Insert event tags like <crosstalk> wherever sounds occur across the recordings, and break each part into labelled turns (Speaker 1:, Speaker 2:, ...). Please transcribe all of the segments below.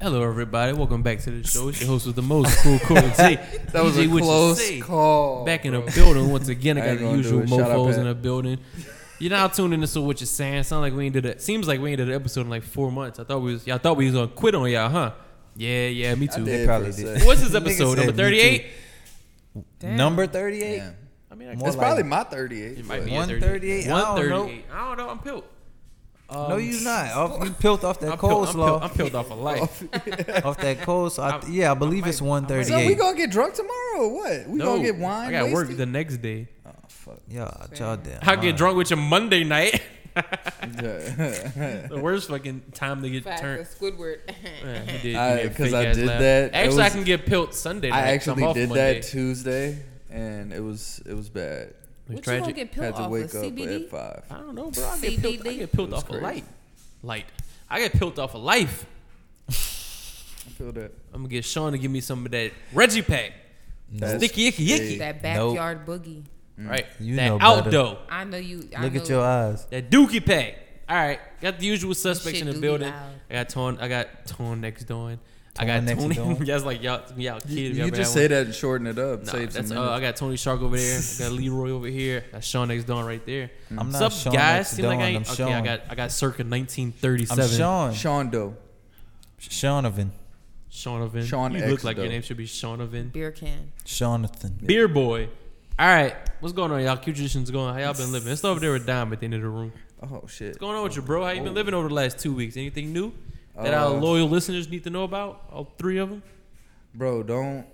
Speaker 1: Hello, everybody. Welcome back to the show. It's your host with the most cool, cool T.
Speaker 2: <laughs> That was
Speaker 1: DJ,
Speaker 2: a
Speaker 1: what you
Speaker 2: close
Speaker 1: say.
Speaker 2: call.
Speaker 1: Back in the
Speaker 2: bro.
Speaker 1: building once again. I
Speaker 2: I
Speaker 1: got
Speaker 2: ain't
Speaker 1: the
Speaker 2: gonna do
Speaker 1: usual
Speaker 2: it. Shut up,
Speaker 1: mofo's in
Speaker 2: Pat.
Speaker 1: the building. You're now tuned into so what you're saying. Sound like we ain't did it. Seems like we ain't did an episode in like four months. I thought we was y'all thought we was gonna quit on y'all, huh? Yeah, yeah, me too.
Speaker 2: did.
Speaker 3: They probably
Speaker 2: for a
Speaker 3: did.
Speaker 2: sec.
Speaker 1: What's this
Speaker 3: Nigga
Speaker 1: episode?
Speaker 3: said
Speaker 1: Number
Speaker 3: me too.
Speaker 1: thirty-eight.
Speaker 3: Number 38?
Speaker 2: Yeah.
Speaker 1: I mean, I
Speaker 3: More
Speaker 2: It's
Speaker 3: like
Speaker 2: probably my 38.
Speaker 1: it might
Speaker 2: but-
Speaker 1: be
Speaker 3: One
Speaker 1: one
Speaker 3: thirty-eight?
Speaker 1: thirty-eight.
Speaker 3: I don't
Speaker 1: One
Speaker 3: know.
Speaker 1: thirty-eight. I don't know. I'm pilled. Um,
Speaker 3: no, you not. Off, you peeled off that
Speaker 1: <laughs> I'm pilled, I'm pilled. I'm
Speaker 3: coleslaw. Oh,
Speaker 1: pilled off of life.
Speaker 3: Off
Speaker 1: <laughs>
Speaker 3: that coleslaw. I th- yeah, I believe it's
Speaker 1: might- I might-
Speaker 2: So we
Speaker 3: 138.
Speaker 2: gonna get drunk tomorrow or what? We
Speaker 1: No,
Speaker 2: gonna get wine?
Speaker 1: I got to work
Speaker 2: wasted?
Speaker 1: the next day.
Speaker 2: Oh fuck.
Speaker 3: Yeah, y'all damn.
Speaker 1: I get drunk with you Monday night. <laughs>
Speaker 2: <laughs> Yeah.
Speaker 1: the worst fucking time to get
Speaker 4: Facts
Speaker 1: turned.
Speaker 4: of Squidward.
Speaker 1: <laughs> Yeah, he did give
Speaker 2: I-
Speaker 1: me a
Speaker 2: 'cause
Speaker 1: fake
Speaker 2: I
Speaker 1: ass
Speaker 2: did
Speaker 1: laugh.
Speaker 2: that. It
Speaker 1: Actually, I
Speaker 2: was-
Speaker 1: can get pilled Sunday. Night
Speaker 2: I
Speaker 1: 'cause I'm
Speaker 2: actually
Speaker 1: off
Speaker 2: did
Speaker 1: Monday.
Speaker 2: that Tuesday, and it was it was bad.
Speaker 1: It was
Speaker 4: What you gonna
Speaker 1: tragic.
Speaker 4: get pilled
Speaker 2: Had to
Speaker 4: off
Speaker 2: wake
Speaker 4: of
Speaker 2: up at
Speaker 4: CBD?
Speaker 2: five.
Speaker 1: I don't know, bro. I get pilled, I
Speaker 4: CBD?
Speaker 1: get pilled
Speaker 2: It was
Speaker 1: off of
Speaker 2: crazy.
Speaker 1: light. Light. I get pilled off of life.
Speaker 2: I feel that.
Speaker 1: I'm gonna get Sean to give me some of that Reggie Pack.
Speaker 2: That's- Mm.
Speaker 1: Sticky icky icky.
Speaker 2: Yeah.
Speaker 4: That backyard boogie.
Speaker 1: Right.
Speaker 3: You
Speaker 1: that
Speaker 3: know
Speaker 1: outdo.
Speaker 3: better.
Speaker 4: I know you. I
Speaker 3: Look
Speaker 4: know
Speaker 3: at your eyes.
Speaker 1: That dookie pack. All right, got the usual suspects
Speaker 4: shit
Speaker 1: in the
Speaker 4: do be
Speaker 1: building.
Speaker 4: loud.
Speaker 1: I got torn. I got torn next dawn. I
Speaker 3: Torn
Speaker 1: got
Speaker 3: next
Speaker 1: Tony.
Speaker 3: dawn.
Speaker 1: <laughs> that's like y'all, y'all kid.
Speaker 2: You,
Speaker 1: y'all
Speaker 2: you just
Speaker 1: that
Speaker 2: say that and shorten it up.
Speaker 1: Nah,
Speaker 2: save some
Speaker 1: that's
Speaker 2: minutes.
Speaker 1: uh, I got Tony Shark over there. I got Leroy over here. That's Sean X Dawn right there.
Speaker 3: I'm
Speaker 1: What's
Speaker 3: not
Speaker 1: up,
Speaker 3: Sean
Speaker 1: guys?
Speaker 3: X
Speaker 1: Seem like I
Speaker 3: Dawn,
Speaker 1: ain't,
Speaker 3: I'm
Speaker 1: okay, I
Speaker 3: Sean.
Speaker 1: got I got circa
Speaker 3: I'm
Speaker 1: 1937.
Speaker 3: Sean.
Speaker 2: Sean Doe.
Speaker 3: Seanovan.
Speaker 1: Seanovan.
Speaker 2: Sean
Speaker 1: you
Speaker 2: X
Speaker 1: look like your
Speaker 2: Dawn.
Speaker 1: name should be Seanovan.
Speaker 4: beer can.
Speaker 3: Jonathan.
Speaker 1: Beer boy. All right, what's going on, y'all? Q traditions going. How y'all been living? Let's start over there with Dime at the end of the room.
Speaker 2: Oh shit.
Speaker 1: What's going on with you, bro? How you been living over the last two weeks? Anything new that
Speaker 2: Uh,
Speaker 1: our loyal listeners need to know about? All three of them.
Speaker 2: Bro, don't.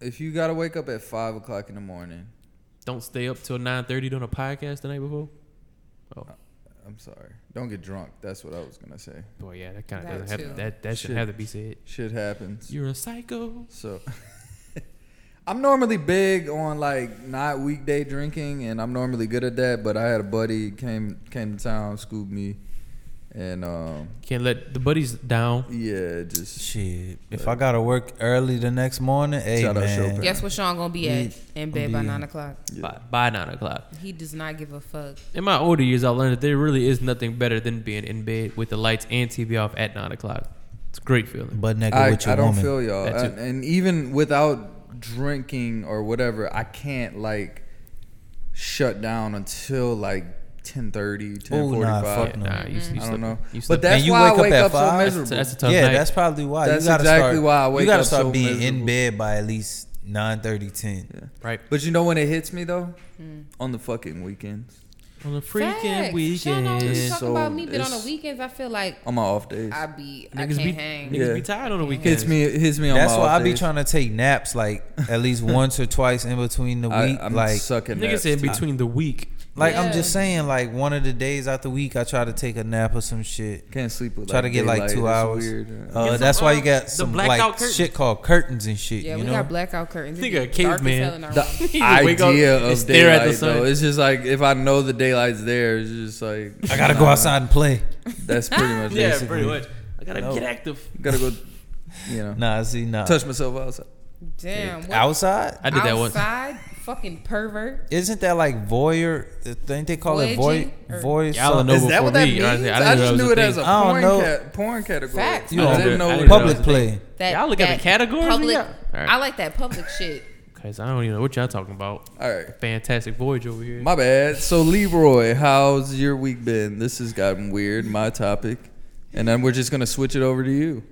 Speaker 2: If you gotta wake up at five o'clock in the morning,
Speaker 1: Don't stay up till 9:30 doing a podcast the night before. Oh
Speaker 2: I'm sorry. Don't get drunk. That's what I was gonna say.
Speaker 1: boy, yeah, that kind of
Speaker 4: That
Speaker 1: doesn't
Speaker 4: too.
Speaker 1: have that that should
Speaker 2: Shit.
Speaker 1: have to be said.
Speaker 2: Shit happens.
Speaker 1: You're a psycho.
Speaker 2: So <laughs> I'm normally big on like not weekday drinking and I'm normally good at that, but I had a buddy came came to town, scooped me and um
Speaker 1: Can't let the buddies down.
Speaker 2: yeah, just
Speaker 3: Shit. If I gotta work early the next morning, hey
Speaker 2: Shout out
Speaker 3: man.
Speaker 2: Chopin.
Speaker 4: Guess what Sean gonna be at in bed by
Speaker 3: Yeah.
Speaker 4: nine o'clock.
Speaker 2: yeah.
Speaker 1: By, by nine o'clock.
Speaker 4: He does not give a fuck.
Speaker 1: In my older years, I learned that there really is nothing better than being in bed with the lights and TV off at nine o'clock. It's a great feeling.
Speaker 3: Butt naked
Speaker 2: I,
Speaker 3: with your
Speaker 2: I don't
Speaker 3: woman.
Speaker 2: feel y'all.
Speaker 1: That too.
Speaker 2: And, and even without drinking or whatever, I can't like shut down until like 10:30, 10:45.
Speaker 3: Ooh, nah, fuck no.
Speaker 1: Nah, you,
Speaker 2: I
Speaker 1: you
Speaker 2: don't
Speaker 1: slipping.
Speaker 2: know.
Speaker 1: You
Speaker 2: But
Speaker 1: slipping.
Speaker 2: that's
Speaker 3: And you
Speaker 2: why
Speaker 3: wake
Speaker 2: I
Speaker 3: up
Speaker 2: wake
Speaker 3: at
Speaker 2: up, so
Speaker 3: five?
Speaker 2: miserable.
Speaker 1: that's a tough
Speaker 3: yeah,
Speaker 1: night.
Speaker 3: that's probably why.
Speaker 2: That's
Speaker 3: you gotta
Speaker 2: exactly
Speaker 3: start,
Speaker 2: why I
Speaker 3: You
Speaker 2: wake
Speaker 3: gotta
Speaker 2: up
Speaker 3: start
Speaker 2: so
Speaker 3: being
Speaker 2: miserable.
Speaker 3: in bed by at least 9 10.
Speaker 1: right
Speaker 2: But you know when it hits me though? On the fucking weekends.
Speaker 1: on a
Speaker 4: Facts.
Speaker 1: freaking
Speaker 4: Sean always
Speaker 1: weekend.
Speaker 4: talk
Speaker 2: So
Speaker 4: about me, but on the
Speaker 2: it's-
Speaker 4: weekends I feel like
Speaker 2: On my off days.
Speaker 4: I be I
Speaker 1: Niggas
Speaker 4: can't
Speaker 1: be
Speaker 4: hang.
Speaker 1: niggas
Speaker 2: Yeah.
Speaker 1: be tired on the weekend.
Speaker 2: hits me hits me on
Speaker 3: That's
Speaker 2: my
Speaker 3: why
Speaker 2: off
Speaker 3: I be
Speaker 2: days.
Speaker 3: trying to take naps like at
Speaker 2: <laughs>
Speaker 3: least once or twice in between the week.
Speaker 2: I, am
Speaker 3: like,
Speaker 2: sucking
Speaker 1: Niggas
Speaker 2: naps,
Speaker 1: said
Speaker 2: too.
Speaker 1: between the week.
Speaker 3: like I'm
Speaker 4: Yeah.
Speaker 3: just saying, like one of the days out the week, I try to take a nap or some shit.
Speaker 2: Can't sleep with
Speaker 3: Try
Speaker 2: like
Speaker 3: to get like
Speaker 2: daylight.
Speaker 3: two
Speaker 2: It's
Speaker 3: hours.
Speaker 2: weird.
Speaker 5: <laughs>
Speaker 3: Uh,
Speaker 1: Get
Speaker 3: that's
Speaker 1: some,
Speaker 3: why
Speaker 1: uh,
Speaker 3: you got
Speaker 1: the
Speaker 3: some
Speaker 1: blackout
Speaker 3: like
Speaker 1: curtains.
Speaker 3: shit called curtains and shit.
Speaker 4: Yeah,
Speaker 3: you
Speaker 4: we
Speaker 3: know,
Speaker 4: got blackout curtains. It
Speaker 1: Nigga,
Speaker 4: be
Speaker 1: a
Speaker 4: dark as hell
Speaker 1: caveman.
Speaker 4: in our room.
Speaker 2: the
Speaker 1: You wake up
Speaker 2: idea
Speaker 1: and
Speaker 2: of
Speaker 1: stare at the
Speaker 2: daylight though,
Speaker 1: sun.
Speaker 2: it's just like if I know the daylight's there, it's just like
Speaker 3: I gotta go outside and play.
Speaker 2: That's pretty
Speaker 1: <laughs>
Speaker 2: much
Speaker 1: Yeah,
Speaker 2: basically.
Speaker 1: pretty much. I gotta
Speaker 3: No.
Speaker 1: get active.
Speaker 2: Gotta go, you know,
Speaker 3: Nah, see, nah.
Speaker 2: touch myself outside.
Speaker 4: Damn. What?
Speaker 3: outside.
Speaker 1: I did that once.
Speaker 4: Outside, fucking pervert.
Speaker 3: Isn't that like voyeur? Ain't they call it voy
Speaker 4: Voyaging? Or-
Speaker 3: voyeur?
Speaker 1: Y'all don't know
Speaker 2: Is that
Speaker 1: before
Speaker 2: what that
Speaker 1: me.
Speaker 2: means?
Speaker 1: honestly.
Speaker 2: I,
Speaker 1: didn't know
Speaker 2: just
Speaker 1: that was
Speaker 2: knew it as a
Speaker 3: thing. I don't
Speaker 2: porn,
Speaker 3: know.
Speaker 2: cat, porn category.
Speaker 4: Facts.
Speaker 2: I
Speaker 3: You know,
Speaker 2: didn't know
Speaker 1: I
Speaker 2: what
Speaker 1: didn't
Speaker 2: it
Speaker 1: know.
Speaker 3: public
Speaker 2: was.
Speaker 3: play.
Speaker 4: That
Speaker 1: Y'all look at the
Speaker 4: that
Speaker 1: categories we
Speaker 4: Public.
Speaker 1: got? All right.
Speaker 4: I like that public <laughs> shit.
Speaker 1: Cause I don't even know what y'all talking about.
Speaker 2: All right,
Speaker 1: Fantastic voyage over here.
Speaker 2: my bad. So Leroy, how's your week been? This has gotten weird. My topic, and then we're just gonna switch it over to you.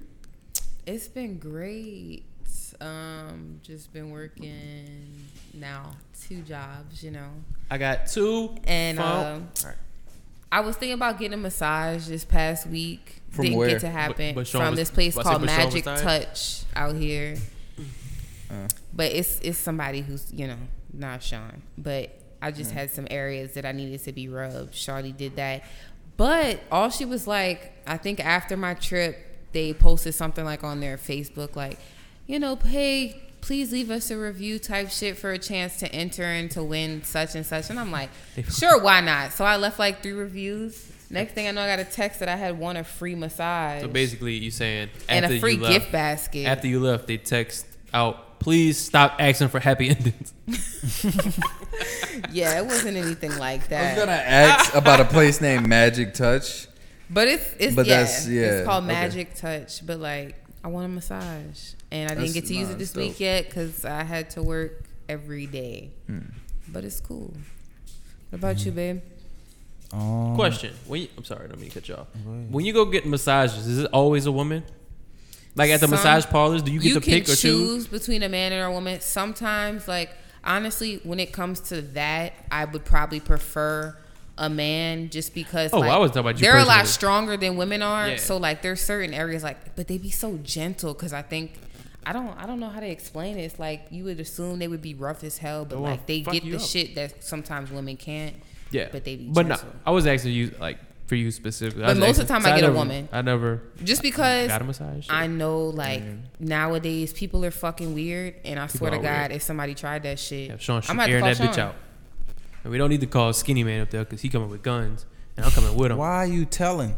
Speaker 4: It's been great. Um, just been working now two jobs, you know.
Speaker 1: I got two
Speaker 4: And
Speaker 1: phone-
Speaker 4: um,
Speaker 1: All right.
Speaker 4: I was thinking about getting a massage this past week.
Speaker 2: From
Speaker 4: Didn't
Speaker 2: where?
Speaker 4: get to happen
Speaker 1: But- but Sean
Speaker 4: from
Speaker 1: was-
Speaker 4: this place
Speaker 1: but I said,
Speaker 4: called
Speaker 1: but Sean was
Speaker 4: Magic
Speaker 1: tired?
Speaker 4: Touch out here.
Speaker 2: Uh.
Speaker 4: But it's it's somebody who's you know not Sean, but I just had some areas that I needed to be rubbed. Shawty did that, but all she was like, I think after my trip, they posted something like on their Facebook, like, you know, hey, please leave us a review type shit for a chance to enter and to win such and such. And
Speaker 1: <laughs>
Speaker 4: I'm like, sure, why not? So I left like three reviews. Next thing I know, I got a text that I had won a free massage
Speaker 1: So basically, you saying
Speaker 4: and
Speaker 1: after
Speaker 4: a free
Speaker 1: you left,
Speaker 4: gift basket.
Speaker 1: After you left, they text out, "Please stop asking for happy <laughs> endings."
Speaker 4: <laughs> yeah, it wasn't anything like
Speaker 2: I
Speaker 4: that.
Speaker 2: was gonna ask about a place named Magic Touch,
Speaker 4: But it's it's
Speaker 2: But
Speaker 4: yeah,
Speaker 2: that's- yeah,
Speaker 4: It's called
Speaker 2: okay.
Speaker 4: Magic Touch. But like, I want a massage, and I
Speaker 2: That's-
Speaker 4: didn't get to use
Speaker 2: nah,
Speaker 4: it this
Speaker 2: that's dope.
Speaker 4: week yet because I had to work every day.
Speaker 2: Hmm.
Speaker 4: But it's cool. What about you, babe?
Speaker 3: Um,
Speaker 1: Question: When you, I'm sorry, I don't mean to cut you off.
Speaker 3: Go ahead.
Speaker 1: When you go get massages, is it always a woman? Like at the
Speaker 4: Some-
Speaker 1: massage parlors, do you get
Speaker 4: you
Speaker 1: to
Speaker 4: can
Speaker 1: pick or
Speaker 4: choose,
Speaker 1: choose?
Speaker 4: between a man and a woman. Sometimes, like honestly, when it comes to that, I would probably prefer a man just because.
Speaker 1: Oh,
Speaker 4: like,
Speaker 1: I was talking about you
Speaker 4: They're a lot
Speaker 1: personally.
Speaker 4: stronger than women are,
Speaker 1: Yeah.
Speaker 4: so like there's certain areas like, but they be so gentle because I think. I don't I don't know how to explain it. It's like you would assume they would be rough as hell, but
Speaker 1: They wanna
Speaker 4: like they
Speaker 1: Oh, fuck
Speaker 4: get
Speaker 1: you
Speaker 4: the
Speaker 1: up.
Speaker 4: shit that sometimes women can't.
Speaker 1: Yeah,
Speaker 4: But they be
Speaker 1: But no,
Speaker 4: gentle.
Speaker 1: I was asking you like for you specifically. I
Speaker 4: But
Speaker 1: was
Speaker 4: most of
Speaker 1: asking-
Speaker 4: the time
Speaker 1: 'cause
Speaker 4: I get a
Speaker 1: never-
Speaker 4: woman.
Speaker 1: I never
Speaker 4: Just because
Speaker 1: got a massage.
Speaker 4: I know, like nowadays, people are fucking weird, and I swear to
Speaker 1: are
Speaker 4: God,
Speaker 1: weird.
Speaker 4: if somebody tried that shit,
Speaker 1: Yeah, Sean should
Speaker 4: I'm about to
Speaker 1: airing
Speaker 4: call
Speaker 1: that
Speaker 4: Sean.
Speaker 1: bitch out. And we don't need to call Skinny Man up there because he coming with guns, and I'm coming with him.
Speaker 3: Why are you telling?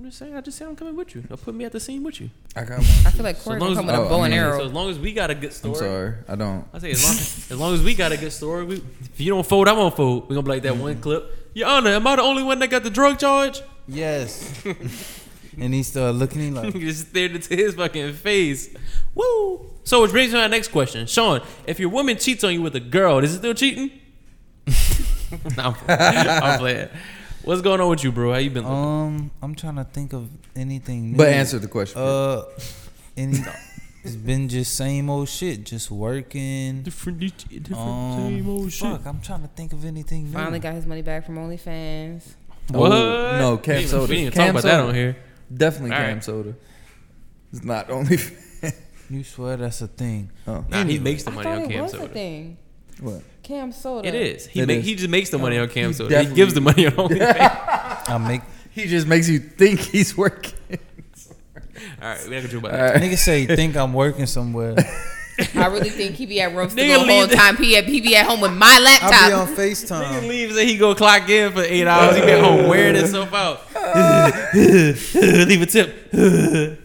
Speaker 1: I'm just saying, I just said I'm coming with you. Don't put me at the scene with you.
Speaker 2: I got one.
Speaker 4: I feel like Corey
Speaker 1: long
Speaker 4: gonna
Speaker 1: as-
Speaker 4: come with
Speaker 2: oh,
Speaker 4: a bow
Speaker 2: I
Speaker 4: and
Speaker 2: mean,
Speaker 1: So as
Speaker 4: arrow.
Speaker 1: long as we got a good
Speaker 2: I'm
Speaker 1: story,
Speaker 2: sorry. I don't.
Speaker 1: I say as long as long as we got a good story, we, if you don't fold, I'm gonna fold. We gonna be like that one clip. Your Honor, am I the only one that got the drug charge? <laughs>
Speaker 3: Yes. <laughs> and he started looking he like,
Speaker 1: <laughs> He just stared into his fucking face. Woo! So which brings me to my next question, Sean. If your woman cheats on you with a girl, is it still cheating? <laughs> nah, I'm playing. <laughs> I'm playing. What's going on with you, bro? How you been? living?
Speaker 3: um, I'm trying to think of anything. New.
Speaker 5: Mm.
Speaker 2: But answer the question.
Speaker 3: Uh,
Speaker 2: <laughs>
Speaker 3: any, it's been just same old shit, just working.
Speaker 1: different, different, same
Speaker 3: Um,
Speaker 1: old shit.
Speaker 3: fuck, I'm trying to think of anything new.
Speaker 4: Finally got his money back from OnlyFans.
Speaker 2: Oh,
Speaker 1: What?
Speaker 2: no, Cam
Speaker 1: we didn't-
Speaker 2: Soda.
Speaker 1: We didn't even
Speaker 2: Cam
Speaker 1: talk about that
Speaker 2: Soda.
Speaker 1: on here.
Speaker 2: Definitely
Speaker 1: All
Speaker 2: cam
Speaker 1: right.
Speaker 2: soda. It's not only. <laughs>
Speaker 3: You swear that's a thing.
Speaker 2: oh,
Speaker 1: Nah, he makes the
Speaker 4: I
Speaker 1: money
Speaker 4: thought
Speaker 1: on
Speaker 4: it
Speaker 1: Cam
Speaker 4: was a
Speaker 1: Soda.
Speaker 4: thing.
Speaker 2: what?
Speaker 4: Cam Soda.
Speaker 1: It is. He
Speaker 2: It
Speaker 1: ma-
Speaker 2: is.
Speaker 1: he just makes the money on Cam
Speaker 2: He
Speaker 1: Soda. He gives the money
Speaker 2: <laughs>
Speaker 1: on OnlyFans.
Speaker 3: I make
Speaker 2: He just makes you think he's working.
Speaker 1: All right, we not gonna do about
Speaker 2: All
Speaker 1: that.
Speaker 2: right.
Speaker 3: nigga say think I'm working somewhere.
Speaker 4: I really think
Speaker 1: <laughs>
Speaker 4: he be at room
Speaker 1: Nigga
Speaker 4: the whole
Speaker 1: leave the-
Speaker 4: time. He at, he be at home with my
Speaker 3: I be
Speaker 4: laptop.
Speaker 3: on
Speaker 1: Nigga
Speaker 3: Facetime.
Speaker 1: leaves and he go clock in for eight hours. He been home wearing
Speaker 2: <laughs>
Speaker 1: himself out. Leave a tip.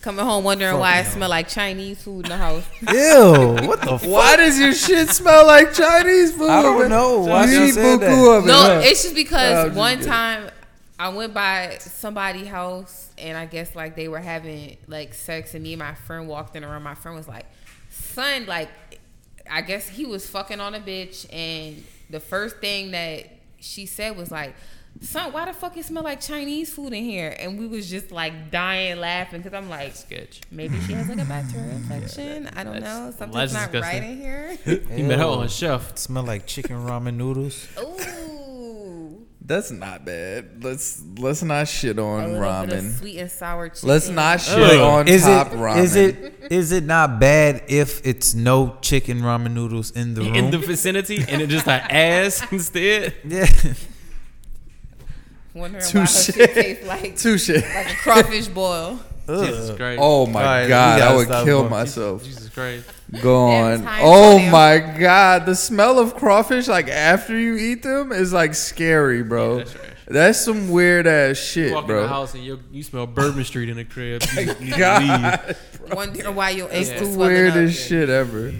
Speaker 4: Coming home wondering why it smell like Chinese food in the house.
Speaker 3: <laughs> Ew, what the? Fuck?
Speaker 2: <laughs> Why does your shit smell like Chinese food?
Speaker 3: I don't know. Why
Speaker 2: you
Speaker 3: she
Speaker 2: eat
Speaker 3: said that?
Speaker 2: buku of it.
Speaker 4: No,
Speaker 2: huh?
Speaker 4: it's just
Speaker 2: No, I'm
Speaker 4: because
Speaker 2: just
Speaker 4: one
Speaker 2: kidding.
Speaker 4: time I went by somebody's house and I guess like they were having like sex and me and my friend walked in around. My friend was like, son, like I guess he was fucking on a bitch and the first thing that she said was like, son, why the fuck it smell like Chinese food in here? And we was just like dying laughing because I'm like,
Speaker 1: Sketch.
Speaker 4: maybe she has like a bacterial infection. I don't
Speaker 1: that's-
Speaker 4: know.
Speaker 1: that's
Speaker 4: Something's not
Speaker 1: disgusting.
Speaker 4: right in here.
Speaker 1: He met her on chef.
Speaker 3: Smell like chicken ramen noodles.
Speaker 4: Ooh.
Speaker 2: That's not bad. Let's let's not shit on
Speaker 4: a little bit of
Speaker 2: ramen.
Speaker 4: sweet and sour chicken.
Speaker 2: Let's not shit
Speaker 1: Ugh.
Speaker 2: on
Speaker 3: Is
Speaker 2: top
Speaker 3: it
Speaker 2: ramen.
Speaker 3: is it is it not bad if it's no chicken ramen noodles in the room?
Speaker 1: in the vicinity and it just like ass <laughs> instead.
Speaker 2: <laughs>
Speaker 3: yeah.
Speaker 4: Wondering
Speaker 2: Two
Speaker 4: why her
Speaker 2: shit. <laughs>
Speaker 4: shit tastes like
Speaker 2: touche?
Speaker 4: like a crawfish boil.
Speaker 1: Jesus Christ.
Speaker 2: Oh my
Speaker 3: Alright, we
Speaker 2: god, I
Speaker 3: gotta
Speaker 2: would
Speaker 3: stop
Speaker 2: kill
Speaker 3: going.
Speaker 2: myself.
Speaker 1: Jesus Christ.
Speaker 2: Gone.
Speaker 4: Every time
Speaker 2: Oh
Speaker 4: somebody-
Speaker 2: my god, the smell of crawfish like after you eat them is like scary, bro.
Speaker 1: Yeah, that's
Speaker 2: that's,
Speaker 1: trash.
Speaker 2: some weird ass shit,
Speaker 1: You walk in the
Speaker 2: bro.
Speaker 1: house and you you smell Bourbon Street in the crib. You just need to leave.
Speaker 2: <laughs> God,
Speaker 4: Wondering why your eggs
Speaker 1: Yeah.
Speaker 4: was swelling up.
Speaker 2: weirdest shit ever.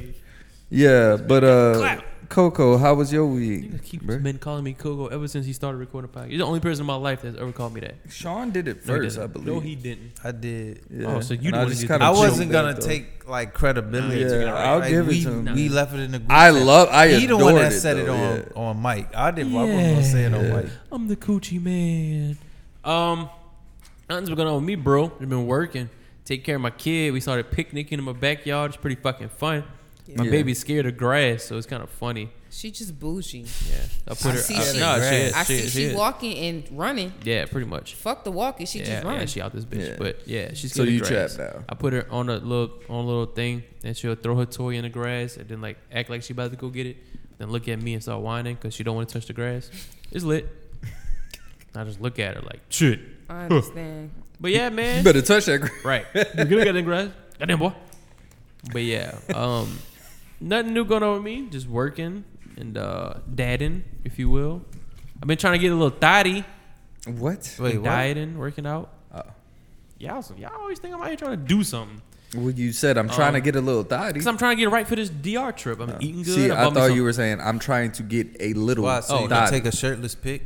Speaker 2: Yeah, but uh, Coco, how was your week?
Speaker 1: Nigga keeps
Speaker 2: bruh?
Speaker 1: been calling me Kogo ever since he started recording a podcast. You're the only person in my life that's ever called me that.
Speaker 2: Sean did it
Speaker 1: No, he
Speaker 2: first, I
Speaker 1: didn't.
Speaker 2: believe.
Speaker 1: No, he didn't.
Speaker 3: I did.
Speaker 2: Yeah.
Speaker 1: Oh, so you
Speaker 2: And
Speaker 1: the
Speaker 2: I
Speaker 1: one
Speaker 2: just
Speaker 1: that did
Speaker 2: kinda
Speaker 1: that.
Speaker 3: I
Speaker 2: chilled
Speaker 3: wasn't
Speaker 2: back,
Speaker 3: gonna
Speaker 2: though.
Speaker 3: take like credibility.
Speaker 2: Yeah,
Speaker 3: to it,
Speaker 2: I'll
Speaker 3: Like,
Speaker 2: give it
Speaker 3: we,
Speaker 2: to him.
Speaker 3: We left it in the group.
Speaker 2: I
Speaker 3: chat.
Speaker 2: love. I
Speaker 3: He the one
Speaker 2: adored
Speaker 3: that
Speaker 2: it,
Speaker 3: said it
Speaker 2: though,
Speaker 3: on
Speaker 2: yeah.
Speaker 3: on mic. I didn't. I wasn't gonna say it on
Speaker 2: Yeah.
Speaker 3: mic.
Speaker 1: I'm the coochie man. Um, nothing's been going on with me, bro. I've been working, take care of my kid. We started picnicking in my backyard. It's pretty fucking fun. My
Speaker 2: Yeah.
Speaker 1: baby's scared of grass, so it's kind of funny.
Speaker 4: She just bougie.
Speaker 1: Yeah, I put
Speaker 4: I
Speaker 1: her.
Speaker 4: see
Speaker 1: I,
Speaker 4: she-
Speaker 1: no, she is,
Speaker 4: I
Speaker 1: she
Speaker 4: see
Speaker 1: is,
Speaker 4: she
Speaker 1: is.
Speaker 4: walking and running.
Speaker 1: Yeah, pretty much.
Speaker 4: Fuck the walking. She
Speaker 1: yeah,
Speaker 4: just
Speaker 1: yeah,
Speaker 4: running.
Speaker 1: she out this bitch.
Speaker 2: Yeah.
Speaker 1: But yeah, she's
Speaker 2: So
Speaker 1: scared of
Speaker 2: you
Speaker 1: grass.
Speaker 2: trapped now.
Speaker 1: I put her on a little on a little thing, and she'll throw her toy in the grass, and then like act like she about to go get it, then look at me and start whining because she don't want to touch the grass.
Speaker 2: <laughs>
Speaker 1: It's lit. I just look at her like shit.
Speaker 4: I understand.
Speaker 1: But yeah, man.
Speaker 2: You better touch that. gra-
Speaker 1: <laughs> Right. You gonna get in grass. Goddamn boy. But yeah, um, nothing new going on with me. Just working and uh, dadding, if you will. I've been trying to get a little thotty.
Speaker 2: What?
Speaker 3: Wait,
Speaker 1: Been
Speaker 3: what?
Speaker 1: dieting, working out.
Speaker 2: Oh.
Speaker 1: Y'all, so y'all always think I'm out here trying to do something.
Speaker 2: Well, you said I'm trying to
Speaker 1: Um,
Speaker 2: get a little thotty. Uh,
Speaker 1: Cause I'm trying to get right for this DR trip.
Speaker 5: Uh,
Speaker 1: I'm eating good.
Speaker 2: See, I
Speaker 1: bought me
Speaker 2: thought
Speaker 1: some-
Speaker 2: you were saying I'm trying to get a little
Speaker 3: Why? So
Speaker 2: thotty.
Speaker 3: you can take a shirtless pic.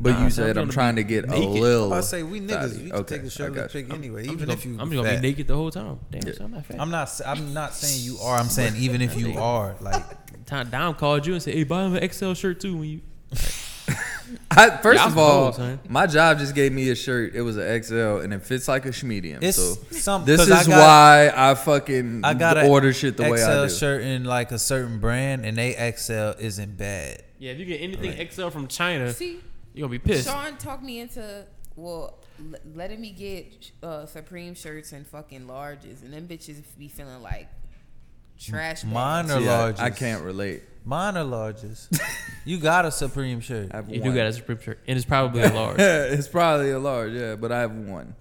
Speaker 2: But
Speaker 1: Nah,
Speaker 2: you
Speaker 1: I'm
Speaker 2: said I'm
Speaker 1: gonna
Speaker 2: trying to
Speaker 1: be
Speaker 2: get a
Speaker 1: naked.
Speaker 2: little.
Speaker 5: I say we niggas,
Speaker 2: fatty.
Speaker 5: we can
Speaker 2: Oh, Okay,
Speaker 5: take a
Speaker 2: I
Speaker 5: shirtless
Speaker 2: got you. <laughs>
Speaker 5: pick anyway,
Speaker 1: I'm
Speaker 5: even
Speaker 1: just
Speaker 5: if you
Speaker 1: gonna, I'm just gonna
Speaker 5: fat.
Speaker 1: be naked the whole time. Damn,
Speaker 2: Yeah.
Speaker 1: so I'm not fat.
Speaker 5: I'm not. I'm not saying you are. I'm saying even if you are,
Speaker 2: <laughs>
Speaker 5: like
Speaker 1: Time Dom called you and said, "Hey, buy him an XL shirt too." When you
Speaker 2: I, first
Speaker 1: Y'all
Speaker 2: of all,
Speaker 1: cold, son.
Speaker 2: my job just gave me a shirt. It was an XL, and it fits like a medium.
Speaker 5: it's
Speaker 2: so
Speaker 5: some.
Speaker 2: this
Speaker 5: 'cause
Speaker 2: is
Speaker 5: I got,
Speaker 2: why I fucking
Speaker 5: I got a
Speaker 2: order shit the way I do.
Speaker 5: XL shirt in like a certain brand, and they XL isn't bad.
Speaker 1: yeah, if you get anything XL from China,
Speaker 4: See,
Speaker 1: you're gonna be pissed.
Speaker 4: Sean talked me into well l- letting me get uh, Supreme shirts and fucking larges, and them bitches be feeling like trash. bags.
Speaker 5: Mine are
Speaker 2: See, I-
Speaker 5: largest.
Speaker 2: I, can't relate.
Speaker 5: Mine are
Speaker 2: <laughs>
Speaker 5: largest. you got a Supreme shirt.
Speaker 2: I have
Speaker 1: You
Speaker 2: one. <laughs>
Speaker 1: do got a Supreme shirt, and it's probably
Speaker 5: <laughs>
Speaker 1: a large.
Speaker 2: it's probably a large, yeah, but I have one.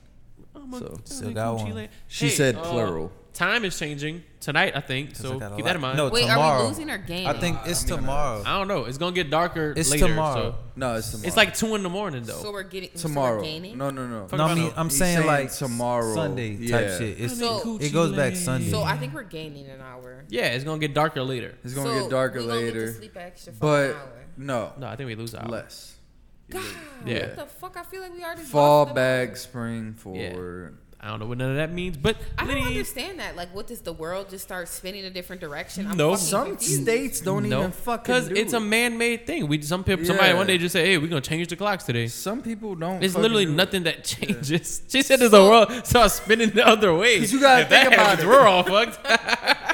Speaker 2: So,
Speaker 5: still got one.
Speaker 2: She said plural.
Speaker 1: uh, Time is changing tonight, I think.
Speaker 5: I
Speaker 1: So
Speaker 5: got a
Speaker 1: keep that in
Speaker 5: lot.
Speaker 1: mind.
Speaker 5: No,
Speaker 4: Wait, are
Speaker 5: tomorrow.
Speaker 4: we losing or gaining?
Speaker 5: I think it's tomorrow.
Speaker 1: I don't know. It's gonna get darker
Speaker 5: It's
Speaker 1: later.
Speaker 5: tomorrow.
Speaker 1: So
Speaker 2: No, it's tomorrow.
Speaker 1: it's like two in the morning though.
Speaker 4: so. We're getting So
Speaker 2: tomorrow.
Speaker 4: we're gaining?
Speaker 2: No, no, no.
Speaker 1: Fuck
Speaker 5: no, I
Speaker 1: about
Speaker 5: mean,
Speaker 1: no-
Speaker 5: I'm
Speaker 2: He's
Speaker 5: saying,
Speaker 2: saying
Speaker 5: like
Speaker 2: tomorrow.
Speaker 5: Sunday
Speaker 2: Yeah.
Speaker 5: type shit. It's,
Speaker 4: So-
Speaker 5: it goes back Sunday.
Speaker 4: So I think we're gaining an hour.
Speaker 1: yeah, it's gonna get darker later.
Speaker 2: It's gonna
Speaker 4: So
Speaker 2: get darker
Speaker 4: we gonna get to
Speaker 2: later,
Speaker 4: sleep an extra for an
Speaker 2: but
Speaker 4: hour.
Speaker 2: no,
Speaker 1: No, I think we lose an hour.
Speaker 2: less.
Speaker 4: God,
Speaker 1: Yeah.
Speaker 4: what the fuck? I feel like we already
Speaker 2: Fall
Speaker 4: lost the-
Speaker 2: back, spring forward.
Speaker 1: I don't know what none of that means, but
Speaker 4: I don't
Speaker 1: Liddy-
Speaker 4: understand that. Like, what does the world just start spinning a different direction?
Speaker 1: No.
Speaker 4: fucking
Speaker 1: Some
Speaker 4: confused.
Speaker 2: don't
Speaker 1: No,
Speaker 2: Because
Speaker 1: it's a man-made thing. We some people, somebody
Speaker 2: Yeah.
Speaker 1: one day just say, "Hey, we're gonna change the clocks today."
Speaker 2: Some people don't.
Speaker 1: It's
Speaker 2: fucking
Speaker 1: literally
Speaker 2: do it. <laughs>
Speaker 1: nothing that <laughs> changes. She said, "There's a world starts spinning the other
Speaker 2: <laughs>
Speaker 1: way."
Speaker 2: 'Cause you gotta
Speaker 1: If that
Speaker 2: think about
Speaker 1: happens,
Speaker 2: it.
Speaker 1: We're
Speaker 2: <laughs>
Speaker 1: all fucked.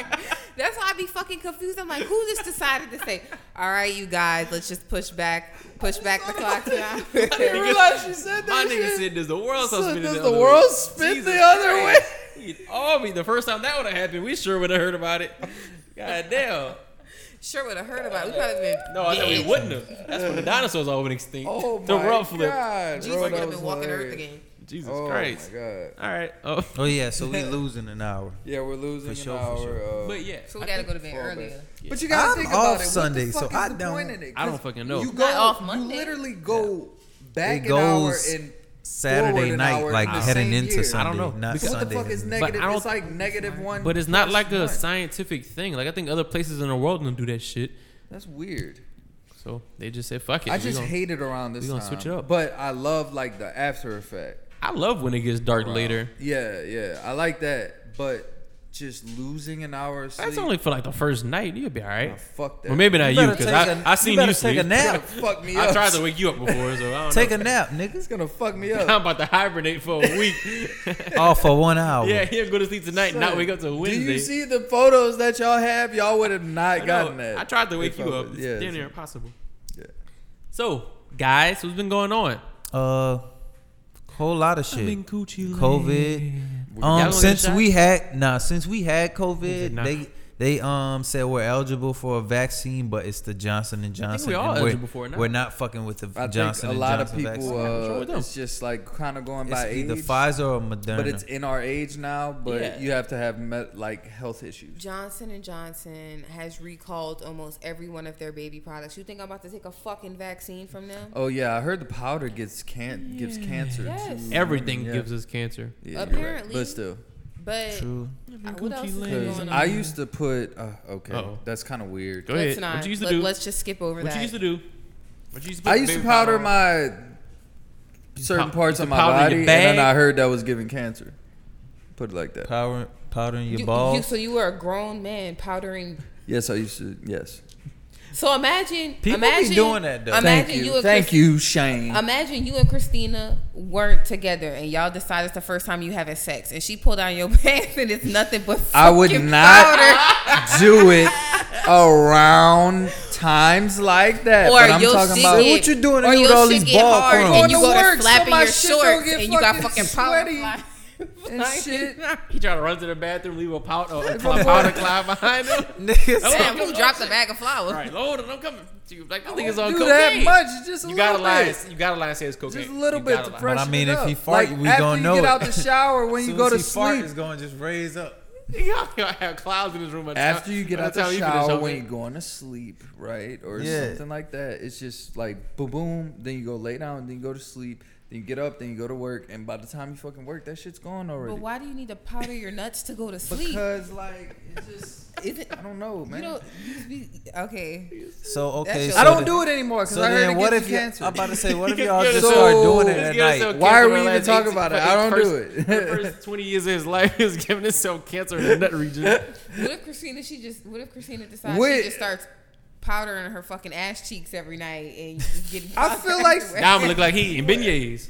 Speaker 4: That's why I be fucking confused. I'm like, who just decided to say, "All right, you guys, let's just push back, push back the
Speaker 2: <laughs>
Speaker 4: clock"? Now?
Speaker 2: didn't realize she said
Speaker 1: My
Speaker 2: that.
Speaker 1: nigga
Speaker 2: shit.
Speaker 1: said, "Does the world start
Speaker 2: So
Speaker 1: spinning
Speaker 2: Does
Speaker 1: the,
Speaker 2: the
Speaker 1: other
Speaker 2: world
Speaker 1: way?"
Speaker 2: spin the
Speaker 1: Jesus
Speaker 2: other way?
Speaker 1: <laughs> It'd all be the first time that would have happened. We sure would have heard about it. God damn.
Speaker 4: Sure would have heard about. It. We probably been.
Speaker 1: No, I know we wouldn't have. That's when the dinosaurs all went extinct.
Speaker 2: Oh my
Speaker 1: the world flipped.
Speaker 2: god!
Speaker 4: Jesus
Speaker 2: bro,
Speaker 4: would
Speaker 2: that
Speaker 4: have
Speaker 2: was
Speaker 4: been walking
Speaker 2: hilarious.
Speaker 4: Earth again.
Speaker 1: Jesus
Speaker 2: Oh
Speaker 1: Christ.
Speaker 2: my god!
Speaker 1: All right. Oh,
Speaker 5: oh yeah, so we losing an hour.
Speaker 2: Yeah, we're losing
Speaker 5: sure,
Speaker 2: an
Speaker 5: for
Speaker 2: hour.
Speaker 5: sure.
Speaker 2: uh,
Speaker 1: but yeah.
Speaker 4: So
Speaker 1: I
Speaker 4: we gotta
Speaker 1: think-
Speaker 4: go to bed
Speaker 2: fall back.
Speaker 4: earlier.
Speaker 2: But you gotta
Speaker 5: I'm
Speaker 2: think
Speaker 5: off
Speaker 2: about it. what
Speaker 5: Sunday,
Speaker 2: the fuck
Speaker 5: so
Speaker 2: is
Speaker 5: I
Speaker 2: the
Speaker 5: don't-
Speaker 2: Point in it?
Speaker 1: I don't
Speaker 2: 'Cause
Speaker 1: fucking know.
Speaker 2: You go
Speaker 4: Not off
Speaker 2: You
Speaker 4: Monday.
Speaker 2: literally go back
Speaker 5: It
Speaker 2: an hour
Speaker 5: goes
Speaker 2: and forward
Speaker 5: Saturday
Speaker 2: an
Speaker 5: night,
Speaker 2: hour
Speaker 5: like
Speaker 2: in the
Speaker 5: heading
Speaker 2: same
Speaker 5: into
Speaker 2: year.
Speaker 5: Sunday.
Speaker 1: I don't know.
Speaker 5: Not
Speaker 1: Because-
Speaker 2: What the
Speaker 5: Sunday.
Speaker 2: fuck is
Speaker 5: anymore.
Speaker 2: negative?
Speaker 1: I don't-
Speaker 2: It's like negative one.
Speaker 1: But it's not
Speaker 2: plus
Speaker 1: like a
Speaker 2: one.
Speaker 1: scientific thing. Like I think other places in the world don't do that shit.
Speaker 2: That's weird.
Speaker 1: So they just said, "Fuck it."
Speaker 2: I
Speaker 1: we
Speaker 2: just
Speaker 1: gonna-
Speaker 2: hate it around this
Speaker 1: we gonna
Speaker 2: time.
Speaker 1: switch it up.
Speaker 2: But I love like the after effect.
Speaker 1: I love when it gets dark later.
Speaker 2: Yeah, yeah, I like that. But just losing an hour. Of sleep,
Speaker 1: That's only for like the first night. You'll be all right.
Speaker 2: Ah, fuck that.
Speaker 1: Well, maybe not
Speaker 5: You
Speaker 1: you,
Speaker 5: better
Speaker 1: because
Speaker 5: take
Speaker 1: I,
Speaker 5: a-
Speaker 1: I
Speaker 5: you
Speaker 1: seen you,
Speaker 5: better take
Speaker 1: sleep.
Speaker 5: a
Speaker 2: It's
Speaker 5: nap.
Speaker 2: gonna fuck me up.
Speaker 1: <laughs> I tried to wake you up before, so I don't
Speaker 5: Take
Speaker 1: know.
Speaker 5: a nap,
Speaker 2: <laughs> It's <laughs>
Speaker 5: niggas.
Speaker 2: gonna fuck me
Speaker 1: <laughs> I'm
Speaker 2: up.
Speaker 1: about to hibernate for
Speaker 2: <laughs>
Speaker 1: a week. <laughs>
Speaker 5: All for one hour.
Speaker 1: yeah, he'll go to sleep tonight, and not wake up till Wednesday.
Speaker 2: Do you see the photos that y'all have? Y'all would have
Speaker 1: I,
Speaker 2: not
Speaker 1: know.
Speaker 2: gotten that.
Speaker 1: I tried to wake
Speaker 2: if
Speaker 1: you
Speaker 2: I
Speaker 1: up.
Speaker 2: was-
Speaker 1: It's
Speaker 2: yeah,
Speaker 1: damn
Speaker 2: it's-
Speaker 1: near impossible.
Speaker 2: Yeah.
Speaker 1: So, guys, what's been going on?
Speaker 5: Uh, whole lot of shit.
Speaker 1: coochie.
Speaker 5: COVID.
Speaker 1: gonna
Speaker 5: Um,
Speaker 1: get
Speaker 5: since
Speaker 1: shots?
Speaker 5: we had nah, since we had
Speaker 1: said
Speaker 5: COVID,
Speaker 1: nah.
Speaker 5: they they um said we're eligible for a vaccine, but it's the Johnson and Johnson.
Speaker 1: we are
Speaker 5: and
Speaker 1: eligible for it now.
Speaker 5: We're not fucking with the
Speaker 2: I
Speaker 5: Johnson
Speaker 2: think a
Speaker 5: and
Speaker 2: lot
Speaker 5: Johnson
Speaker 2: of
Speaker 5: vaccine.
Speaker 2: people.
Speaker 1: What's wrong with
Speaker 2: Uh,
Speaker 1: them?
Speaker 2: it's just like kind of going
Speaker 5: It's
Speaker 2: by
Speaker 5: either
Speaker 2: age,
Speaker 5: Pfizer or Moderna.
Speaker 2: but it's in our age now. But
Speaker 1: Yeah.
Speaker 2: you have to have me- like health issues.
Speaker 4: Johnson and Johnson has recalled almost every one of their baby products. You think I'm about to take a fucking vaccine from them?
Speaker 2: Oh yeah, I heard the powder gets can gives cancer.
Speaker 4: Yes.
Speaker 2: to-
Speaker 1: Everything
Speaker 2: Yeah.
Speaker 1: gives us cancer.
Speaker 2: Yeah, you're right.
Speaker 4: Apparently.
Speaker 2: but still,
Speaker 4: But
Speaker 5: true.
Speaker 4: uh, what else is
Speaker 1: Coochie
Speaker 4: going
Speaker 2: because
Speaker 4: on?
Speaker 2: I used to put. Uh, okay,
Speaker 1: Uh-oh.
Speaker 2: that's kind of weird.
Speaker 1: Go
Speaker 4: let's
Speaker 1: ahead.
Speaker 4: not.
Speaker 1: What you used to
Speaker 4: let,
Speaker 1: do?
Speaker 4: Let's just skip over
Speaker 1: What
Speaker 4: that.
Speaker 1: you used to do? What you used to
Speaker 2: I
Speaker 1: put
Speaker 2: used to
Speaker 1: baby
Speaker 2: powder
Speaker 1: powder on?
Speaker 2: my certain
Speaker 1: pow-
Speaker 2: parts
Speaker 1: you
Speaker 2: of
Speaker 1: put
Speaker 2: my
Speaker 1: powder in
Speaker 2: body,
Speaker 1: your
Speaker 2: and then
Speaker 1: bag?
Speaker 2: I heard that was giving cancer. Put it like that.
Speaker 5: Power powdering your
Speaker 4: You-
Speaker 5: balls.
Speaker 4: you- so you were a grown man powdering.
Speaker 2: Yes, I used to. Yes.
Speaker 4: So imagine
Speaker 5: People be
Speaker 4: imagine,
Speaker 5: doing that, though.
Speaker 4: Imagine
Speaker 2: Thank
Speaker 4: you.
Speaker 2: you.
Speaker 4: and
Speaker 2: Thank
Speaker 4: Chris-
Speaker 2: you, Shane.
Speaker 4: Imagine you and Christina weren't together and y'all decide it's the first time you having sex and she pulled down your <laughs> pants and it's nothing but
Speaker 2: I would
Speaker 4: fucking
Speaker 2: not do
Speaker 4: <laughs>
Speaker 2: it around times like that.
Speaker 4: Or
Speaker 2: but I'm
Speaker 4: you'll
Speaker 2: talking
Speaker 4: see
Speaker 2: about
Speaker 4: it.
Speaker 5: what you doing
Speaker 4: Or
Speaker 5: with
Speaker 4: your
Speaker 5: all
Speaker 4: shit
Speaker 5: these
Speaker 4: get
Speaker 5: ball
Speaker 4: hard
Speaker 5: crumbs?
Speaker 4: and you
Speaker 2: Going to
Speaker 4: go
Speaker 2: work
Speaker 4: and
Speaker 2: so
Speaker 4: flap in
Speaker 2: my
Speaker 4: your
Speaker 2: shit don't
Speaker 4: shorts
Speaker 2: get
Speaker 4: and you got
Speaker 2: fucking
Speaker 4: fucking powder.
Speaker 2: sweaty
Speaker 4: fly-
Speaker 2: and <laughs>
Speaker 4: flying.
Speaker 2: shit.
Speaker 1: <laughs> He tried to run to the bathroom, leave
Speaker 2: <laughs>
Speaker 1: a powder, a, a powder cloud behind him.
Speaker 5: Niggas-
Speaker 4: Damn, who dropped a bag of flour?
Speaker 1: All right, Lord, I'm coming to you. Like, this nigga's on
Speaker 2: do that
Speaker 1: cocaine.
Speaker 2: much. Just a
Speaker 1: You
Speaker 2: little
Speaker 1: gotta lie.
Speaker 2: bit.
Speaker 1: and- You gotta lie and say it's cocaine.
Speaker 2: Just a little
Speaker 1: You
Speaker 2: bit
Speaker 1: gotta
Speaker 2: to
Speaker 1: lie.
Speaker 2: freshen
Speaker 5: But I mean,
Speaker 2: it
Speaker 5: if
Speaker 2: up.
Speaker 5: he fart,
Speaker 2: like,
Speaker 5: we
Speaker 2: after
Speaker 5: gonna
Speaker 2: you
Speaker 5: know
Speaker 2: get
Speaker 5: it.
Speaker 2: out the shower when you
Speaker 5: Soon
Speaker 2: go
Speaker 5: as
Speaker 2: to
Speaker 5: he fart,
Speaker 2: sleep.
Speaker 5: it's gonna just raise up.
Speaker 1: <laughs> Y'all have clouds in this room. by the
Speaker 2: After
Speaker 1: time-
Speaker 2: you get
Speaker 1: by
Speaker 2: out the
Speaker 1: time you finish
Speaker 2: shower
Speaker 1: all
Speaker 2: when
Speaker 1: that. <laughs>
Speaker 2: you're going to sleep, right, or
Speaker 5: Yeah.
Speaker 2: something like that. It's just like boom, boom. Then you go lay down, then you go to sleep. Then you get up, then you go to work, and by the time you fucking work, that shit's gone already.
Speaker 4: But why do you need to powder your nuts to go to sleep?
Speaker 2: Because like it's just
Speaker 4: Is it-
Speaker 2: I don't know,
Speaker 4: you
Speaker 2: man.
Speaker 4: don't you just be okay.
Speaker 3: So okay,
Speaker 4: That's
Speaker 3: so
Speaker 4: your-
Speaker 2: I don't
Speaker 3: the-
Speaker 2: do it anymore because
Speaker 3: So
Speaker 2: I heard
Speaker 3: then,
Speaker 2: it
Speaker 3: what
Speaker 2: gives
Speaker 3: if
Speaker 2: you
Speaker 3: you?
Speaker 2: cancer.
Speaker 3: I'm about to say, what
Speaker 5: <laughs>
Speaker 3: if y'all
Speaker 1: Give
Speaker 3: just
Speaker 1: yourself-
Speaker 3: start doing it
Speaker 1: This
Speaker 3: at
Speaker 1: gives
Speaker 3: night?
Speaker 1: yourself
Speaker 2: Why are
Speaker 1: cancer in
Speaker 2: we
Speaker 1: the
Speaker 2: even
Speaker 1: last
Speaker 2: talking
Speaker 1: 18
Speaker 2: about it? I
Speaker 1: fucking
Speaker 2: don't
Speaker 1: first-
Speaker 2: do it.
Speaker 1: the
Speaker 2: <laughs>
Speaker 1: first 20 years of his life <laughs> is giving himself cancer in the nut region.
Speaker 4: What if Christina she just what if Christina decides
Speaker 2: Wait.
Speaker 4: she just starts powdering her fucking ass cheeks every night and you just getting
Speaker 2: I feel like-
Speaker 1: now I'm
Speaker 4: <laughs>
Speaker 1: gonna look like he eating beignets.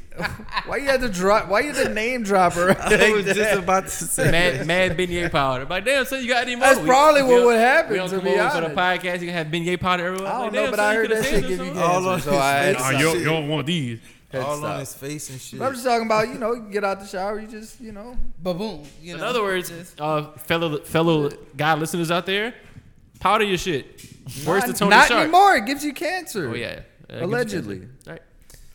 Speaker 2: Why you had to drop? Why you the name dropper?
Speaker 5: I
Speaker 3: <laughs>
Speaker 5: was just about to
Speaker 2: <laughs>
Speaker 5: say.
Speaker 1: Mad, mad beignet powder. Like, damn, son, you got any more?
Speaker 2: That's
Speaker 1: We-
Speaker 2: probably
Speaker 1: we
Speaker 2: what
Speaker 1: don't-
Speaker 2: would happen,
Speaker 1: We don't
Speaker 2: to
Speaker 1: come
Speaker 2: be
Speaker 1: over for the
Speaker 2: honest.
Speaker 1: podcast. You can have beignet powder everywhere.
Speaker 2: I don't
Speaker 1: like,
Speaker 2: know,
Speaker 1: damn,
Speaker 2: but
Speaker 1: son,
Speaker 2: I
Speaker 1: you
Speaker 2: heard
Speaker 1: coulda
Speaker 2: that
Speaker 1: saved
Speaker 2: shit
Speaker 1: us
Speaker 2: give you
Speaker 1: some.
Speaker 5: All on
Speaker 2: cancer. So I
Speaker 5: his
Speaker 2: had
Speaker 5: face.
Speaker 2: to stop.
Speaker 5: Nah, you don't- you don't
Speaker 1: want these. <laughs>
Speaker 2: Had to
Speaker 5: all
Speaker 2: stop.
Speaker 5: on his face and shit.
Speaker 2: But I'm just talking about you know you get out the shower, you just you know
Speaker 4: ba boom. You know,
Speaker 1: In other words, uh, fellow fellow guy listeners out there, powder your shit. Where's the
Speaker 2: not,
Speaker 1: Tony
Speaker 2: not
Speaker 1: Shark?
Speaker 2: anymore. It gives you cancer.
Speaker 1: Oh yeah, Uh,
Speaker 2: Allegedly.
Speaker 1: All right.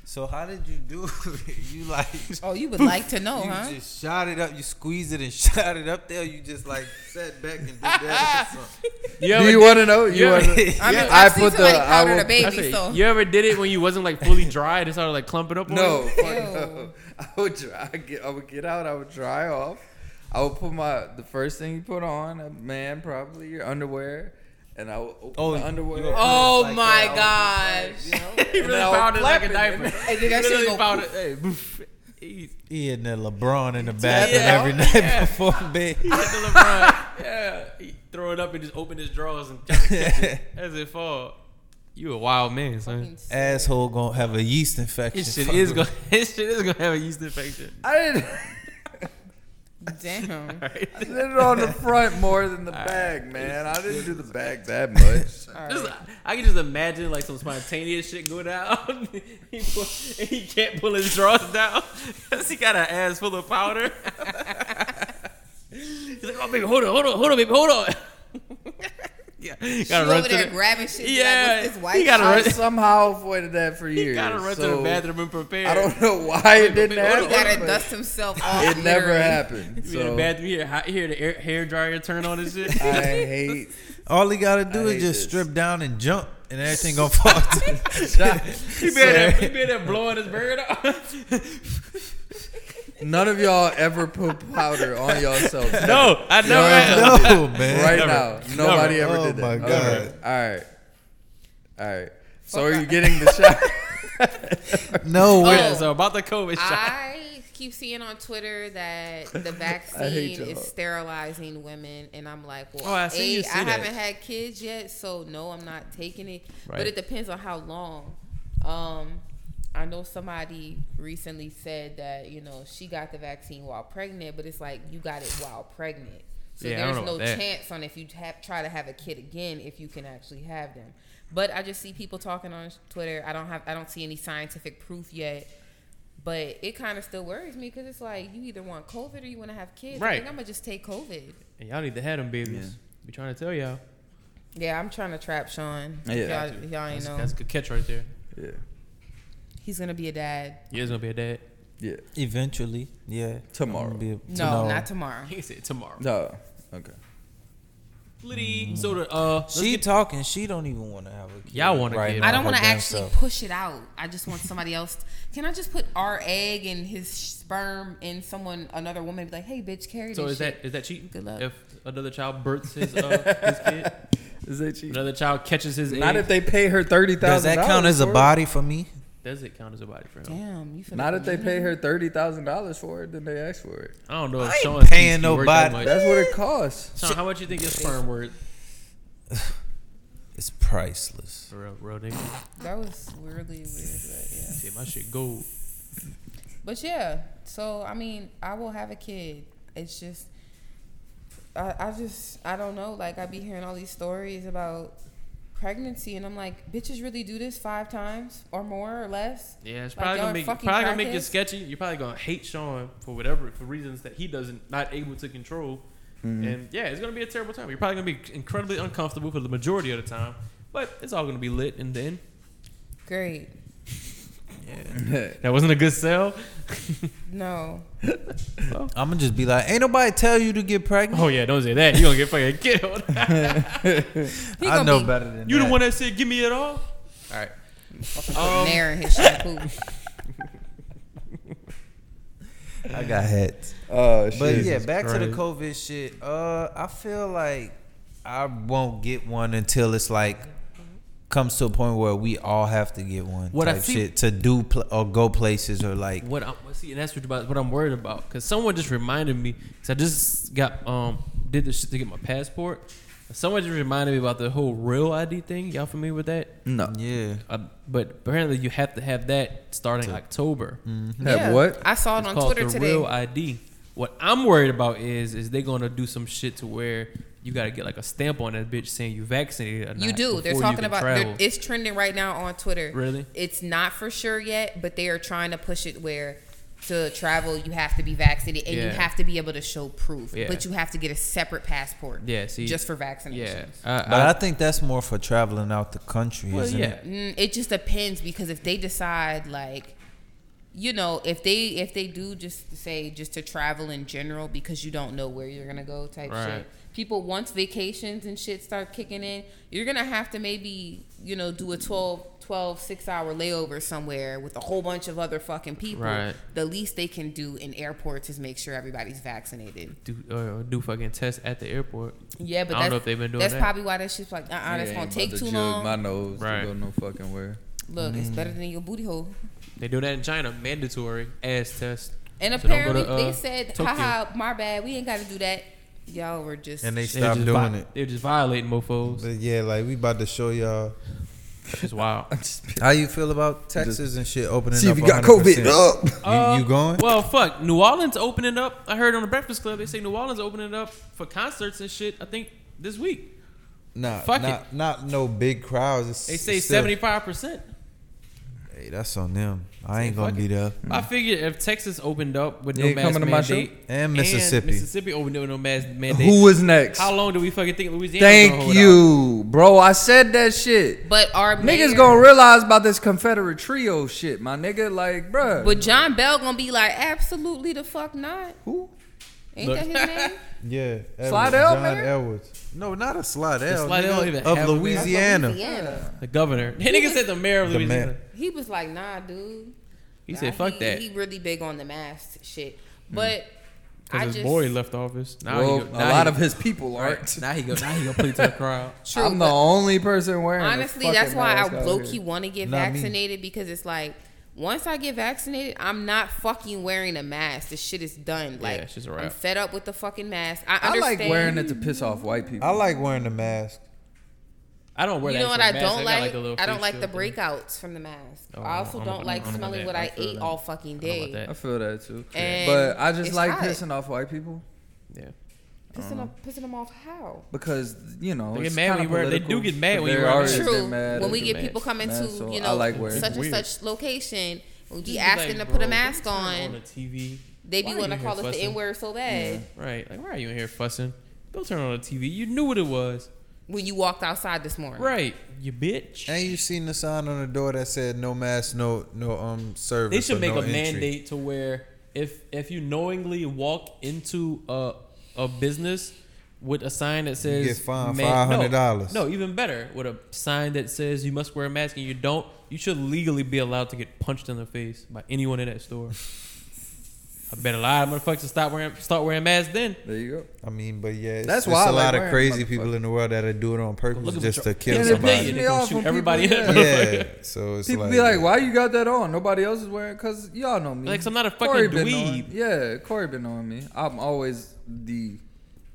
Speaker 3: So how did you do? <laughs> it? you like <laughs>
Speaker 4: oh, you would like to know,
Speaker 3: you
Speaker 4: huh?
Speaker 3: just shot it up, you squeezed it and <laughs> shot it up there. You just like sat back and did
Speaker 2: <laughs>
Speaker 3: that. or something.
Speaker 1: You
Speaker 2: Do you
Speaker 1: did-
Speaker 2: want to know? You
Speaker 1: <laughs> Yeah.
Speaker 2: wanna-
Speaker 4: I mean,
Speaker 2: I
Speaker 4: I've seen
Speaker 2: put the-
Speaker 4: somebody
Speaker 2: I
Speaker 4: powder
Speaker 2: will-
Speaker 4: the
Speaker 1: I
Speaker 4: baby,
Speaker 1: said,
Speaker 4: so
Speaker 1: you ever did it when you wasn't like fully dried and started like clumping up?
Speaker 2: <laughs>
Speaker 1: on
Speaker 2: No,
Speaker 1: you? <laughs>
Speaker 2: fuck
Speaker 4: Ew.
Speaker 2: no. <laughs> I would dry. I, get, I would get out. I would dry off. I would put my the first thing you put on, a man probably your underwear, and I would open
Speaker 3: Oh,
Speaker 2: the
Speaker 3: you-
Speaker 2: underwear.
Speaker 3: you gonna
Speaker 2: up,
Speaker 4: Oh
Speaker 2: like
Speaker 4: my
Speaker 2: that. I would
Speaker 4: gosh.
Speaker 2: just, like, you know,
Speaker 1: he
Speaker 2: and
Speaker 1: really
Speaker 2: then I would
Speaker 1: powdered like a
Speaker 2: flap it,
Speaker 1: diaper.
Speaker 2: man.
Speaker 4: Hey, did that
Speaker 1: He
Speaker 4: shit
Speaker 1: really
Speaker 4: go
Speaker 1: powdered. Hey, boof. He-
Speaker 3: He and then LeBron in the bathroom
Speaker 1: Yeah.
Speaker 3: every <laughs> night before bed. <laughs>
Speaker 1: Hit
Speaker 2: <laughs>
Speaker 1: the LeBron. yeah, he throw it up and just open his drawers and <laughs> try to catch it as it fall. You a wild man, son.
Speaker 3: Asshole gonna have a yeast infection.
Speaker 1: His shit is gonna, <laughs> his shit is gonna have a yeast infection.
Speaker 2: <laughs> I didn't.
Speaker 4: Damn.
Speaker 1: All right.
Speaker 2: I did it on the front more than the back, man. I didn't do
Speaker 1: <laughs>
Speaker 2: the back that much.
Speaker 4: All
Speaker 1: Just,
Speaker 4: right.
Speaker 1: I can just imagine like some spontaneous shit go down. <laughs> he, pull, and he can't pull his drawers down <laughs> because he got an ass full of powder. <laughs> He's like, oh baby, hold on, hold on, hold on, baby, hold on. <laughs> yeah,
Speaker 4: You
Speaker 1: gotta run
Speaker 4: over
Speaker 1: to
Speaker 4: there
Speaker 1: <laughs> the,
Speaker 4: grabbing shit. you
Speaker 1: Yeah,
Speaker 4: like, what's this
Speaker 1: he
Speaker 4: white
Speaker 1: gotta
Speaker 4: shit?
Speaker 2: I
Speaker 1: run-
Speaker 2: somehow avoided that for
Speaker 1: he
Speaker 2: years.
Speaker 1: gotta run to
Speaker 2: so
Speaker 1: the bathroom and prepare.
Speaker 2: I don't know why it didn't
Speaker 1: Wait, wait,
Speaker 2: happen.
Speaker 4: He gotta
Speaker 2: but
Speaker 4: dust himself off.
Speaker 2: It never
Speaker 4: literally.
Speaker 2: happened.
Speaker 1: You in the
Speaker 2: So
Speaker 1: bathroom, you hear, hot- you hear the air, hair dryer turn on and shit. <laughs>
Speaker 2: I hate
Speaker 3: All he gotta do
Speaker 2: I
Speaker 3: is
Speaker 2: hate
Speaker 3: just
Speaker 2: this.
Speaker 3: strip down and jump, and everything gonna <laughs> fall. to-
Speaker 1: <laughs> he been there, he been there blowing his bird
Speaker 2: <laughs>
Speaker 1: off. <laughs>
Speaker 2: None of y'all ever put powder on yourself.
Speaker 1: <laughs> no, I never.
Speaker 2: No,
Speaker 1: have.
Speaker 3: no, man.
Speaker 2: Right
Speaker 1: Never.
Speaker 2: now. Nobody
Speaker 3: Never.
Speaker 2: ever
Speaker 3: Oh
Speaker 2: did that.
Speaker 3: my
Speaker 2: Okay.
Speaker 3: God.
Speaker 2: All right. All right. So are you getting
Speaker 1: <laughs>
Speaker 2: the shot?
Speaker 4: Oh.
Speaker 3: No way.
Speaker 1: Yeah, so about the COVID shot.
Speaker 4: I keep seeing on Twitter
Speaker 1: <laughs>
Speaker 4: that the
Speaker 2: I hate
Speaker 4: vaccine
Speaker 2: y'all.
Speaker 4: is sterilizing women, and I'm like, well,
Speaker 1: Oh, I see
Speaker 4: A,
Speaker 1: you see
Speaker 4: I
Speaker 1: that.
Speaker 4: haven't had kids yet, so no, I'm not taking it.
Speaker 1: Right.
Speaker 4: But it depends on how long. Um, I know somebody recently said that you know she got the vaccine while pregnant, but it's like you got it while pregnant. So
Speaker 1: Yeah, I don't
Speaker 4: there's
Speaker 1: know
Speaker 4: no
Speaker 1: about that.
Speaker 4: chance on if you have, try to have a kid again if you can actually have them. But I just see people talking on Twitter. I don't have I don't see any scientific proof yet. But it kind of still worries me because it's like you either want COVID or you want to have kids. I
Speaker 1: Right.
Speaker 4: think I'm gonna just take COVID.
Speaker 1: And y'all need to have them babies. We trying to tell y'all.
Speaker 4: Yeah, I'm trying to trap Sean.
Speaker 2: Yeah.
Speaker 4: Y'all- y'all, ain't
Speaker 1: That's,
Speaker 4: know
Speaker 1: that's a good catch right there.
Speaker 2: yeah.
Speaker 4: he's gonna be a dad.
Speaker 1: You gonna be a dad.
Speaker 2: Yeah.
Speaker 3: Eventually, yeah.
Speaker 2: Tomorrow.
Speaker 3: I'm gonna be a-
Speaker 4: No,
Speaker 3: tomorrow.
Speaker 4: not tomorrow.
Speaker 1: He said tomorrow.
Speaker 2: No. Okay.
Speaker 1: Liddy. So the uh,
Speaker 4: Mm-hmm.
Speaker 1: let's
Speaker 3: She
Speaker 1: get-
Speaker 3: talking. She don't even want to have a kid.
Speaker 1: Y'all wanna get
Speaker 3: now,
Speaker 4: I don't
Speaker 3: her
Speaker 4: want to
Speaker 3: damn
Speaker 4: actually
Speaker 3: self.
Speaker 4: push it out. I just want somebody else. Can I just put our egg and his sperm in someone, another woman, and be like, "Hey, bitch, carry
Speaker 1: so
Speaker 4: this."
Speaker 1: is
Speaker 4: shit.
Speaker 1: that is that cheating?
Speaker 4: Good luck.
Speaker 1: If another child births his uh, his <laughs> kid,
Speaker 2: Is that cheap?
Speaker 1: another child catches his
Speaker 2: Not
Speaker 1: egg.
Speaker 2: if they pay her thirty
Speaker 3: Does
Speaker 2: thousand.
Speaker 3: that count as a body for me?
Speaker 1: Does it count as a body for him?
Speaker 4: Damn, you. finna
Speaker 2: Not if they
Speaker 4: put
Speaker 2: pay her thirty thousand dollars for it, then they ask for it.
Speaker 1: I don't know. If
Speaker 3: ain't
Speaker 1: Sean thinks
Speaker 3: paying
Speaker 1: he worth
Speaker 3: nobody.
Speaker 1: that much.
Speaker 2: That's what it
Speaker 3: <laughs>
Speaker 2: costs.
Speaker 1: Sean, how much you think your sperm worth?
Speaker 3: It's priceless.
Speaker 1: For real, real nigga.
Speaker 4: That was weirdly weird, but yeah.
Speaker 1: Shit, my shit gold.
Speaker 4: But yeah, so I mean, I will have a kid. It's just, I, I just, I don't know. Like, I be hearing all these stories about pregnancy, and I'm like, bitches really do this five times or more or less.
Speaker 1: Yeah, it's
Speaker 4: Like,
Speaker 1: probably
Speaker 4: y'all
Speaker 1: gonna
Speaker 4: are
Speaker 1: make
Speaker 4: fucking
Speaker 1: probably gonna make it
Speaker 4: crackheads?
Speaker 1: sketchy. You're probably gonna hate Sean for whatever for reasons that he doesn't not able to control. And yeah, it's gonna be a terrible time. You're probably gonna be incredibly uncomfortable for the majority of the time, but it's all gonna be lit. And then
Speaker 4: Great.
Speaker 1: that wasn't a good sell.
Speaker 4: No.
Speaker 3: I'm gonna just be like, ain't nobody tell you to get pregnant.
Speaker 1: Oh yeah, don't say that. You are gonna get fucking killed.
Speaker 4: He
Speaker 3: I
Speaker 4: gonna
Speaker 3: know
Speaker 4: be
Speaker 3: better than
Speaker 1: <laughs> you the
Speaker 3: that.
Speaker 1: one that said give me it all. All right.
Speaker 4: fucking Nair and his shampoo.
Speaker 5: I got hats.
Speaker 2: Oh shit.
Speaker 5: But yeah,
Speaker 1: Jesus
Speaker 5: back to the
Speaker 1: Christ.
Speaker 5: COVID shit. Uh, I feel like I won't get one until it's like comes to a point where we all have to get one
Speaker 1: What I
Speaker 5: type
Speaker 1: see-
Speaker 5: shit to do pl- or go places or like
Speaker 1: What I'm well, see, and that's what about what I'm worried about. Cause someone just reminded me. Cause I just got um did this shit to get my passport. Someone just reminded me about the whole real ID thing. Y'all familiar with that?
Speaker 2: no.
Speaker 5: yeah.
Speaker 1: Uh, but apparently, you have to have that starting October.
Speaker 5: Mm-hmm.
Speaker 2: Have what?
Speaker 4: I saw it
Speaker 1: It's
Speaker 4: on
Speaker 1: called
Speaker 4: Twitter
Speaker 1: the
Speaker 4: today.
Speaker 1: Real ID. What I'm worried about is is they gonna do some shit to where you gotta get like a stamp on that bitch saying you vaccinated. Or
Speaker 4: You
Speaker 1: not
Speaker 4: do.
Speaker 1: before
Speaker 4: They're
Speaker 1: you
Speaker 4: talking
Speaker 1: can
Speaker 4: about they're-
Speaker 1: travel.
Speaker 4: it's trending right now on Twitter.
Speaker 1: Really?
Speaker 4: It's not for sure yet, but they are trying to push it where to travel you have to be vaccinated and you
Speaker 1: Yeah.
Speaker 4: have to be able to show proof,
Speaker 1: Yeah.
Speaker 4: but you have to get a separate passport.
Speaker 1: Yeah, see-
Speaker 4: just for vaccinations.
Speaker 1: yeah. Uh,
Speaker 5: But I, think that's more for traveling out the country,
Speaker 1: well,
Speaker 5: isn't
Speaker 1: yeah.
Speaker 5: it?
Speaker 4: Mm, it just depends because if they decide like you know if they if they do just say just to travel in general because you don't know where you're gonna go type
Speaker 1: Right.
Speaker 4: shit people once vacations and shit start kicking in you're gonna have to maybe you know do a 12 12 six hour layover somewhere with a whole bunch of other fucking people
Speaker 1: Right.
Speaker 4: the least they can do in airports is make sure everybody's vaccinated
Speaker 1: Do uh, do fucking tests at the airport.
Speaker 4: yeah but
Speaker 1: I don't
Speaker 4: that's,
Speaker 1: know if they've been doing
Speaker 4: that's
Speaker 1: that.
Speaker 4: probably why that shit's like uh-uh that's
Speaker 2: Yeah,
Speaker 4: gonna
Speaker 2: ain't
Speaker 4: take
Speaker 2: about to
Speaker 4: too
Speaker 2: jug
Speaker 4: long
Speaker 2: My Mm. nose
Speaker 1: Right.
Speaker 2: to go no fucking where.
Speaker 4: look it's better than your booty hole
Speaker 1: They do that in China, mandatory ass test.
Speaker 4: And
Speaker 1: So don't go
Speaker 4: apparently
Speaker 1: to, uh,
Speaker 4: they said,
Speaker 1: Tokyo.
Speaker 4: haha, my bad. We ain't got to do that. Y'all were just.
Speaker 5: And they
Speaker 1: They
Speaker 5: stopped
Speaker 1: just
Speaker 5: doing
Speaker 1: vi-
Speaker 5: it.
Speaker 1: They're just violating mofos.
Speaker 5: But yeah, like we about to show y'all
Speaker 1: It's
Speaker 5: <laughs>
Speaker 1: wild.
Speaker 5: how you feel about Texas and shit opening
Speaker 2: See
Speaker 5: up.
Speaker 2: if you got
Speaker 5: 100%.
Speaker 2: COVID. Up.
Speaker 1: Uh,
Speaker 5: You, you going?
Speaker 1: Well, fuck. New Orleans opening up. I heard on the Breakfast Club they say New Orleans opening up for concerts and shit. I think this week
Speaker 5: Nah,
Speaker 1: fuck
Speaker 5: not, not no big crowds. It's,
Speaker 1: they say
Speaker 5: it's still-
Speaker 1: seventy five percent.
Speaker 5: Hey, that's on them. I ain't
Speaker 1: Say
Speaker 5: gonna
Speaker 1: fuck
Speaker 5: be
Speaker 1: it.
Speaker 5: there.
Speaker 1: I figured if Texas opened up with
Speaker 2: You
Speaker 1: no
Speaker 2: Mm-hmm. ain't
Speaker 1: mask
Speaker 2: coming to my
Speaker 1: mandate
Speaker 2: show?
Speaker 5: And Mississippi.
Speaker 1: Mississippi opened up with no mask mandate.
Speaker 2: Who is next?
Speaker 1: How long do we fucking think Louisiana? gonna
Speaker 2: Thank
Speaker 1: hold
Speaker 2: you, bro. I said that shit.
Speaker 4: But our mayor-
Speaker 2: Niggas gonna realize about this Confederate trio shit, my nigga. Like, bruh.
Speaker 4: But John Bell gonna be like, absolutely the fuck not.
Speaker 2: who?
Speaker 4: Ain't
Speaker 1: Look.
Speaker 4: that
Speaker 2: <laughs>
Speaker 4: his name?
Speaker 5: Yeah,
Speaker 2: Slidell,
Speaker 5: Edwards, John
Speaker 2: man?
Speaker 5: Edwards. No, not a Slidell.
Speaker 1: Slidell
Speaker 5: nigga,
Speaker 1: even
Speaker 5: of
Speaker 1: have a-
Speaker 5: Louisiana.
Speaker 4: Louisiana.
Speaker 1: out? The governor. <laughs> That nigga said the mayor of
Speaker 5: The
Speaker 1: Louisiana.
Speaker 5: mayor.
Speaker 4: He was like, nah, dude.
Speaker 1: He
Speaker 4: Nah,
Speaker 1: said, "Fuck that."
Speaker 4: He really big on the mask shit. But I
Speaker 1: Because his
Speaker 4: just.
Speaker 1: boy left office. Now
Speaker 2: well,
Speaker 1: he go,
Speaker 2: a
Speaker 1: now
Speaker 2: lot
Speaker 1: he,
Speaker 2: of his people <laughs> aren't.
Speaker 1: Now he go. Now he go play to the crowd.
Speaker 4: True,
Speaker 2: I'm the
Speaker 4: but-
Speaker 2: only person wearing. a
Speaker 4: Honestly, that's
Speaker 2: fucking
Speaker 4: why
Speaker 2: mask
Speaker 4: I
Speaker 2: out
Speaker 4: low
Speaker 2: here.
Speaker 4: key want to get
Speaker 5: Not me.
Speaker 4: vaccinated because it's like once I get vaccinated, I'm not fucking wearing a mask. This shit is done. Like
Speaker 1: it's just a
Speaker 4: I'm
Speaker 1: wrap.
Speaker 4: fed up with the fucking mask. I
Speaker 2: I
Speaker 4: understand.
Speaker 2: like wearing it to piss off white people.
Speaker 5: I like wearing the mask.
Speaker 1: I don't wear
Speaker 4: You
Speaker 1: that.
Speaker 4: know what I
Speaker 1: extra mask.
Speaker 4: don't
Speaker 1: got,
Speaker 4: like?
Speaker 1: little
Speaker 4: I don't
Speaker 1: face
Speaker 4: like the
Speaker 1: shield thing.
Speaker 4: breakouts from the mask.
Speaker 1: Oh,
Speaker 4: I also
Speaker 1: I'm-
Speaker 4: don't
Speaker 1: I'm-
Speaker 4: like
Speaker 1: I'm about
Speaker 4: smelling
Speaker 1: that.
Speaker 4: what
Speaker 1: I
Speaker 4: I
Speaker 1: feel
Speaker 4: ate
Speaker 1: that.
Speaker 4: all fucking
Speaker 1: I don't
Speaker 4: day.
Speaker 1: like
Speaker 2: I
Speaker 1: that.
Speaker 2: feel that too.
Speaker 4: And
Speaker 2: but I just
Speaker 4: it's
Speaker 2: like
Speaker 4: hot.
Speaker 2: pissing off white people
Speaker 1: Yeah.
Speaker 4: Pissing, them, pissing them off how?
Speaker 2: because you know
Speaker 1: They get
Speaker 2: it's
Speaker 1: mad when
Speaker 2: kinda
Speaker 1: you wear- they
Speaker 2: political,
Speaker 1: do get mad
Speaker 2: but
Speaker 1: when you
Speaker 2: they're
Speaker 1: wear a
Speaker 2: artists,
Speaker 1: mask.
Speaker 2: they're
Speaker 4: True.
Speaker 2: mad
Speaker 4: When
Speaker 2: at
Speaker 4: we
Speaker 1: at
Speaker 4: get
Speaker 1: the
Speaker 4: people
Speaker 1: mask.
Speaker 4: coming
Speaker 2: Man,
Speaker 4: to
Speaker 2: so
Speaker 4: you
Speaker 2: I
Speaker 4: know
Speaker 2: like wearing
Speaker 4: such
Speaker 1: it.
Speaker 4: and
Speaker 1: Weird.
Speaker 4: such location, we'll
Speaker 1: People
Speaker 4: be asking
Speaker 1: like,
Speaker 4: to put a
Speaker 1: "Bro,
Speaker 4: mask
Speaker 1: don't turn
Speaker 4: on.
Speaker 1: On the TV.
Speaker 4: They be
Speaker 1: Why are
Speaker 4: want
Speaker 1: you
Speaker 4: to
Speaker 1: in
Speaker 4: call
Speaker 1: here
Speaker 4: us the
Speaker 1: fussing?
Speaker 4: N word so bad.
Speaker 1: Right. Like, why are you in here fussing? Don't turn on the TV. You knew what it was.
Speaker 4: When you walked outside this morning,
Speaker 1: Right. You bitch.
Speaker 5: And you seen the sign on the door that said no mask, no no um service.
Speaker 1: they should
Speaker 5: or
Speaker 1: make
Speaker 5: no
Speaker 1: a
Speaker 5: entry.
Speaker 1: mandate to where if if you knowingly walk into a a business with a sign that says
Speaker 5: get fined
Speaker 1: man- no,
Speaker 5: $500.
Speaker 1: No, even better, with a sign that says you must wear a mask and you don't, you should legally be allowed to get punched in the face by anyone in that store. I bet a lot of motherfuckers will stop wearing start wearing masks then.
Speaker 2: There you go.
Speaker 5: I mean, but yeah, it's,
Speaker 2: That's
Speaker 5: That's
Speaker 2: why I
Speaker 5: a
Speaker 2: like
Speaker 5: lot of
Speaker 2: wearing
Speaker 5: crazy
Speaker 2: motherfucker.
Speaker 5: people in the world that are doing it on purpose
Speaker 1: Look at
Speaker 5: just
Speaker 1: what
Speaker 5: to kill
Speaker 2: Yeah,
Speaker 1: you're-
Speaker 2: they-
Speaker 1: They
Speaker 5: somebody.
Speaker 2: me off
Speaker 1: gonna
Speaker 2: when
Speaker 1: shoot
Speaker 2: people-
Speaker 1: everybody in.
Speaker 2: yeah.
Speaker 5: <laughs> Yeah, so it's
Speaker 2: People
Speaker 5: like,
Speaker 2: be like, "Why you got that on? Nobody else is wearing." Cause y'all know me.
Speaker 1: Like, 'cause I'm not a fucking
Speaker 2: been
Speaker 1: dweeb.
Speaker 2: on- yeah, Corey been on me. I'm always the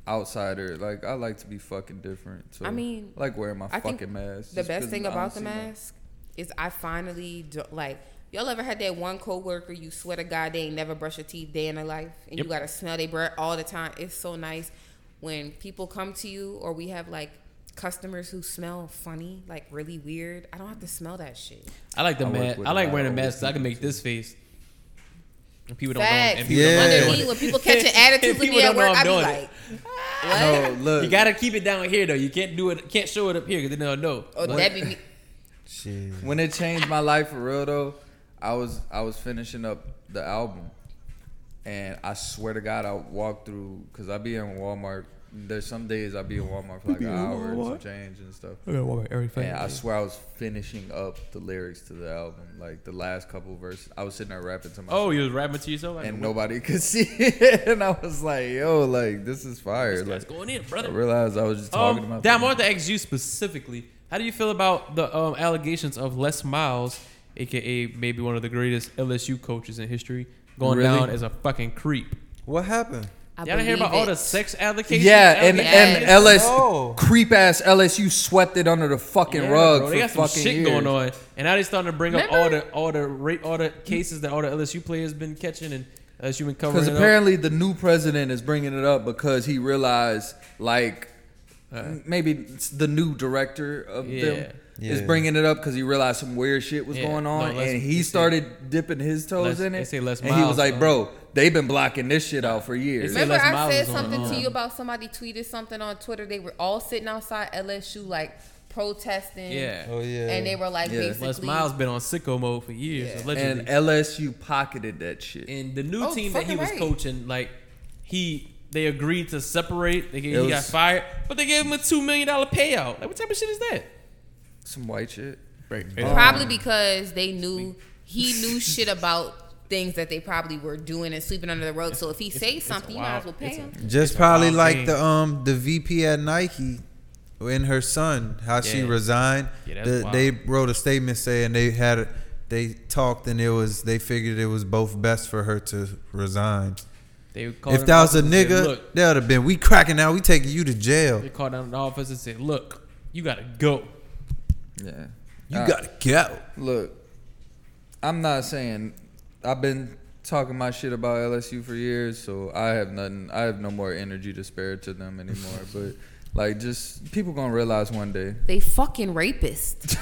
Speaker 2: outsider. Like I like to be fucking different. So
Speaker 4: I mean,
Speaker 2: I like wearing my
Speaker 4: I think
Speaker 2: fucking mask.
Speaker 4: The
Speaker 2: just
Speaker 4: best
Speaker 2: 'cause
Speaker 4: thing
Speaker 2: I don't
Speaker 4: about the
Speaker 2: see no-
Speaker 4: mask is I finally do, like. Y'all ever had that one coworker you swear to God they ain't never brush your teeth day in their life, and
Speaker 1: Yep.
Speaker 4: you gotta smell their breath all the time. It's so nice when people come to you, or we have like customers who smell funny, like really weird. I don't have to smell that shit.
Speaker 1: <laughs> I like the
Speaker 2: I work
Speaker 1: mask.
Speaker 2: with
Speaker 1: I
Speaker 2: a
Speaker 1: like
Speaker 2: lot
Speaker 1: wearing a
Speaker 2: of
Speaker 1: mask. 'cause I
Speaker 2: older
Speaker 1: can make
Speaker 2: people,
Speaker 1: this face. And people don't know.
Speaker 4: Facts.
Speaker 1: And people
Speaker 5: Yeah.
Speaker 1: don't know. I'm
Speaker 4: Under
Speaker 1: doing
Speaker 4: me,
Speaker 1: it. <laughs>
Speaker 4: when people catching attitudes with
Speaker 1: People
Speaker 4: me at
Speaker 1: don't know
Speaker 4: work,
Speaker 1: I'm
Speaker 4: I be
Speaker 1: doing it.
Speaker 4: like,
Speaker 2: No, look.
Speaker 1: You gotta keep it down here though. You can't do it. Can't show it up here because they don't know.
Speaker 4: "Oh, that be me."
Speaker 5: shit.
Speaker 2: when it changed my life for real though, I was I was finishing up the album, and I swear to God, I walked through because I be in Walmart There's some days I'll be in Walmart for like an hour and some change and stuff. And I swear I was finishing up the lyrics to the album, like the last couple verses. I was sitting there rapping to myself,
Speaker 1: Oh, you was rapping to yourself. Like,
Speaker 2: and
Speaker 1: what-
Speaker 2: nobody <laughs> could see it. And I was like, "Yo, like this is fire!"
Speaker 1: this guy's
Speaker 2: Like
Speaker 1: going in,
Speaker 2: I
Speaker 1: brother.
Speaker 2: realized I was just talking
Speaker 1: Um,
Speaker 2: about.
Speaker 1: damn, I want to ask you specifically. How do you feel about the um, allegations of Les Miles, aka maybe one of the greatest LSU coaches in history, going
Speaker 2: Really?
Speaker 1: down as a fucking creep?
Speaker 3: What happened?
Speaker 4: I
Speaker 1: Y'all didn't hear
Speaker 4: believe
Speaker 1: about all
Speaker 4: it.
Speaker 1: the sex allegations?
Speaker 2: yeah, and and
Speaker 4: allegations?
Speaker 2: LS
Speaker 3: No.
Speaker 2: creep ass LSU swept it under the fucking
Speaker 1: Yeah,
Speaker 2: rug
Speaker 1: bro,
Speaker 2: for
Speaker 1: they got some
Speaker 2: fucking
Speaker 1: shit
Speaker 2: years.
Speaker 1: going on, and now they starting to bring up all
Speaker 4: Remember?
Speaker 1: the all the rate all the cases that all the LSU players been catching and LSU been covering.
Speaker 2: Because
Speaker 1: it up.
Speaker 2: apparently the new president is bringing it up because he realized, like, m- maybe it's the new director of
Speaker 1: Yeah.
Speaker 2: them is
Speaker 5: Yeah.
Speaker 2: bringing it up because he realized some weird shit was
Speaker 1: Yeah.
Speaker 2: going
Speaker 1: No,
Speaker 2: on,
Speaker 1: Les-
Speaker 2: and
Speaker 1: they
Speaker 2: he
Speaker 1: say-
Speaker 2: started dipping his toes
Speaker 1: Les-
Speaker 2: in
Speaker 1: they
Speaker 2: it.
Speaker 1: say Les
Speaker 2: and he was
Speaker 1: Miles,
Speaker 2: like,
Speaker 1: uh,
Speaker 2: "Bro, they've been blocking this shit out for years."
Speaker 1: They say
Speaker 4: Remember,
Speaker 1: Les
Speaker 4: I
Speaker 1: Miles
Speaker 4: said
Speaker 1: was on
Speaker 4: something
Speaker 1: it.
Speaker 4: to you about somebody tweeted something on Twitter. They were all sitting outside LSU, like protesting.
Speaker 1: Yeah.
Speaker 5: Oh, yeah.
Speaker 4: And they were like,
Speaker 2: Yeah.
Speaker 4: basically,
Speaker 1: Les Miles been on sicko mode for years,
Speaker 4: Yeah.
Speaker 1: allegedly.
Speaker 2: And
Speaker 1: And,
Speaker 2: LSU pocketed that shit.
Speaker 1: the new
Speaker 4: Oh,
Speaker 1: team that he
Speaker 4: fucking
Speaker 1: was
Speaker 4: right.
Speaker 1: coaching, like he, they agreed to separate. They gave,
Speaker 2: It
Speaker 1: he got
Speaker 2: was-
Speaker 1: fired, but they gave him a two million dollar payout. Like what type of shit is that?
Speaker 2: Some white shit.
Speaker 4: probably because they knew he knew shit about things that they probably were doing and sweeping under the rug. So if he says
Speaker 1: it's a
Speaker 4: something, you might as well
Speaker 1: wild-
Speaker 4: pay
Speaker 1: it's a-
Speaker 4: him.
Speaker 5: Just probably
Speaker 1: wild
Speaker 5: like
Speaker 1: thing.
Speaker 5: the um the VP at Nike and her son, how she
Speaker 1: Yeah.
Speaker 5: resigned.
Speaker 1: Yeah, that's
Speaker 5: The-
Speaker 1: wild.
Speaker 5: they wrote a statement saying they had they talked and it was they figured it was both best for her to resign.
Speaker 1: They called
Speaker 5: if that was a
Speaker 1: look, Uh,
Speaker 5: nigga, that would have been we cracking out, we taking you to jail.
Speaker 1: they called down to the office and said, "Look, you gotta go."
Speaker 2: Yeah,
Speaker 5: You
Speaker 2: Uh,
Speaker 5: gotta go.
Speaker 2: Look, I'm not saying I've been talking my shit about LSU for years, so I have nothing. I have no more energy to spare to them anymore. but like, just people gonna realize one day,
Speaker 4: They fucking rapists.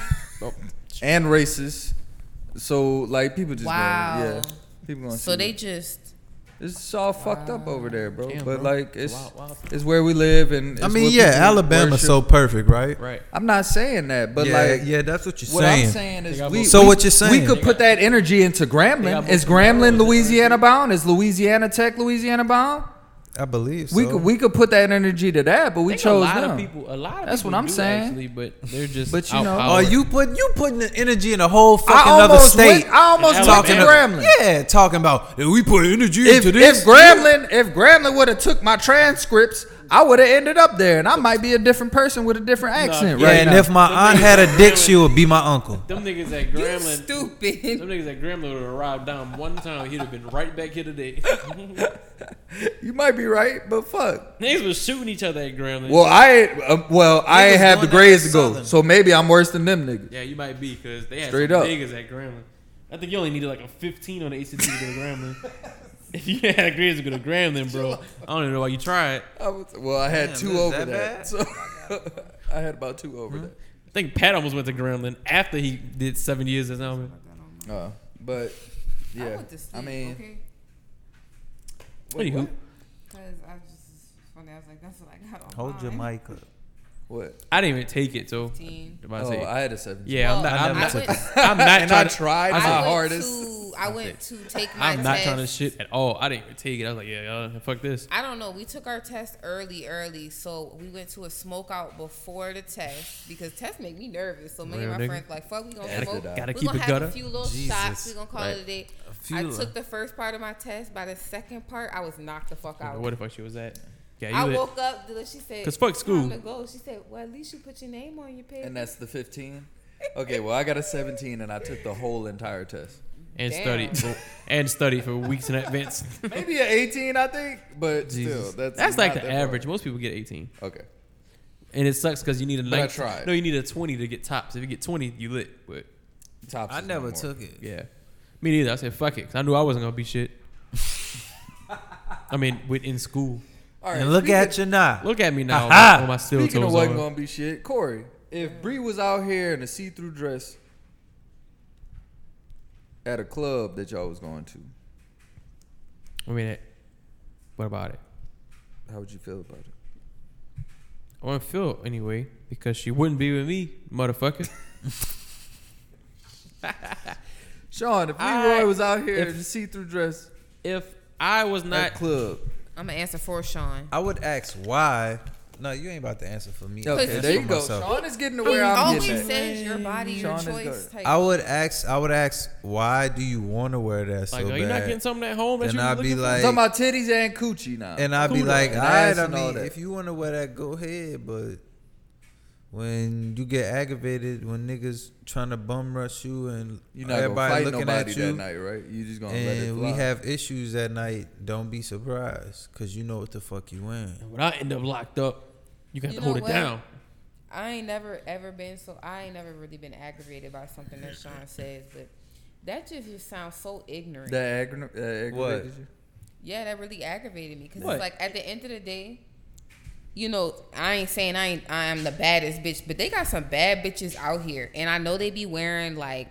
Speaker 2: and racist. So like, people just
Speaker 4: Wow.
Speaker 2: gonna, yeah, people gonna.
Speaker 4: so
Speaker 2: see
Speaker 4: they
Speaker 2: it.
Speaker 4: just
Speaker 2: it's all fucked up over there, bro.
Speaker 1: Damn,
Speaker 2: but
Speaker 1: bro.
Speaker 2: like,
Speaker 1: It's
Speaker 2: it's
Speaker 1: a wild- wild place.
Speaker 2: it's where we live, and
Speaker 5: I
Speaker 2: it's
Speaker 5: mean,
Speaker 2: what
Speaker 5: yeah,
Speaker 2: people
Speaker 5: Alabama's
Speaker 2: worship.
Speaker 5: so perfect, right?
Speaker 1: Right.
Speaker 2: I'm not saying that, but
Speaker 5: yeah,
Speaker 2: like,
Speaker 5: yeah, that's what you're
Speaker 2: What
Speaker 5: saying.
Speaker 2: I'm saying
Speaker 1: They
Speaker 2: is,
Speaker 1: got
Speaker 2: we,
Speaker 1: both-
Speaker 5: So
Speaker 2: we-
Speaker 5: what you're saying-
Speaker 2: We could put that energy into
Speaker 1: got
Speaker 2: Grambling.
Speaker 1: both
Speaker 2: Is
Speaker 1: boroughs,
Speaker 2: Grambling
Speaker 1: right?
Speaker 2: Louisiana bound? Is Louisiana Tech Louisiana bound?
Speaker 5: I believe so.
Speaker 2: We could we could put that energy to that, but we
Speaker 1: I think
Speaker 2: chose
Speaker 1: a lot
Speaker 2: them.
Speaker 1: of people. A lot of
Speaker 2: That's what
Speaker 1: people
Speaker 2: I'm
Speaker 1: do,
Speaker 2: saying.
Speaker 1: Actually, but they're just.
Speaker 2: But you know-
Speaker 5: Oh,
Speaker 1: outpowered.
Speaker 5: you put you putting the energy in a whole
Speaker 2: I
Speaker 5: fucking other
Speaker 2: almost
Speaker 5: state.
Speaker 2: went, I almost
Speaker 1: And
Speaker 2: went to
Speaker 1: Alabama.
Speaker 2: Grambling.
Speaker 5: Yeah, talking about "Hey, we put energy
Speaker 2: If,
Speaker 5: into this.
Speaker 2: if Grambling if Grambling would have took my transcripts, I would have ended up there, and I might be a different person with a different accent
Speaker 5: yeah,
Speaker 2: right
Speaker 5: and
Speaker 2: now.
Speaker 5: if my aunt had a dick, she would be my uncle.
Speaker 1: them niggas at
Speaker 4: you
Speaker 1: Gremlin. Them
Speaker 4: <laughs> stupid.
Speaker 1: niggas at Gremlin would have arrived down one time. He'd have been right back here today. <laughs>
Speaker 2: you might be right, but fuck.
Speaker 1: niggas was shooting each other at Gremlin.
Speaker 2: Well, I ain't- um, well I ain't
Speaker 5: Niggas
Speaker 2: have the
Speaker 5: going down
Speaker 2: grades
Speaker 5: to
Speaker 2: to go,
Speaker 5: Southern.
Speaker 2: so maybe I'm worse than them niggas.
Speaker 1: yeah, you might be because they had
Speaker 2: Straight
Speaker 1: some
Speaker 2: up.
Speaker 1: niggas at Gremlin. I think you only needed like a 15 on the ACT to go to Gremlin. <laughs> if you had grades to go to Gremlin, bro, I don't even know why you tried.
Speaker 2: I was, well, I had
Speaker 5: Damn,
Speaker 2: two
Speaker 5: is
Speaker 2: over
Speaker 5: that
Speaker 2: that.
Speaker 5: bad?
Speaker 2: So <laughs> I had about two over
Speaker 1: I think Pat almost went to Gremlin after he did seven years as Elman.
Speaker 2: that. Uh, but yeah, I,
Speaker 4: went to sleep,
Speaker 2: mean,
Speaker 4: okay?
Speaker 2: wait,
Speaker 1: Anywho,
Speaker 2: what?
Speaker 4: Because I was just funny. I was like, that's what I got on
Speaker 5: Hold your
Speaker 4: mine.
Speaker 5: mic up.
Speaker 2: What?
Speaker 1: I didn't even take it, so.
Speaker 4: 15.
Speaker 1: About to
Speaker 2: Oh,
Speaker 1: say.
Speaker 2: I had a seven.
Speaker 1: yeah, I'm
Speaker 4: Well, I
Speaker 1: not. I'm
Speaker 4: went-
Speaker 1: not, I'm
Speaker 2: <laughs> and
Speaker 1: not
Speaker 2: I
Speaker 1: trying to.
Speaker 2: tried my
Speaker 1: I
Speaker 4: I went
Speaker 2: hardest.
Speaker 4: To, I went to take my
Speaker 1: I'm not
Speaker 4: test.
Speaker 1: trying to shit at all. I didn't even take it. I was like, yeah, uh, fuck this.
Speaker 4: I don't know. We took our test early, early, so we went to a smoke out before the test because tests make me nervous. So many
Speaker 1: Real
Speaker 4: of my
Speaker 1: nigga.
Speaker 4: friends like, "Fuck, we gonna
Speaker 2: Gotta-
Speaker 4: smoke.
Speaker 1: gotta
Speaker 4: we
Speaker 1: keep
Speaker 4: gonna
Speaker 1: it
Speaker 4: have
Speaker 1: gutter."
Speaker 4: a few little
Speaker 5: Jesus.
Speaker 4: shots. We gonna call
Speaker 1: Right.
Speaker 4: it a day."
Speaker 5: few
Speaker 4: I
Speaker 5: li-
Speaker 4: took the first part of my test. By the second part, I was knocked the fuck out.
Speaker 1: What the fuck she was at? Yeah, you
Speaker 4: I
Speaker 1: lit.
Speaker 4: woke up. the- She said,
Speaker 1: 'Cause fuck
Speaker 4: "It's
Speaker 1: school."
Speaker 4: Time to go. She said, "Well, at least you put your name on your paper."
Speaker 2: And that's the 15. Okay, well, I got a 17 and I took the whole entire test.
Speaker 1: and
Speaker 4: Damn.
Speaker 1: studied for, and studied for weeks in advance.
Speaker 2: Maybe an 18, I think, but <laughs> still, that's
Speaker 1: That's like the
Speaker 2: not that far.
Speaker 1: average. Most people get 18,
Speaker 2: Okay,
Speaker 1: and it sucks because you need a
Speaker 2: I
Speaker 1: 19.
Speaker 2: tried.
Speaker 1: No, you need a 20 to get tops. If you get 20, you lit. But
Speaker 2: tops.
Speaker 5: I
Speaker 2: is no
Speaker 5: never
Speaker 2: more.
Speaker 5: took it.
Speaker 1: yeah, me neither. I said fuck it 'cause I knew I wasn't gonna be shit. I mean, within school.
Speaker 2: All
Speaker 5: And look
Speaker 2: speaking-
Speaker 5: at you now.
Speaker 1: Look at me now
Speaker 5: Ha-ha.
Speaker 1: with my steel
Speaker 2: Speaking of
Speaker 1: toes
Speaker 2: wasn't
Speaker 1: on.
Speaker 2: gonna be shit, Corey. If Bree was out here in a see-through dress at a club that y'all was going to,
Speaker 1: I mean, eh, what about it?
Speaker 2: how would you feel about it?
Speaker 1: I wouldn't feel anyway because she wouldn't be with me, motherfucker.
Speaker 2: Sean, if
Speaker 1: I-
Speaker 2: Leroy was out here
Speaker 1: if-
Speaker 2: in a see-through dress
Speaker 1: if I was
Speaker 2: at a
Speaker 1: not
Speaker 2: club,
Speaker 4: I'm gonna answer for Sean.
Speaker 5: I would ask why. No, you ain't about to answer for me.
Speaker 2: Okay,
Speaker 5: That's
Speaker 2: there
Speaker 5: for
Speaker 2: you go.
Speaker 5: myself.
Speaker 2: Sean is getting to
Speaker 4: Oh, He
Speaker 2: where I'm
Speaker 4: always
Speaker 2: getting at.
Speaker 4: says your body,
Speaker 2: Sean
Speaker 4: your
Speaker 2: is
Speaker 4: choice.
Speaker 2: good.
Speaker 4: Type.
Speaker 5: I would ask. I would ask why do you want to wear that so
Speaker 1: Like, are
Speaker 5: bad?
Speaker 1: you not getting something at home that
Speaker 5: And
Speaker 1: you
Speaker 5: I'd
Speaker 1: be
Speaker 5: be
Speaker 1: looking
Speaker 5: like,
Speaker 2: I'm talking about titties and coochie now.
Speaker 5: and I'd be
Speaker 1: Kudos.
Speaker 5: like, all
Speaker 2: And
Speaker 5: right.
Speaker 2: ass
Speaker 5: I
Speaker 2: and all
Speaker 5: mean,
Speaker 2: that.
Speaker 5: if you want to wear that, go ahead. But when you get aggravated, when niggas trying to bum rush you and
Speaker 2: You're not gonna
Speaker 5: everybody
Speaker 2: fight
Speaker 5: looking
Speaker 2: nobody
Speaker 5: at you,
Speaker 2: that night, right? You just gonna let it
Speaker 5: and
Speaker 2: fly.
Speaker 5: we have issues that night, don't be surprised because you know what the fuck you wearing.
Speaker 1: for? When I end up locked up, you got
Speaker 4: You
Speaker 1: to hold
Speaker 4: know
Speaker 1: it
Speaker 4: what?
Speaker 1: down.
Speaker 4: I ain't never ever been so I ain't never really been aggravated by something that Sean says, but that just, just sounds so ignorant.
Speaker 2: that aggra- uh, aggravated
Speaker 5: What?
Speaker 2: you.
Speaker 4: yeah, that really aggravated me because
Speaker 1: What?
Speaker 4: it's like at the end of the day, you know, I ain't saying I ain't I am the baddest bitch, but they got some bad bitches out here, and I know they be wearing like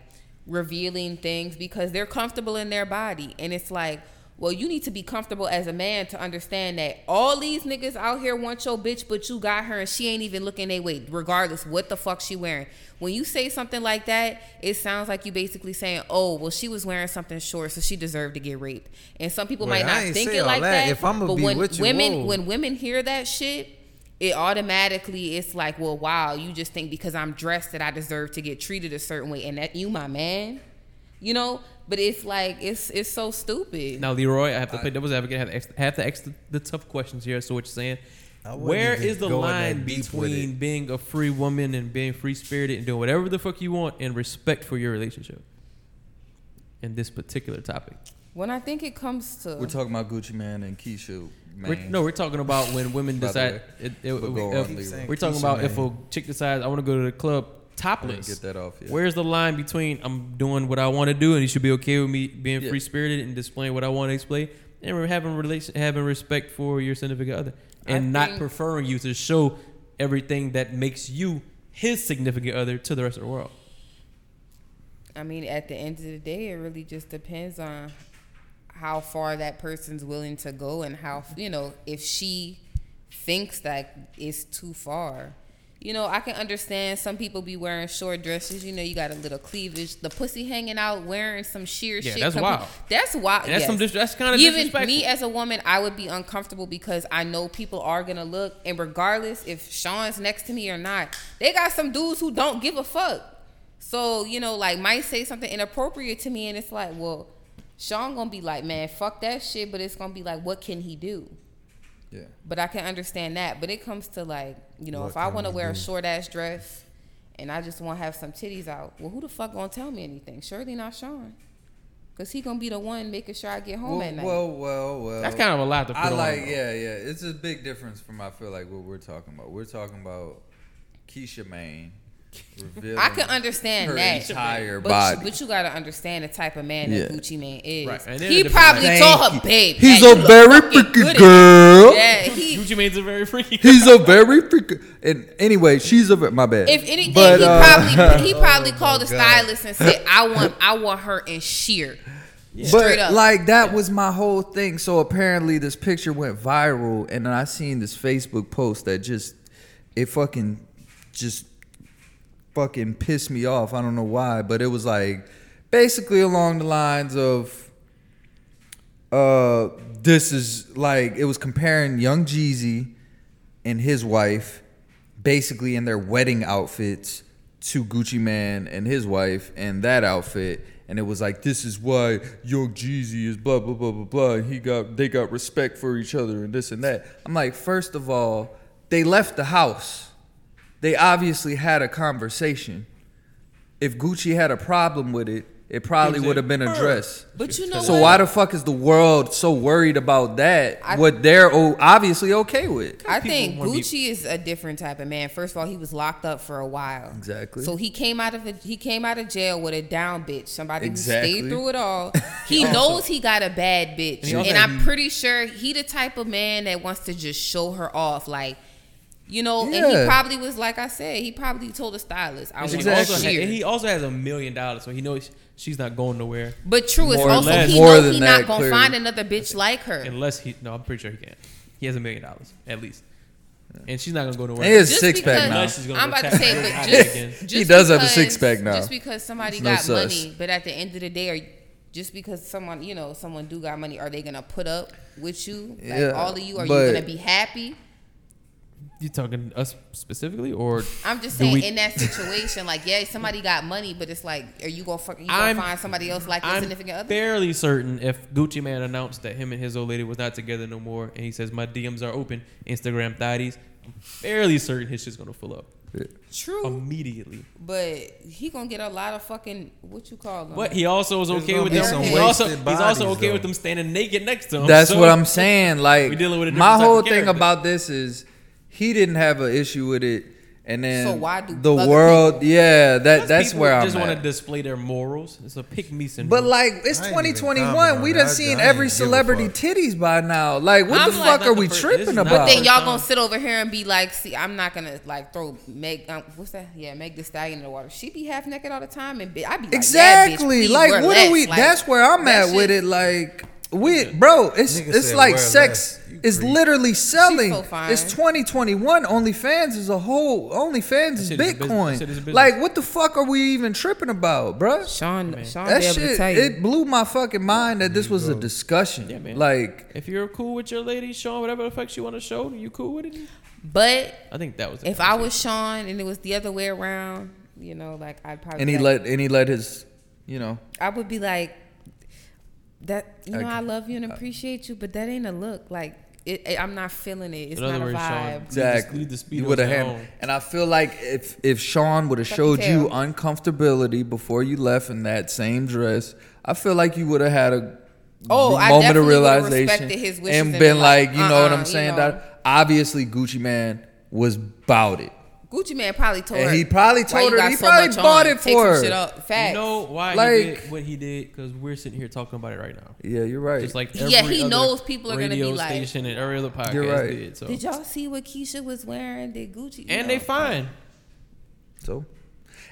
Speaker 4: revealing things because they're comfortable in their body, and it's like. Well, you need to be comfortable as a man to understand that all these niggas out here want your bitch, but you got her and she ain't even looking their way, regardless what the fuck she wearing. When you say something like that, it sounds like you basically saying, "Oh, well, she was wearing something short, so she deserved to get raped." And some people
Speaker 5: Well,
Speaker 4: might
Speaker 5: I
Speaker 4: not
Speaker 5: ain't
Speaker 4: think
Speaker 5: say
Speaker 4: it
Speaker 5: all
Speaker 4: like
Speaker 5: that.
Speaker 4: that.
Speaker 5: If I'ma
Speaker 4: but
Speaker 5: be
Speaker 4: when
Speaker 5: with you, oh.
Speaker 4: women,
Speaker 5: whoa.
Speaker 4: when when women hear that shit, it automatically it's like, well, wow, you just think because I'm dressed that I deserve to get treated a certain way, and that you, my man, you know. But it's like it's it's so stupid.
Speaker 1: Now, Leroy, I have to play devil's advocate. I have to ask, I have to ask the, the tough questions here. So, what you're saying?
Speaker 5: I wouldn't
Speaker 1: Where
Speaker 5: even
Speaker 1: is the
Speaker 5: go in that
Speaker 1: line
Speaker 5: deep with
Speaker 1: between
Speaker 5: it.
Speaker 1: being a free woman and being free spirited and doing whatever the fuck you want and respect for your relationship? In this particular topic,
Speaker 4: When I think it comes to
Speaker 2: We're talking about Gucci Man and Keisha. Man.
Speaker 1: we're, no, we're talking about when women
Speaker 2: By the
Speaker 1: decide.
Speaker 2: way,
Speaker 1: It, it,
Speaker 2: but go
Speaker 1: if-
Speaker 2: on, Leroy.
Speaker 1: we're talking
Speaker 5: Keisha,
Speaker 1: about if a
Speaker 5: man.
Speaker 1: chick decides I want to go to the club topless.
Speaker 2: get that off. Yeah.
Speaker 1: Where's the line between I'm doing what I want to do and you should be okay with me being
Speaker 2: Yeah.
Speaker 1: free spirited and displaying what I want to display and we're having relation having respect for your significant other and
Speaker 4: I
Speaker 1: not
Speaker 4: think-
Speaker 1: preferring you to show everything that makes you his significant other to the rest of the world.
Speaker 4: I mean, at the end of the day, it really just depends on how far that person's willing to go and how, you know, if she thinks that it's too far. You know, I can understand some people be wearing short dresses. You know, you got a little cleavage, the pussy hanging out, wearing some sheer
Speaker 1: Yeah,
Speaker 4: shit.
Speaker 1: that's
Speaker 4: comple-
Speaker 1: wild.
Speaker 4: That's wild.
Speaker 1: And that's
Speaker 4: yes.
Speaker 1: some dis- that's kinda
Speaker 4: Even
Speaker 1: disrespectful.
Speaker 4: me as a woman, I would be uncomfortable because I know people are gonna look, and regardless if Sean's next to me or not, they got some dudes who don't give a fuck. So, you know, like might say something inappropriate to me and it's like, well, Sean gonna be like, man, fuck that shit, but it's gonna be like, what can he do?
Speaker 2: Yeah.
Speaker 4: But I can understand that. But it comes to like, you know,
Speaker 5: What
Speaker 4: if I
Speaker 5: can
Speaker 4: wanna
Speaker 5: he
Speaker 4: wear a
Speaker 5: do?
Speaker 4: short ass dress and I just wanna have some titties out, well who the fuck gonna tell me anything? Surely not Sean. Cause he gonna be the one making sure I get home
Speaker 2: Well,
Speaker 4: at night.
Speaker 2: well, well, well.
Speaker 1: That's kind of a lot to put
Speaker 2: Uh, I like,
Speaker 1: on.
Speaker 2: yeah, yeah. It's a big difference from I feel like what we're talking about. We're talking about Keisha Maine. revealing
Speaker 4: I can understand
Speaker 2: her
Speaker 4: that.
Speaker 2: entire
Speaker 4: but
Speaker 2: body.
Speaker 4: You, but you gotta understand the type of man that
Speaker 2: Yeah.
Speaker 4: Gucci Man is.
Speaker 1: Right, and they're
Speaker 4: He
Speaker 1: different.
Speaker 4: probably
Speaker 2: Thank
Speaker 4: told
Speaker 2: you.
Speaker 4: her, babe,
Speaker 2: He's
Speaker 4: that
Speaker 2: a
Speaker 4: you look
Speaker 2: very
Speaker 4: fucking
Speaker 2: pretty
Speaker 4: good in
Speaker 2: girl.
Speaker 4: it." Yeah, he.
Speaker 1: Gucci Mane's a very freaky.
Speaker 2: He's a very freaking. And anyway, she's a. My bad.
Speaker 4: If anything,
Speaker 2: But,
Speaker 4: he
Speaker 2: uh,
Speaker 4: probably he probably called the
Speaker 5: God.
Speaker 4: stylist and said, "I want I want her in sheer."
Speaker 2: But
Speaker 4: Straight up.
Speaker 2: like that was my whole thing. So apparently this picture went viral, and then I seen this Facebook post that just it fucking just fucking pissed me off. I don't know why, but it was like basically along the lines of uh this is like it was comparing young Jeezy and his wife basically in their wedding outfits to Gucci Man and his wife in that outfit and it was like this is why young Jeezy is blah blah blah blah blah and he got they got respect for each other and this and that. I'm like first of all, they left the house. They obviously had a conversation. If Gucci had a problem with it, it probably
Speaker 1: He's
Speaker 2: would
Speaker 1: a
Speaker 2: have been
Speaker 1: bird.
Speaker 2: addressed.
Speaker 4: But you know
Speaker 2: So
Speaker 4: what?
Speaker 2: why the fuck is the world so worried about that?
Speaker 4: I-
Speaker 2: what they're o- obviously okay with.
Speaker 4: I
Speaker 1: people
Speaker 4: think
Speaker 1: wanna be-
Speaker 4: Gucci is a different type of man. First of all, he was locked up for a while.
Speaker 2: Exactly.
Speaker 4: So he came out of the, he came out of jail with a down bitch, somebody who
Speaker 2: Exactly.
Speaker 4: stayed through it all. He knows he got a bad bitch,
Speaker 1: he
Speaker 4: and,
Speaker 1: also-
Speaker 4: I'm pretty sure he the type of man that wants to just show her off, like. You know, and
Speaker 2: Yeah.
Speaker 4: he probably was like I said. He probably told the stylist,
Speaker 1: <laughs> And
Speaker 4: "I want
Speaker 1: she
Speaker 2: Exactly.
Speaker 1: also
Speaker 4: to
Speaker 1: ha-
Speaker 4: cheer."
Speaker 1: and he also has a million dollars, so he knows she's not going nowhere
Speaker 4: but true, it's
Speaker 1: More or
Speaker 4: also
Speaker 1: less.
Speaker 4: he
Speaker 2: More
Speaker 4: knows
Speaker 2: than
Speaker 4: he's
Speaker 2: that,
Speaker 4: not gonna
Speaker 2: clearly.
Speaker 4: find another bitch like her.
Speaker 1: unless he. No, I'm pretty sure he can. He has a million dollars at least, and she's not gonna go nowhere.
Speaker 2: He has
Speaker 4: Just
Speaker 2: six pack
Speaker 4: because-
Speaker 2: now.
Speaker 1: Unless she's gonna
Speaker 4: I'm
Speaker 1: go
Speaker 4: about to
Speaker 1: tap
Speaker 4: say,
Speaker 1: her
Speaker 4: but
Speaker 1: out
Speaker 4: just,
Speaker 1: again.
Speaker 4: just
Speaker 2: He does have a
Speaker 4: because-
Speaker 2: six-pack now.
Speaker 4: Just because somebody
Speaker 2: It's no
Speaker 4: got
Speaker 2: sus.
Speaker 4: money, but at the end of the day, are Just because someone, you know, someone do got money, are they gonna put up with you? Like
Speaker 2: Yeah,
Speaker 4: all of you, are
Speaker 2: but-
Speaker 4: you gonna be happy?
Speaker 1: You talking us specifically, or
Speaker 4: I'm just
Speaker 1: Do
Speaker 4: saying,
Speaker 1: we-
Speaker 4: in that situation, like, yeah, somebody got money, but it's like, are you gonna, fuck, you gonna
Speaker 1: I'm-
Speaker 4: find somebody else like your
Speaker 1: I'm
Speaker 4: significant other?
Speaker 1: fairly certain if Gucci Man announced that him and his old lady was not together no more, and he says my DMs are open, Instagram thotties, I'm fairly certain his shit's gonna fill up
Speaker 4: True,
Speaker 1: immediately.
Speaker 4: but he gonna get a lot of fucking what you call them.
Speaker 1: But he also was
Speaker 5: There's
Speaker 1: okay
Speaker 5: gonna
Speaker 1: with
Speaker 5: be
Speaker 1: them.
Speaker 4: some
Speaker 1: He's also,
Speaker 5: wasted
Speaker 1: he's also
Speaker 5: bodies,
Speaker 1: okay with
Speaker 5: though.
Speaker 1: them standing naked next to him.
Speaker 2: That's
Speaker 1: so-
Speaker 2: what I'm saying. Like
Speaker 1: We dealing with a
Speaker 2: my
Speaker 1: different type
Speaker 2: whole
Speaker 1: of
Speaker 2: thing
Speaker 1: character.
Speaker 2: about this is he didn't have an issue with it, and then
Speaker 4: So why do
Speaker 2: the
Speaker 4: other
Speaker 2: world?
Speaker 4: people-
Speaker 2: Yeah, that
Speaker 1: Those
Speaker 2: that's
Speaker 1: people
Speaker 2: where I'm
Speaker 1: just want to
Speaker 2: at.
Speaker 1: display their morals. It's a pick me syndrome.
Speaker 2: But like it's
Speaker 5: I ain't even
Speaker 2: 2021,
Speaker 5: comment
Speaker 2: we
Speaker 5: on
Speaker 2: done
Speaker 5: that. I
Speaker 2: seen
Speaker 5: ain't
Speaker 2: every
Speaker 5: give a
Speaker 2: celebrity
Speaker 5: fuck.
Speaker 2: titties by now. Like what
Speaker 1: I'm
Speaker 2: the
Speaker 1: like,
Speaker 2: fuck
Speaker 1: not
Speaker 2: are
Speaker 1: the
Speaker 2: we
Speaker 1: first- this
Speaker 2: tripping
Speaker 1: is not
Speaker 2: about?
Speaker 1: the
Speaker 4: But then
Speaker 1: first
Speaker 4: y'all
Speaker 1: time.
Speaker 4: gonna sit over here and be like, see, I'm not gonna like throw Meg. Um, what's that? Yeah, Meg the Stallion in the water. She be half naked all the time, and be, I be like,
Speaker 2: Exactly.
Speaker 4: Yeah, bitch, please
Speaker 2: like,
Speaker 4: wear
Speaker 2: what
Speaker 4: less.
Speaker 2: are we?
Speaker 4: Like,
Speaker 2: that's where I'm
Speaker 4: that
Speaker 2: at
Speaker 4: shit-
Speaker 2: with it. Like, we, bro, it's
Speaker 5: Nigga
Speaker 2: it's
Speaker 5: said
Speaker 2: like
Speaker 5: wear
Speaker 2: sex
Speaker 5: less. You
Speaker 2: is
Speaker 5: creep.
Speaker 2: literally selling.
Speaker 4: so fine.
Speaker 2: it's 2021. OnlyFans is a whole. OnlyFans is
Speaker 1: shit is a business. That
Speaker 2: Bitcoin.
Speaker 1: shit is a business.
Speaker 2: like, what the fuck are we even tripping about, bro?
Speaker 4: Sean. Sean
Speaker 2: That
Speaker 4: be able to
Speaker 2: shit.
Speaker 4: tell you.
Speaker 2: It blew my fucking mind that this was a discussion.
Speaker 1: Yeah, man.
Speaker 2: Like,
Speaker 1: if you're cool with your lady showing whatever the fuck she want to show, you cool with it?
Speaker 4: but
Speaker 1: I think that was. the
Speaker 4: if I
Speaker 1: conversation.
Speaker 4: was Sean and it was the other way around, you know, like I'd probably
Speaker 2: and he
Speaker 4: like,
Speaker 2: let and he let his, you know,
Speaker 4: I would be like, that you know,
Speaker 2: Okay. Uh,
Speaker 4: I love you and appreciate you, but that ain't a look. Like it, it- I'm not feeling it. It's
Speaker 1: In other
Speaker 4: not a
Speaker 1: words, Sean,
Speaker 4: vibe.
Speaker 1: Leave the-
Speaker 2: Exactly.
Speaker 1: leave the
Speaker 2: you
Speaker 1: Speedos
Speaker 2: would have
Speaker 1: at
Speaker 2: had,
Speaker 1: home.
Speaker 2: and I feel like if if Sean would have
Speaker 4: Tuck
Speaker 2: showed
Speaker 4: your
Speaker 2: you
Speaker 4: tail.
Speaker 2: uncomfortability before you left in that same dress, I feel like you would have had a
Speaker 4: Oh, I
Speaker 2: moment of
Speaker 4: definitely would've
Speaker 2: realization
Speaker 4: respected his wishes
Speaker 2: and
Speaker 4: and
Speaker 2: been
Speaker 4: been
Speaker 2: like,
Speaker 4: like,
Speaker 2: you know what
Speaker 4: uh-uh,
Speaker 2: I'm
Speaker 4: you
Speaker 2: saying?
Speaker 4: know.
Speaker 2: Doc? Obviously, Gucci Man was about it.
Speaker 4: Gucci man probably told
Speaker 2: And
Speaker 4: her.
Speaker 2: he probably
Speaker 4: "Why
Speaker 2: told
Speaker 4: you
Speaker 2: her-
Speaker 4: got
Speaker 2: he
Speaker 4: so
Speaker 2: probably
Speaker 4: much
Speaker 2: bought
Speaker 4: on?
Speaker 2: it
Speaker 4: Take
Speaker 2: for
Speaker 4: some
Speaker 2: her.
Speaker 4: Shit up.
Speaker 1: You
Speaker 4: Facts.
Speaker 1: know why he
Speaker 2: Like-
Speaker 1: did what he did? Because we're sitting here talking about it right now.
Speaker 2: Yeah, you're right.
Speaker 1: It's like every
Speaker 4: Yeah, he
Speaker 1: other
Speaker 4: knows people are gonna be
Speaker 1: radio
Speaker 4: like-
Speaker 1: station and every other podcast
Speaker 2: You're right.
Speaker 1: did. So.
Speaker 4: Did y'all see what Keisha was wearing? Did Gucci? you
Speaker 1: and
Speaker 4: know,
Speaker 1: they fine.
Speaker 2: so.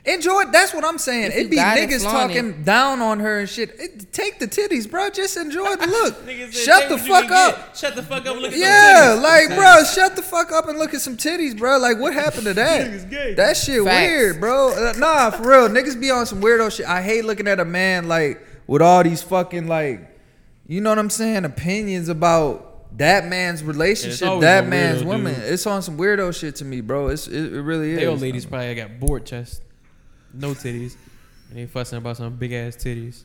Speaker 2: Enjoy. That's what I'm saying.
Speaker 4: If
Speaker 2: It'd
Speaker 4: you
Speaker 2: be
Speaker 4: got it,
Speaker 2: niggas
Speaker 4: flaunt
Speaker 2: talking down on her and shit. It, take the titties, bro. Just enjoy
Speaker 4: <laughs>
Speaker 2: the
Speaker 1: Nigga
Speaker 2: look.
Speaker 1: said,
Speaker 2: Shut
Speaker 1: "Take
Speaker 2: the
Speaker 1: what you can
Speaker 2: fuck up.
Speaker 1: get. Shut the fuck up. Look at
Speaker 2: Yeah,
Speaker 1: those titties."
Speaker 2: like bro, shut the fuck up and look at some titties, bro. Like what happened to
Speaker 1: Niggas
Speaker 2: that?
Speaker 1: gay.
Speaker 2: That shit
Speaker 4: Facts.
Speaker 2: weird, bro. Uh, Nah, for real, niggas be on some weirdo shit. I hate looking at a man like with all these fucking like, you know what I'm saying? Opinions about that man's relationship,
Speaker 1: always
Speaker 2: that
Speaker 1: a
Speaker 2: man's
Speaker 1: weirdo
Speaker 2: woman.
Speaker 1: dude.
Speaker 2: It's on some weirdo shit to me, bro. It's it, it really is.
Speaker 1: They old ladies probably got bored chest, no titties, and they fussing about some big ass titties.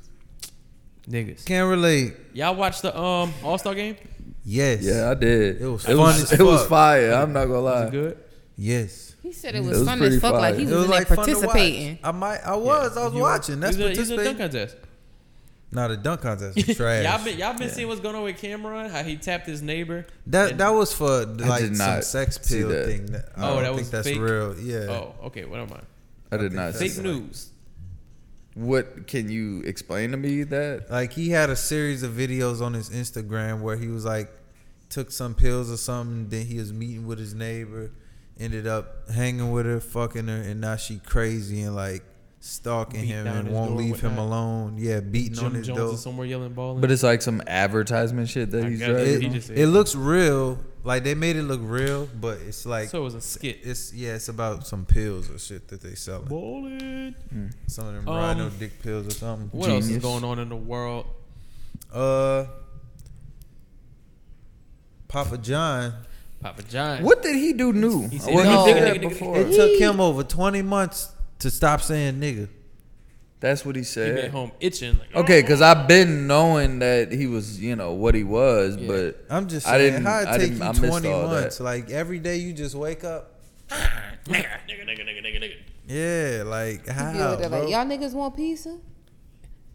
Speaker 1: Niggas,
Speaker 5: Can't relate.
Speaker 1: y'all watch the um All Star game? Is
Speaker 5: Yes.
Speaker 2: Yeah, I did.
Speaker 5: It was
Speaker 2: it
Speaker 5: fun
Speaker 2: was, <laughs>
Speaker 5: as
Speaker 2: it was
Speaker 5: fuck.
Speaker 2: fire. I'm not gonna lie.
Speaker 1: it good?
Speaker 5: Yes.
Speaker 4: He said it was,
Speaker 2: It was
Speaker 4: fun
Speaker 2: pretty
Speaker 4: as fuck.
Speaker 2: fire.
Speaker 4: Like he
Speaker 2: It
Speaker 4: was,
Speaker 5: It was
Speaker 4: in
Speaker 5: like
Speaker 4: there
Speaker 5: fun to watch.
Speaker 4: participating.
Speaker 5: I might. I was. I was
Speaker 1: You-
Speaker 5: watching. That's
Speaker 1: it was a- it was a dunk
Speaker 5: participating.
Speaker 1: contest.
Speaker 5: No, the dunk contest
Speaker 1: <laughs>
Speaker 5: was trash.
Speaker 1: Y'all been y'all been seeing what's going on with Cameron? How he tapped his neighbor?
Speaker 5: that that was for like
Speaker 2: did
Speaker 5: some
Speaker 2: not
Speaker 5: sex
Speaker 2: see
Speaker 5: pill
Speaker 2: that.
Speaker 5: thing. That, I
Speaker 1: Oh,
Speaker 5: don't
Speaker 1: that
Speaker 5: think
Speaker 1: was
Speaker 5: that's
Speaker 1: fake?
Speaker 5: real. Yeah.
Speaker 1: Oh, okay. What am I?
Speaker 2: I did not. see
Speaker 1: Fake
Speaker 2: that.
Speaker 1: news.
Speaker 2: What can you explain to me that?
Speaker 5: Like he had a series of videos on his Instagram where he was like took some pills or something, then he was meeting with his neighbor, ended up hanging with her, fucking her, and now she crazy and like stalking
Speaker 1: Beating
Speaker 5: him
Speaker 1: down
Speaker 5: and
Speaker 1: his
Speaker 5: won't
Speaker 1: door and
Speaker 5: leave him
Speaker 1: whatnot.
Speaker 5: alone. Yeah, beating on
Speaker 1: Jim
Speaker 5: his
Speaker 1: Jones
Speaker 5: door.
Speaker 1: is somewhere yelling ball.
Speaker 2: But it's like some advertisement shit that
Speaker 1: I
Speaker 2: he's
Speaker 1: got it.
Speaker 2: driving.
Speaker 5: It,
Speaker 1: He just said-
Speaker 5: it looks real. Like they made it look real, but it's like
Speaker 1: so it was a skit.
Speaker 5: it's yeah, it's about some pills or shit that they selling.
Speaker 1: Bowling.
Speaker 5: Some of them
Speaker 1: Um,
Speaker 5: rhino dick pills or something.
Speaker 1: What else is
Speaker 2: Genius.
Speaker 1: going on in the world?
Speaker 5: Uh, Papa John.
Speaker 1: Papa John.
Speaker 2: What did he do new?
Speaker 1: he said
Speaker 2: Well,
Speaker 1: no.
Speaker 2: he
Speaker 1: Nigga,
Speaker 2: did that
Speaker 1: nigga, nigga,
Speaker 2: before.
Speaker 5: It took him over 20 months to stop saying nigga.
Speaker 2: That's what he
Speaker 1: He
Speaker 2: said.
Speaker 1: been home itching. Like,
Speaker 2: Okay, because I've been knowing that he was, you know, what he was,
Speaker 1: Yeah.
Speaker 2: but
Speaker 5: I'm just
Speaker 2: I
Speaker 5: saying,
Speaker 2: didn't-
Speaker 5: how it
Speaker 2: I
Speaker 5: take
Speaker 2: didn't-
Speaker 5: you
Speaker 2: I missed
Speaker 5: 20
Speaker 2: all that.
Speaker 5: months? Like, every day you just wake up.
Speaker 1: nigga, nigga, nigga, nigga, nigga, nigga.
Speaker 5: Yeah, like,
Speaker 4: He be
Speaker 5: how,
Speaker 4: over there
Speaker 5: bro?
Speaker 4: like, y'all niggas want pizza?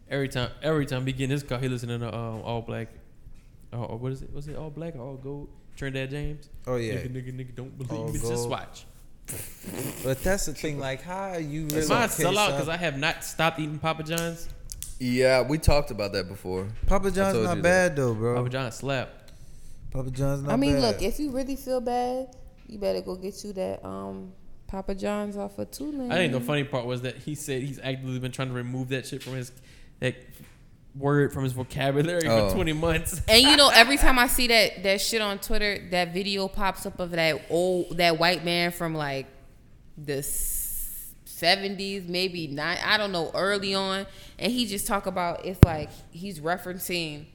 Speaker 1: Every time, every time he get in his car, he listening to um, all black. Oh, oh, what is it? Was it all black or all gold? Trinidad James.
Speaker 5: Oh, yeah.
Speaker 1: Nigga, nigga, nigga, don't
Speaker 5: All
Speaker 1: believe me. Just
Speaker 5: gold.
Speaker 1: watch.
Speaker 5: But that's the thing, like, how are you really...
Speaker 1: Mine
Speaker 5: okay,
Speaker 1: sell out
Speaker 5: son?
Speaker 1: because I have not stopped eating Papa John's.
Speaker 2: yeah, we talked about that before.
Speaker 5: Papa
Speaker 2: told
Speaker 5: John's not
Speaker 2: you
Speaker 5: bad, though, bro.
Speaker 1: Papa
Speaker 5: Papa,
Speaker 1: John's slap.
Speaker 5: John's not
Speaker 4: I mean,
Speaker 5: bad.
Speaker 4: look, if you really feel bad, you better go get you that um Papa John's off of two lanes.
Speaker 1: I think the funny part was that he said he's actively been trying to remove that shit from his that word from his vocabulary
Speaker 2: Oh.
Speaker 1: for twenty months.
Speaker 4: And you know, every time I see that that shit on Twitter, that video pops up of that old that white man from like the s- 70s, maybe not. I don't know. Early on, and he just talk about it's like he's referencing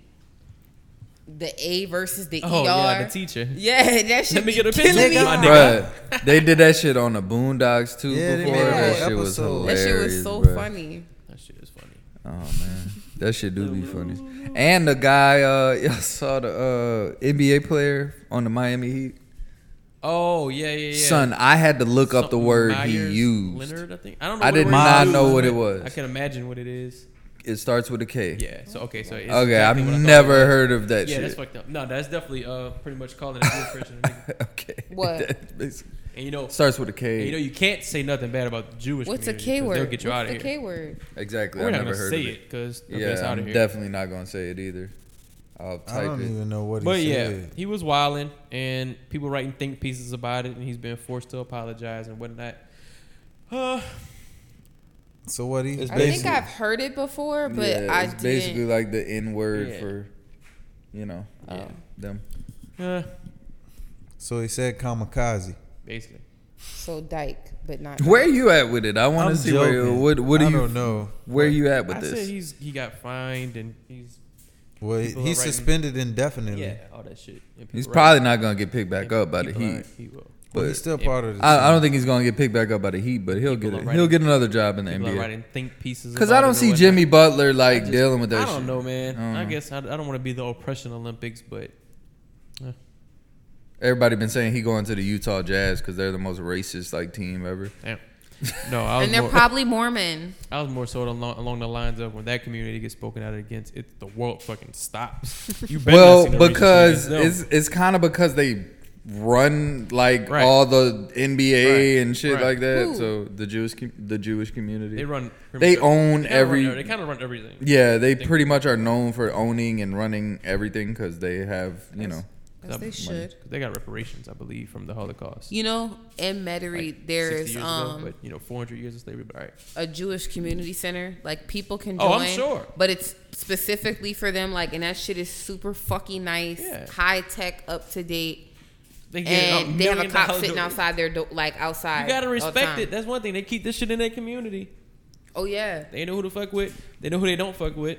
Speaker 4: the A versus the
Speaker 1: Oh
Speaker 4: ER.
Speaker 1: yeah, the teacher.
Speaker 4: Yeah, <laughs> that shit.
Speaker 1: Let me
Speaker 4: be
Speaker 1: get a
Speaker 4: killing
Speaker 1: picture,
Speaker 4: me.
Speaker 1: nigga. My
Speaker 2: Bruh, they did that shit on the Boondocks too
Speaker 5: Yeah, they
Speaker 2: before.
Speaker 5: made
Speaker 4: that
Speaker 2: That,
Speaker 5: whole
Speaker 2: shit was
Speaker 5: episode.
Speaker 4: That
Speaker 2: hilarious.
Speaker 4: shit was so
Speaker 2: bruh.
Speaker 4: funny.
Speaker 1: That shit is funny.
Speaker 2: Oh man, that shit do be funny. And the guy, uh, <laughs> y'all saw the uh, NBA player on the Miami Heat.
Speaker 1: Oh yeah, yeah, yeah.
Speaker 2: Son, I had to look up the
Speaker 1: Something
Speaker 2: word
Speaker 1: Myers,
Speaker 2: he used.
Speaker 1: Leonard, I think. I don't know.
Speaker 2: I
Speaker 1: what
Speaker 2: did
Speaker 1: word
Speaker 2: not
Speaker 1: he
Speaker 2: know
Speaker 1: used,
Speaker 2: what it
Speaker 1: but
Speaker 2: was.
Speaker 1: I can imagine what it is.
Speaker 2: It starts with a K.
Speaker 1: Yeah. So okay. So it's
Speaker 2: okay,
Speaker 1: exactly
Speaker 2: I've
Speaker 1: what I thought it
Speaker 2: never
Speaker 1: was.
Speaker 2: heard of that
Speaker 1: Yeah, that's
Speaker 2: shit.
Speaker 1: fucked up. No, that's definitely uh pretty much calling it a
Speaker 2: <laughs>
Speaker 1: good Christian. nigga.
Speaker 2: okay. <laughs>
Speaker 4: What?
Speaker 2: That's basic-
Speaker 1: And you know,
Speaker 2: starts with a K.
Speaker 1: and you know, you can't say nothing bad about the Jewish.
Speaker 4: What's a
Speaker 1: community,
Speaker 4: K
Speaker 1: 'cause
Speaker 4: word?
Speaker 1: They'll get you
Speaker 4: What's
Speaker 1: out of
Speaker 4: the
Speaker 1: here.
Speaker 4: K word?
Speaker 2: exactly.
Speaker 1: We're
Speaker 2: I've
Speaker 1: not
Speaker 2: never
Speaker 1: gonna
Speaker 2: heard
Speaker 1: say
Speaker 2: of it.
Speaker 1: it because it's
Speaker 2: Yeah,
Speaker 1: out of
Speaker 2: I'm
Speaker 1: here.
Speaker 2: definitely not gonna say it either. I'll
Speaker 5: I
Speaker 2: type
Speaker 5: don't
Speaker 2: it.
Speaker 5: even know what he
Speaker 1: But yeah,
Speaker 5: said.
Speaker 1: he was wilding, and people writing think pieces about it, and he's been forced to apologize and whatnot. Uh,
Speaker 5: So what he?
Speaker 2: It's
Speaker 4: I think
Speaker 2: Basically.
Speaker 4: I've heard it before, but
Speaker 2: yeah,
Speaker 4: I
Speaker 2: it's
Speaker 4: didn't.
Speaker 2: basically like the N word
Speaker 1: Yeah. Oh.
Speaker 2: for, you know, uh,
Speaker 1: Yeah.
Speaker 2: them.
Speaker 1: uh,
Speaker 5: So he said kamikaze.
Speaker 1: basically.
Speaker 4: so dyke, but not.
Speaker 2: Where you at with it? I want
Speaker 5: I'm
Speaker 2: to see where you,
Speaker 5: joking.
Speaker 2: what what do
Speaker 5: I
Speaker 2: you
Speaker 5: don't know.
Speaker 2: where you at with
Speaker 1: I said
Speaker 2: this?
Speaker 1: he's he got fined and he's
Speaker 5: Well,
Speaker 1: People are
Speaker 5: he's
Speaker 1: writing-
Speaker 5: suspended indefinitely.
Speaker 1: yeah all that shit. And
Speaker 2: He's
Speaker 1: people
Speaker 2: probably
Speaker 1: writing-
Speaker 2: not gonna get picked back up by the
Speaker 1: people are-
Speaker 2: Heat,
Speaker 1: He will.
Speaker 5: But
Speaker 2: but
Speaker 5: he's still
Speaker 1: Yeah.
Speaker 5: part of the
Speaker 2: I, I
Speaker 5: team.
Speaker 2: don't think he's gonna get picked back up by the Heat. But he'll
Speaker 1: People
Speaker 2: get
Speaker 1: are
Speaker 2: it.
Speaker 1: writing-
Speaker 2: He'll get another job in the
Speaker 1: People are
Speaker 2: NBA.
Speaker 1: writing think pieces.
Speaker 2: Because I
Speaker 1: about it
Speaker 2: don't
Speaker 1: and
Speaker 2: see
Speaker 1: whatnot.
Speaker 2: Jimmy Butler like dealing with that.
Speaker 1: I don't
Speaker 2: shit.
Speaker 1: know, man.
Speaker 2: I don't
Speaker 1: I,
Speaker 2: know.
Speaker 1: guess I, I don't want to be the oppression Olympics, but
Speaker 2: Everybody been saying he going to the Utah Jazz because they're the most racist like team ever. <laughs>
Speaker 1: damn. No, I was
Speaker 4: And they're
Speaker 1: more,
Speaker 4: probably Mormon.
Speaker 1: I was more so along, along the lines of when that community gets spoken out against, it the world fucking stops.
Speaker 2: <laughs>
Speaker 1: You better not
Speaker 2: Well,
Speaker 1: see no racism
Speaker 2: because
Speaker 1: against them.
Speaker 2: it's it's kind of because they run like
Speaker 1: Right.
Speaker 2: all the NBA
Speaker 1: Right.
Speaker 2: and shit
Speaker 1: Right.
Speaker 2: like that.
Speaker 4: Who?
Speaker 2: So the Jewish com- the Jewish community
Speaker 1: they run. pretty
Speaker 2: they
Speaker 1: much-
Speaker 2: own
Speaker 1: kinda
Speaker 2: every
Speaker 1: Run, they kind of run everything.
Speaker 2: yeah they
Speaker 1: they-
Speaker 2: pretty much are known for owning and running everything because they have you know
Speaker 4: As they
Speaker 1: Money.
Speaker 4: should.
Speaker 1: 'Cause They got reparations, I believe, from the Holocaust.
Speaker 4: You know, in Metairie,
Speaker 1: like
Speaker 4: there
Speaker 1: 60
Speaker 4: is
Speaker 1: years
Speaker 4: um
Speaker 1: ago, but you know, 400 years of slavery. But all right,
Speaker 4: a Jewish community center. Like people can join.
Speaker 1: Oh, I'm sure.
Speaker 4: But it's specifically for them. Like, and that shit is super fucking nice,
Speaker 1: Yeah.
Speaker 4: high tech, up to date,
Speaker 1: they get
Speaker 4: and they have a
Speaker 1: million
Speaker 4: cop
Speaker 1: dollars
Speaker 4: sitting
Speaker 1: a-
Speaker 4: outside their door, like outside.
Speaker 1: You gotta
Speaker 4: all the
Speaker 1: respect
Speaker 4: time.
Speaker 1: it. That's one thing. They keep this shit in their community.
Speaker 4: Oh yeah.
Speaker 1: They know who to fuck with. They know who they don't fuck with.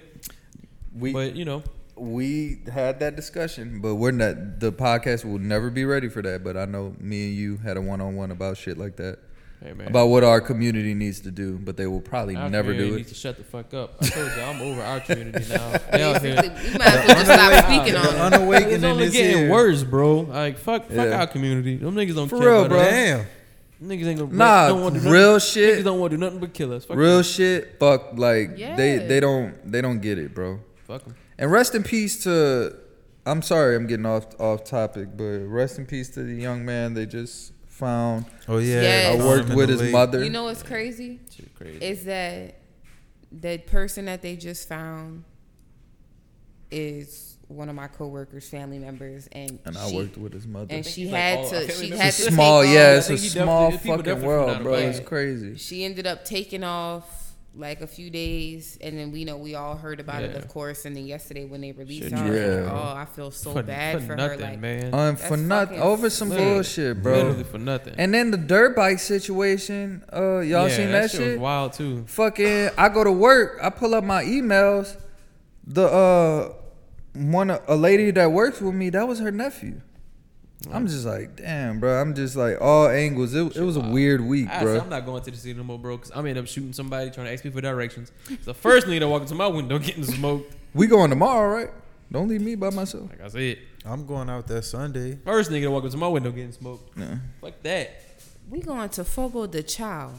Speaker 2: we
Speaker 1: But you know,
Speaker 2: we had that discussion, but we're not the podcast will never be ready for that. But I know me and you had a one on one about shit like that.
Speaker 1: hey man,
Speaker 2: About what our community needs to do, but they will probably
Speaker 1: our
Speaker 2: never
Speaker 1: community
Speaker 2: do
Speaker 1: Needs
Speaker 2: it.
Speaker 1: to shut the fuck up. I told you, I'm over our community now.
Speaker 2: <laughs>
Speaker 1: They out here-
Speaker 4: Basically, we might as well just stop speaking
Speaker 5: The
Speaker 4: on it.
Speaker 1: It's
Speaker 5: unawakening
Speaker 1: only
Speaker 5: is
Speaker 1: getting
Speaker 5: here.
Speaker 1: worse, bro. Like fuck, fuck
Speaker 2: Yeah.
Speaker 1: our community. Them niggas don't
Speaker 2: For
Speaker 1: care
Speaker 2: real,
Speaker 1: about
Speaker 2: bro.
Speaker 1: us.
Speaker 5: Damn.
Speaker 1: Niggas ain't gonna
Speaker 2: Nah,
Speaker 1: don't want to do
Speaker 2: real
Speaker 1: nothing-
Speaker 2: shit.
Speaker 1: Niggas don't want to do nothing but kill us. Fuck
Speaker 2: Real
Speaker 1: them.
Speaker 2: shit, fuck like they
Speaker 4: Yeah.
Speaker 2: they don't they don't get it, bro.
Speaker 1: Fuck 'em.
Speaker 2: And rest in peace to. I'm sorry, I'm getting off off topic, but rest in peace to the young man they just found.
Speaker 5: Oh yeah.
Speaker 2: I
Speaker 4: Yes. Yes.
Speaker 5: found
Speaker 2: worked
Speaker 5: him in
Speaker 2: with
Speaker 5: the
Speaker 2: his
Speaker 5: league.
Speaker 2: mother.
Speaker 4: You know what's crazy?
Speaker 1: Shit crazy.
Speaker 4: is that that person that they just found is one of my coworkers, family members, and
Speaker 2: and I
Speaker 4: she,
Speaker 2: worked with his mother.
Speaker 4: and she
Speaker 1: he's like
Speaker 4: had
Speaker 1: all- I
Speaker 4: to
Speaker 1: can't
Speaker 4: she
Speaker 1: remember.
Speaker 4: had
Speaker 2: It's
Speaker 4: to
Speaker 2: a small,
Speaker 4: take
Speaker 2: yeah,
Speaker 4: off.
Speaker 2: it's
Speaker 1: I
Speaker 2: a
Speaker 1: think he
Speaker 2: small
Speaker 1: definitely- people
Speaker 2: fucking
Speaker 1: definitely found
Speaker 2: world,
Speaker 1: out
Speaker 2: bro.
Speaker 1: about
Speaker 2: It's
Speaker 4: it.
Speaker 2: crazy.
Speaker 4: She ended up taking off like a few days, and then we know we all heard about it,
Speaker 1: Yeah.
Speaker 4: of course. And then yesterday when they released
Speaker 1: Shit,
Speaker 4: her, I was like,
Speaker 2: yeah.
Speaker 4: oh, I feel so
Speaker 1: For-
Speaker 4: bad
Speaker 1: for
Speaker 4: for
Speaker 1: nothing,
Speaker 4: her. Like,
Speaker 1: man.
Speaker 2: Um, for
Speaker 4: That's
Speaker 2: nothing
Speaker 4: fucking
Speaker 2: over some
Speaker 1: literally-
Speaker 2: bullshit, bro.
Speaker 1: Literally for nothing.
Speaker 2: And then the dirt bike situation. Uh, y'all
Speaker 1: Yeah,
Speaker 2: seen that,
Speaker 1: was
Speaker 2: shit?
Speaker 1: wild too.
Speaker 2: Fucking, I go to work. I pull up my emails. The uh, one a lady that works with me, that was her nephew. I'm just like, damn, bro. I'm just like all angles. It, it was a weird week,
Speaker 1: I
Speaker 2: bro.
Speaker 1: am not going to the city no more, bro, because I'm end up shooting somebody trying to ask me for directions. It's the first nigga that walk into my window <laughs> getting smoked.
Speaker 2: We going tomorrow, right? Don't leave me by myself.
Speaker 1: Like I said,
Speaker 5: I'm going out that Sunday.
Speaker 1: first nigga that walk into my window getting smoked. Fuck that.
Speaker 4: we going to Fogo de Chao.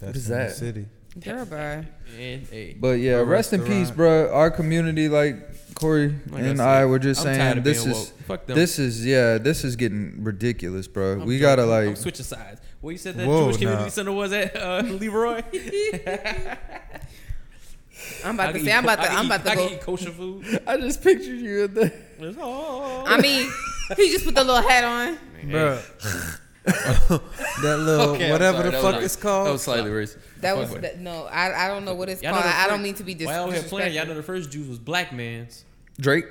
Speaker 5: That's
Speaker 2: is
Speaker 5: in the
Speaker 2: that?
Speaker 5: city.
Speaker 1: <laughs>
Speaker 4: Girl, bruh.
Speaker 1: And hey,
Speaker 2: But yeah,
Speaker 5: Or
Speaker 2: rest in peace,
Speaker 5: restaurant.
Speaker 2: bro. Our community, like Corey
Speaker 1: Like I
Speaker 2: and
Speaker 1: said,
Speaker 2: I, were just
Speaker 1: I'm tired
Speaker 2: saying,
Speaker 1: of
Speaker 2: this
Speaker 1: being
Speaker 2: is
Speaker 1: woke. Fuck them.
Speaker 2: this is yeah, this is getting ridiculous, bro.
Speaker 1: I'm
Speaker 2: we
Speaker 1: joking.
Speaker 2: gotta
Speaker 1: I'm
Speaker 2: like
Speaker 1: switching sides. Where you said that
Speaker 5: Whoa,
Speaker 1: Jewish community
Speaker 5: nah.
Speaker 1: center was at
Speaker 2: <laughs>
Speaker 1: uh, Leroy?
Speaker 4: I'm
Speaker 1: I
Speaker 4: about to
Speaker 1: can
Speaker 4: say,
Speaker 1: eat
Speaker 4: I'm
Speaker 1: co-
Speaker 4: about to,
Speaker 1: I can
Speaker 4: I'm
Speaker 1: eat-
Speaker 4: about
Speaker 1: I
Speaker 4: to
Speaker 1: can
Speaker 4: go.
Speaker 1: eat kosher food.
Speaker 2: <laughs> I just pictured you in there.
Speaker 1: It's- oh.
Speaker 4: <laughs> I mean, he just put the little hat on.
Speaker 5: Bro.
Speaker 1: <laughs>
Speaker 5: that little
Speaker 2: Okay, I'm
Speaker 5: whatever
Speaker 2: sorry,
Speaker 5: the
Speaker 2: that
Speaker 5: fuck
Speaker 2: was-
Speaker 5: it's called.
Speaker 2: slightly racist.
Speaker 4: That
Speaker 1: Fuck
Speaker 4: was
Speaker 1: with
Speaker 4: the, no. I, I don't know what it's
Speaker 1: Y'all know
Speaker 4: called.
Speaker 1: the
Speaker 4: I
Speaker 1: first-
Speaker 4: don't mean to be dis-
Speaker 1: Why y'all here playing? Y'all
Speaker 4: disrespectful.
Speaker 1: know the first Jews was black man's.
Speaker 2: Drake.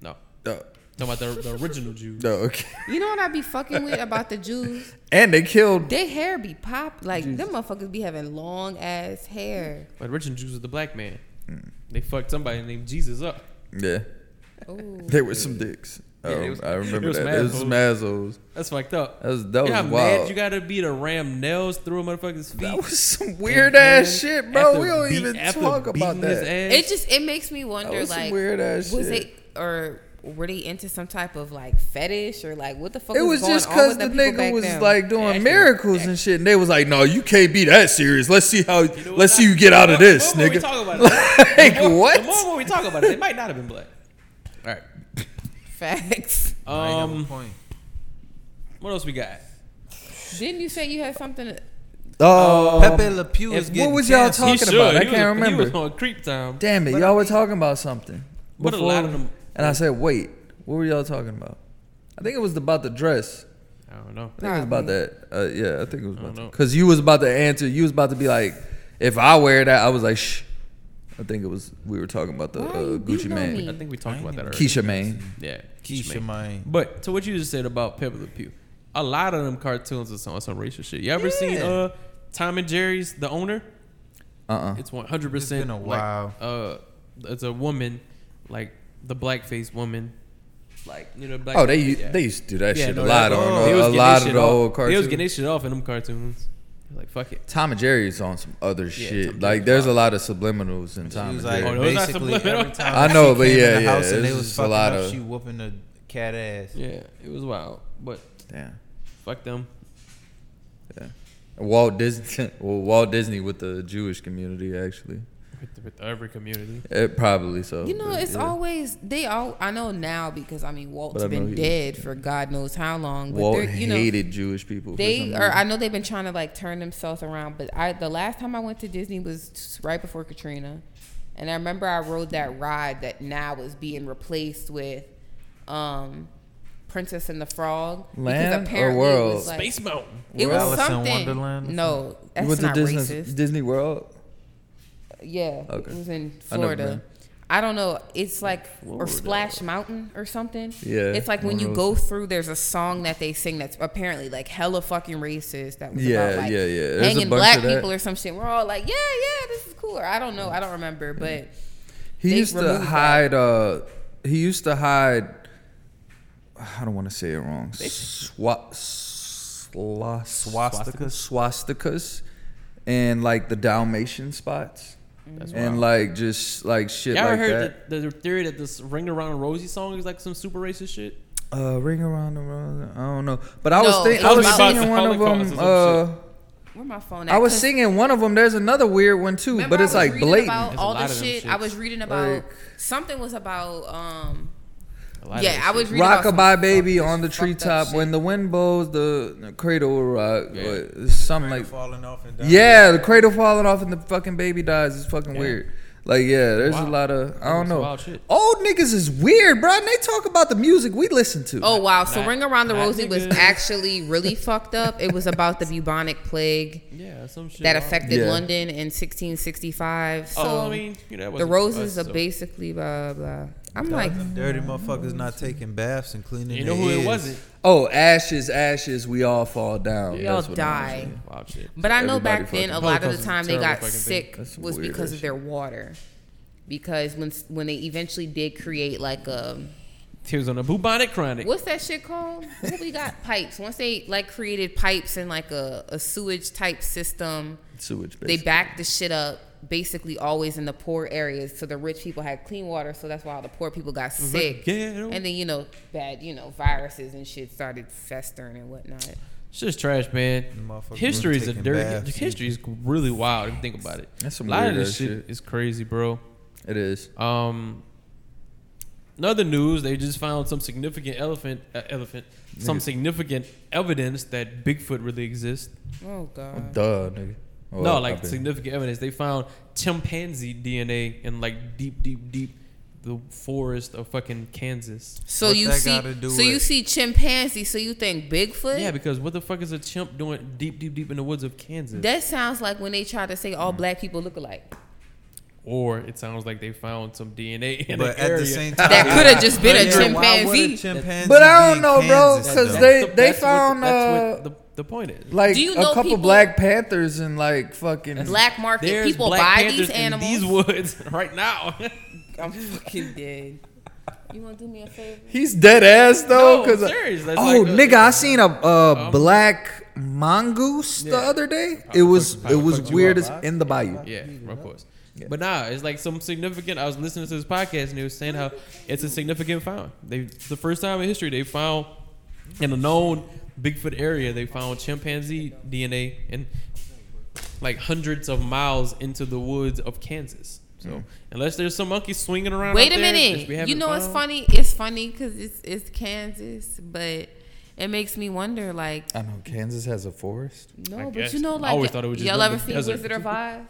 Speaker 1: No,
Speaker 2: Uh,
Speaker 1: Talking about the, the original Jews.
Speaker 2: No, okay.
Speaker 4: You know what I be fucking with about the Jews?
Speaker 2: And they killed.
Speaker 4: Their hair be pop like them motherfuckers be having long ass <laughs> hair.
Speaker 1: But original Jews was the black man.
Speaker 2: Mm.
Speaker 1: They fucked somebody named Jesus up.
Speaker 2: Yeah,
Speaker 4: Ooh.
Speaker 2: there were some dicks.
Speaker 1: Yeah, it
Speaker 2: Um,
Speaker 1: was-
Speaker 2: I remember
Speaker 1: it was
Speaker 2: that. It was some assholes.
Speaker 1: That's fucked up.
Speaker 2: That was that
Speaker 1: you know
Speaker 2: was
Speaker 1: how
Speaker 2: wild.
Speaker 1: mad you gotta be to ram nails through a motherfucker's feet.
Speaker 2: that was some weird ass
Speaker 1: And
Speaker 2: shit, bro.
Speaker 1: after
Speaker 2: We don't
Speaker 1: beat-
Speaker 2: even
Speaker 1: after
Speaker 2: talk about
Speaker 1: beating his
Speaker 2: that.
Speaker 1: ass.
Speaker 4: It just it makes me wonder
Speaker 2: was Oh, some
Speaker 4: like
Speaker 2: weird-ass
Speaker 4: was
Speaker 2: shit.
Speaker 4: they or were they into some type of like fetish or like what the fuck?
Speaker 2: It was
Speaker 4: going
Speaker 2: just
Speaker 4: on
Speaker 2: because
Speaker 4: with
Speaker 2: the
Speaker 4: them people
Speaker 2: nigga
Speaker 4: back
Speaker 2: was
Speaker 4: then?
Speaker 2: like doing
Speaker 1: Actually,
Speaker 2: miracles and shit, and they was like, "No, you can't be that serious. Let's see how.
Speaker 1: You know what
Speaker 2: let's see
Speaker 1: I-
Speaker 2: you get out of
Speaker 1: the
Speaker 2: this,
Speaker 1: more We
Speaker 2: nigga."
Speaker 1: talk about it,
Speaker 2: <laughs> Like,
Speaker 1: the more,
Speaker 2: what?
Speaker 1: The more when we talk about it, it might not have been black. All right.
Speaker 4: <laughs> facts.
Speaker 5: I ain't have a
Speaker 1: Um,
Speaker 5: point.
Speaker 1: what else we got?
Speaker 4: Didn't you say you had something?
Speaker 2: Oh,
Speaker 5: Pepe Le Pew
Speaker 1: if-
Speaker 5: is
Speaker 1: what
Speaker 5: getting
Speaker 2: was y'all
Speaker 5: canceled.
Speaker 2: Talking about it, I
Speaker 1: He was-
Speaker 2: can't remember.
Speaker 1: He was on Creep Town.
Speaker 2: damn it! Y'all were talking about something.
Speaker 1: What a lot of them-
Speaker 2: And I said, "Wait, what were y'all talking about?" I think it was about the dress.
Speaker 1: I don't know.
Speaker 2: I think it was about that. Uh, yeah, I think it was
Speaker 1: don't
Speaker 2: about
Speaker 1: know.
Speaker 2: that. Because you was about to answer. You was about to be like, "If I wear that," I was like, "Shh." I think it was we were talking about the
Speaker 4: Why
Speaker 2: uh,
Speaker 4: you
Speaker 2: Gucci
Speaker 4: beating on
Speaker 2: man,
Speaker 4: me?
Speaker 1: I think we talked about that already.
Speaker 2: Keisha man.
Speaker 1: Yeah.
Speaker 5: Keisha Mane.
Speaker 1: But to what you just said about Pepe Le Pew, a lot of them cartoons is on some racial shit. You ever seen uh Tom and Jerry's The Owner?
Speaker 2: Uh uh
Speaker 1: It's one hundred
Speaker 5: It's been
Speaker 1: percent.
Speaker 5: a while.
Speaker 1: uh, it's a woman, like the blackface woman, like you know. Black
Speaker 2: Oh, they
Speaker 1: yeah.
Speaker 2: they used to do that
Speaker 1: Yeah,
Speaker 2: shit a
Speaker 1: no,
Speaker 2: lot
Speaker 1: that-
Speaker 2: on
Speaker 1: they
Speaker 2: uh,
Speaker 1: was
Speaker 2: a
Speaker 1: getting
Speaker 2: lot
Speaker 1: that
Speaker 2: of
Speaker 1: shit
Speaker 2: the
Speaker 1: off.
Speaker 2: old
Speaker 1: They was
Speaker 2: cartoons.
Speaker 1: getting their shit off in them cartoons. They're Like fuck it.
Speaker 2: Tom and Jerry's on some other
Speaker 1: Yeah, Tom
Speaker 2: shit.
Speaker 1: and
Speaker 2: Like
Speaker 1: Jerry's
Speaker 2: there's a lot of subliminals in Tom
Speaker 5: She
Speaker 2: and
Speaker 5: was like,
Speaker 1: Oh,
Speaker 2: Jerry.
Speaker 1: those are
Speaker 5: basically
Speaker 1: subliminal.
Speaker 5: every time
Speaker 2: I know,
Speaker 5: she
Speaker 2: but
Speaker 5: came in
Speaker 2: yeah,
Speaker 5: the
Speaker 2: yeah,
Speaker 5: house and
Speaker 2: it's
Speaker 5: they was
Speaker 2: just a
Speaker 5: fucking
Speaker 2: lot
Speaker 5: up,
Speaker 2: of-
Speaker 5: she whooping the cat ass.
Speaker 1: Yeah, it was wild, but
Speaker 2: Yeah.
Speaker 1: fuck them.
Speaker 2: Walt Disney, well, Walt Disney with the Jewish community actually.
Speaker 1: With, with every community,
Speaker 2: It probably so.
Speaker 4: You know,
Speaker 2: Oh, but
Speaker 4: it's
Speaker 2: yeah.
Speaker 4: always they all. I know now because I mean Walt's
Speaker 2: But I know
Speaker 4: been
Speaker 2: he-
Speaker 4: dead for God knows how long. But
Speaker 2: Walt
Speaker 4: they're you know
Speaker 2: hated Jewish people. for
Speaker 4: they
Speaker 2: some
Speaker 4: are. I
Speaker 2: reason.
Speaker 4: know they've been trying to like turn themselves around. But I the last time I went to Disney was just right before Katrina, and I remember I rode that ride that now is being replaced with. um Princess and the Frog. because
Speaker 2: Land or
Speaker 4: apparently it
Speaker 2: world?
Speaker 4: was, like-
Speaker 1: Space Mountain.
Speaker 4: It was
Speaker 5: Alice in
Speaker 4: something.
Speaker 5: Wonderland or
Speaker 4: No,
Speaker 2: You
Speaker 4: that's
Speaker 2: went to
Speaker 4: not
Speaker 2: Disney
Speaker 4: racist.
Speaker 2: Disney World.
Speaker 4: Yeah,
Speaker 2: Okay.
Speaker 4: it was in
Speaker 2: I never been.
Speaker 4: Florida. I don't know. It's like or
Speaker 2: Florida.
Speaker 4: Splash Mountain or something.
Speaker 2: Yeah,
Speaker 4: It's like when
Speaker 2: one of
Speaker 4: you go through. There's a song that they sing that's apparently like hella fucking racist. That was
Speaker 2: Yeah,
Speaker 4: about like
Speaker 2: yeah, yeah. There's a
Speaker 4: hanging
Speaker 2: bunch
Speaker 4: black
Speaker 2: of that.
Speaker 4: people or some shit. We're all like, yeah, yeah, this is cool. Or I don't know. I don't remember, but
Speaker 2: He
Speaker 4: They
Speaker 2: used to
Speaker 4: removed that.
Speaker 2: hide. Uh, he used to hide. I don't want to say it wrong. Swa- sla-
Speaker 5: Swastikas?
Speaker 2: swastikas, and like the Dalmatian spots, and like just like shit
Speaker 1: Y'all ever
Speaker 2: like
Speaker 1: heard
Speaker 2: that.
Speaker 1: the, the theory that this "Ring Around Rosie" song is like some super racist shit?
Speaker 2: uh, ring around the rosy. I don't know, but I
Speaker 4: No,
Speaker 2: was think,
Speaker 4: it
Speaker 2: I
Speaker 4: was
Speaker 2: was
Speaker 4: about
Speaker 2: singing
Speaker 1: the
Speaker 2: one of
Speaker 1: Holocaust
Speaker 2: them.
Speaker 1: or some
Speaker 2: Uh,
Speaker 4: where my phone? At?
Speaker 2: I was
Speaker 4: 'Cause
Speaker 2: singing one of them. There's another weird one too,
Speaker 4: remember
Speaker 2: but
Speaker 4: I
Speaker 2: it's
Speaker 4: was
Speaker 2: like
Speaker 4: reading
Speaker 2: blatant.
Speaker 4: About
Speaker 1: There's a
Speaker 4: all the
Speaker 1: lot of them
Speaker 4: shit. I
Speaker 1: shits.
Speaker 4: was reading about
Speaker 2: Like-
Speaker 4: something was about um.
Speaker 1: A lot of
Speaker 4: Yeah,
Speaker 1: that
Speaker 4: I was
Speaker 1: shit.
Speaker 4: reading about some
Speaker 2: Rockabye baby
Speaker 4: fucked-
Speaker 2: on the
Speaker 4: fucked up
Speaker 2: treetop.
Speaker 4: shit.
Speaker 2: When the wind blows, the cradle will rock.
Speaker 1: Yeah.
Speaker 2: or something like
Speaker 5: falling off and dying.
Speaker 2: yeah, the cradle falling off and the fucking baby dies is fucking weird. Like yeah, there's
Speaker 1: Wow.
Speaker 2: a lot of I don't
Speaker 1: That's
Speaker 2: know.
Speaker 1: wild shit.
Speaker 2: Old niggas is weird, bro. And they talk about the music we listen to.
Speaker 4: Oh wow! So
Speaker 1: Not-
Speaker 4: Ring Around the
Speaker 1: not
Speaker 4: Rosie
Speaker 1: <laughs>
Speaker 4: was
Speaker 1: niggas.
Speaker 4: actually really fucked up. It was about the bubonic
Speaker 1: <laughs>
Speaker 4: plague
Speaker 1: Yeah, some shit.
Speaker 4: that
Speaker 1: wild.
Speaker 4: affected
Speaker 2: Yeah.
Speaker 4: London in 1665. So
Speaker 1: Oh, I mean, you know, that
Speaker 4: the
Speaker 1: wasn't
Speaker 4: roses
Speaker 1: us,
Speaker 4: are
Speaker 1: so.
Speaker 4: basically blah blah. I'm like,
Speaker 5: Them dirty motherfuckers not taking baths and cleaning.
Speaker 1: You know
Speaker 5: their
Speaker 1: who it
Speaker 5: ears.
Speaker 1: wasn't?
Speaker 2: Oh, ashes, ashes, we all fall down.
Speaker 4: We all
Speaker 2: That's what I'm saying.
Speaker 4: die.
Speaker 1: Wild shit.
Speaker 4: but I know
Speaker 2: Everybody
Speaker 4: back then a
Speaker 2: fucking-
Speaker 4: lot of
Speaker 1: Holocaust
Speaker 4: the
Speaker 1: is
Speaker 4: time
Speaker 1: a
Speaker 4: they
Speaker 1: terrible
Speaker 4: got
Speaker 1: fucking thing.
Speaker 4: sick
Speaker 2: That's some
Speaker 4: was
Speaker 2: weird eh?
Speaker 4: because
Speaker 2: ass
Speaker 4: of their water, because when when they eventually did create like a
Speaker 1: Tears on a bubonic chronic.
Speaker 4: what's that shit called? what we got pipes. Once they like created pipes and like a, a sewage type system.
Speaker 2: Sewage.
Speaker 4: they
Speaker 2: Basically.
Speaker 4: backed the shit up basically always in the poor areas so the rich people had clean water so that's why all the poor people got sick
Speaker 1: Ghetto.
Speaker 4: and then you know bad you know viruses and shit started festering and whatnot
Speaker 1: It's just trash, man.
Speaker 5: Motherfuckers
Speaker 1: History is a
Speaker 5: taking
Speaker 1: dirty.
Speaker 5: baths.
Speaker 1: History is really wild. If you think about it,
Speaker 2: That's some
Speaker 1: a lot of
Speaker 2: weird
Speaker 1: this
Speaker 2: ass
Speaker 1: shit,
Speaker 2: shit.
Speaker 1: is crazy, bro.
Speaker 2: It is.
Speaker 1: Um, in other news: They just found some significant elephant, uh, elephant, some significant evidence that Bigfoot really exists.
Speaker 4: oh god
Speaker 2: Duh, nigga. Well,
Speaker 1: no,
Speaker 2: I've
Speaker 1: like
Speaker 2: been-
Speaker 1: significant evidence. They found chimpanzee DNA in like deep, deep, deep the forest of fucking Kansas.
Speaker 4: so
Speaker 5: What
Speaker 4: you
Speaker 5: that
Speaker 4: see
Speaker 5: gotta do
Speaker 4: so
Speaker 5: with-
Speaker 4: you see chimpanzee so you think bigfoot
Speaker 1: Yeah, because what the fuck is a chimp doing deep, deep, deep in the woods of Kansas?
Speaker 4: that sounds like when they try to say all black people look alike
Speaker 1: or it sounds like they found some DNA in
Speaker 5: but
Speaker 1: an
Speaker 5: at
Speaker 1: area.
Speaker 5: the same time,
Speaker 4: That could have just been a
Speaker 1: Yeah,
Speaker 5: why would a
Speaker 4: chimpanzee.
Speaker 5: chimpanzee
Speaker 2: But I
Speaker 5: be
Speaker 2: don't know,
Speaker 5: in
Speaker 2: bro,
Speaker 5: Kansas,
Speaker 2: because
Speaker 5: though?
Speaker 2: they
Speaker 1: the-
Speaker 2: they
Speaker 1: that's what-
Speaker 2: found
Speaker 1: that's
Speaker 2: uh,
Speaker 1: what the, the point is.
Speaker 2: like
Speaker 4: Do you
Speaker 2: a
Speaker 4: know
Speaker 2: couple
Speaker 4: people-
Speaker 2: Black Panthers and like fucking
Speaker 4: Black market
Speaker 1: There's
Speaker 4: people
Speaker 1: Black
Speaker 4: buy
Speaker 1: Panthers
Speaker 4: these
Speaker 1: in
Speaker 4: animals.
Speaker 1: these <laughs> woods right now. <laughs>
Speaker 4: I'm fucking dead. You want to do me a favor?
Speaker 2: He's dead ass though.
Speaker 1: No,
Speaker 2: Cause
Speaker 1: I'm serious. That's
Speaker 2: oh,
Speaker 1: like a-
Speaker 2: nigga, I seen a, a
Speaker 1: Um,
Speaker 2: black mongoose the
Speaker 1: yeah.
Speaker 2: other day.
Speaker 1: How
Speaker 2: It
Speaker 1: the
Speaker 2: was
Speaker 1: fuck
Speaker 2: it
Speaker 1: you- how the
Speaker 2: was
Speaker 1: fuck you
Speaker 2: weird
Speaker 5: are
Speaker 2: as
Speaker 5: black?
Speaker 2: in the bayou.
Speaker 1: Yeah, of course. But nah, it's like some significant. I was listening to this podcast and they were saying how it's a significant found. They the first time in history they found in a known Bigfoot area they found chimpanzee DNA and like hundreds of miles into the woods of Kansas. So
Speaker 4: Hmm.
Speaker 1: unless there's some monkey swinging around,
Speaker 4: Wait
Speaker 1: out
Speaker 4: a
Speaker 1: there that we
Speaker 4: minute. You
Speaker 1: haven't
Speaker 4: know it's
Speaker 1: found-
Speaker 4: funny. It's funny because it's it's Kansas, but it makes me wonder. Like
Speaker 2: I know Kansas has a forest.
Speaker 1: I
Speaker 4: no, but
Speaker 1: guess.
Speaker 4: you know,
Speaker 1: I
Speaker 4: like
Speaker 1: always thought it was just
Speaker 4: y'all
Speaker 1: gonna
Speaker 4: ever
Speaker 1: be
Speaker 4: seen
Speaker 1: desert.
Speaker 4: Wizard
Speaker 1: <laughs>
Speaker 4: of Oz?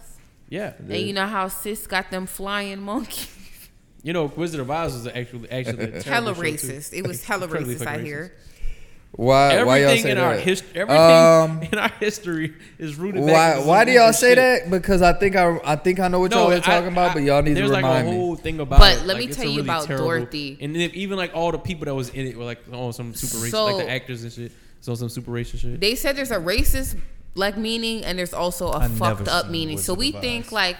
Speaker 1: Yeah,
Speaker 4: And you know how Sis got them flying monkeys.
Speaker 1: you know Wizard of Oz was actually actually
Speaker 4: <laughs>
Speaker 1: a terrible
Speaker 4: Hella
Speaker 1: show, too.
Speaker 4: racist.
Speaker 1: <laughs>
Speaker 4: It was hella
Speaker 1: Incredibly
Speaker 4: racist. I
Speaker 1: fucking
Speaker 4: hear.
Speaker 2: Why Uh, why y'all
Speaker 1: Everything
Speaker 2: say
Speaker 1: in our
Speaker 2: that?
Speaker 1: history, everything <laughs>
Speaker 2: Um,
Speaker 1: in our history is rooted. back
Speaker 2: why
Speaker 1: into
Speaker 2: why
Speaker 1: some
Speaker 2: do y'all
Speaker 1: weird
Speaker 2: say
Speaker 1: shit.
Speaker 2: that? Because I think I I think I know what y'all
Speaker 1: I-
Speaker 2: are talking about,
Speaker 1: I-
Speaker 2: but y'all need to
Speaker 1: there's
Speaker 2: remind
Speaker 1: like a
Speaker 2: me.
Speaker 1: whole thing about.
Speaker 4: But
Speaker 1: it,
Speaker 4: let me
Speaker 1: like, it's
Speaker 4: tell
Speaker 1: a
Speaker 4: you
Speaker 1: really
Speaker 4: about
Speaker 1: terrible-
Speaker 4: Dorothy.
Speaker 1: and then even like all the people that was in it were like on some super racist, like
Speaker 4: So-
Speaker 1: the actors and shit. So some super racist shit.
Speaker 4: They said there's a racist like meaning and there's also a
Speaker 5: I never
Speaker 4: fucked up
Speaker 5: seen
Speaker 4: meaning. So
Speaker 5: Wizard
Speaker 4: we
Speaker 5: of
Speaker 4: think
Speaker 2: <laughs>
Speaker 5: Oz.
Speaker 4: like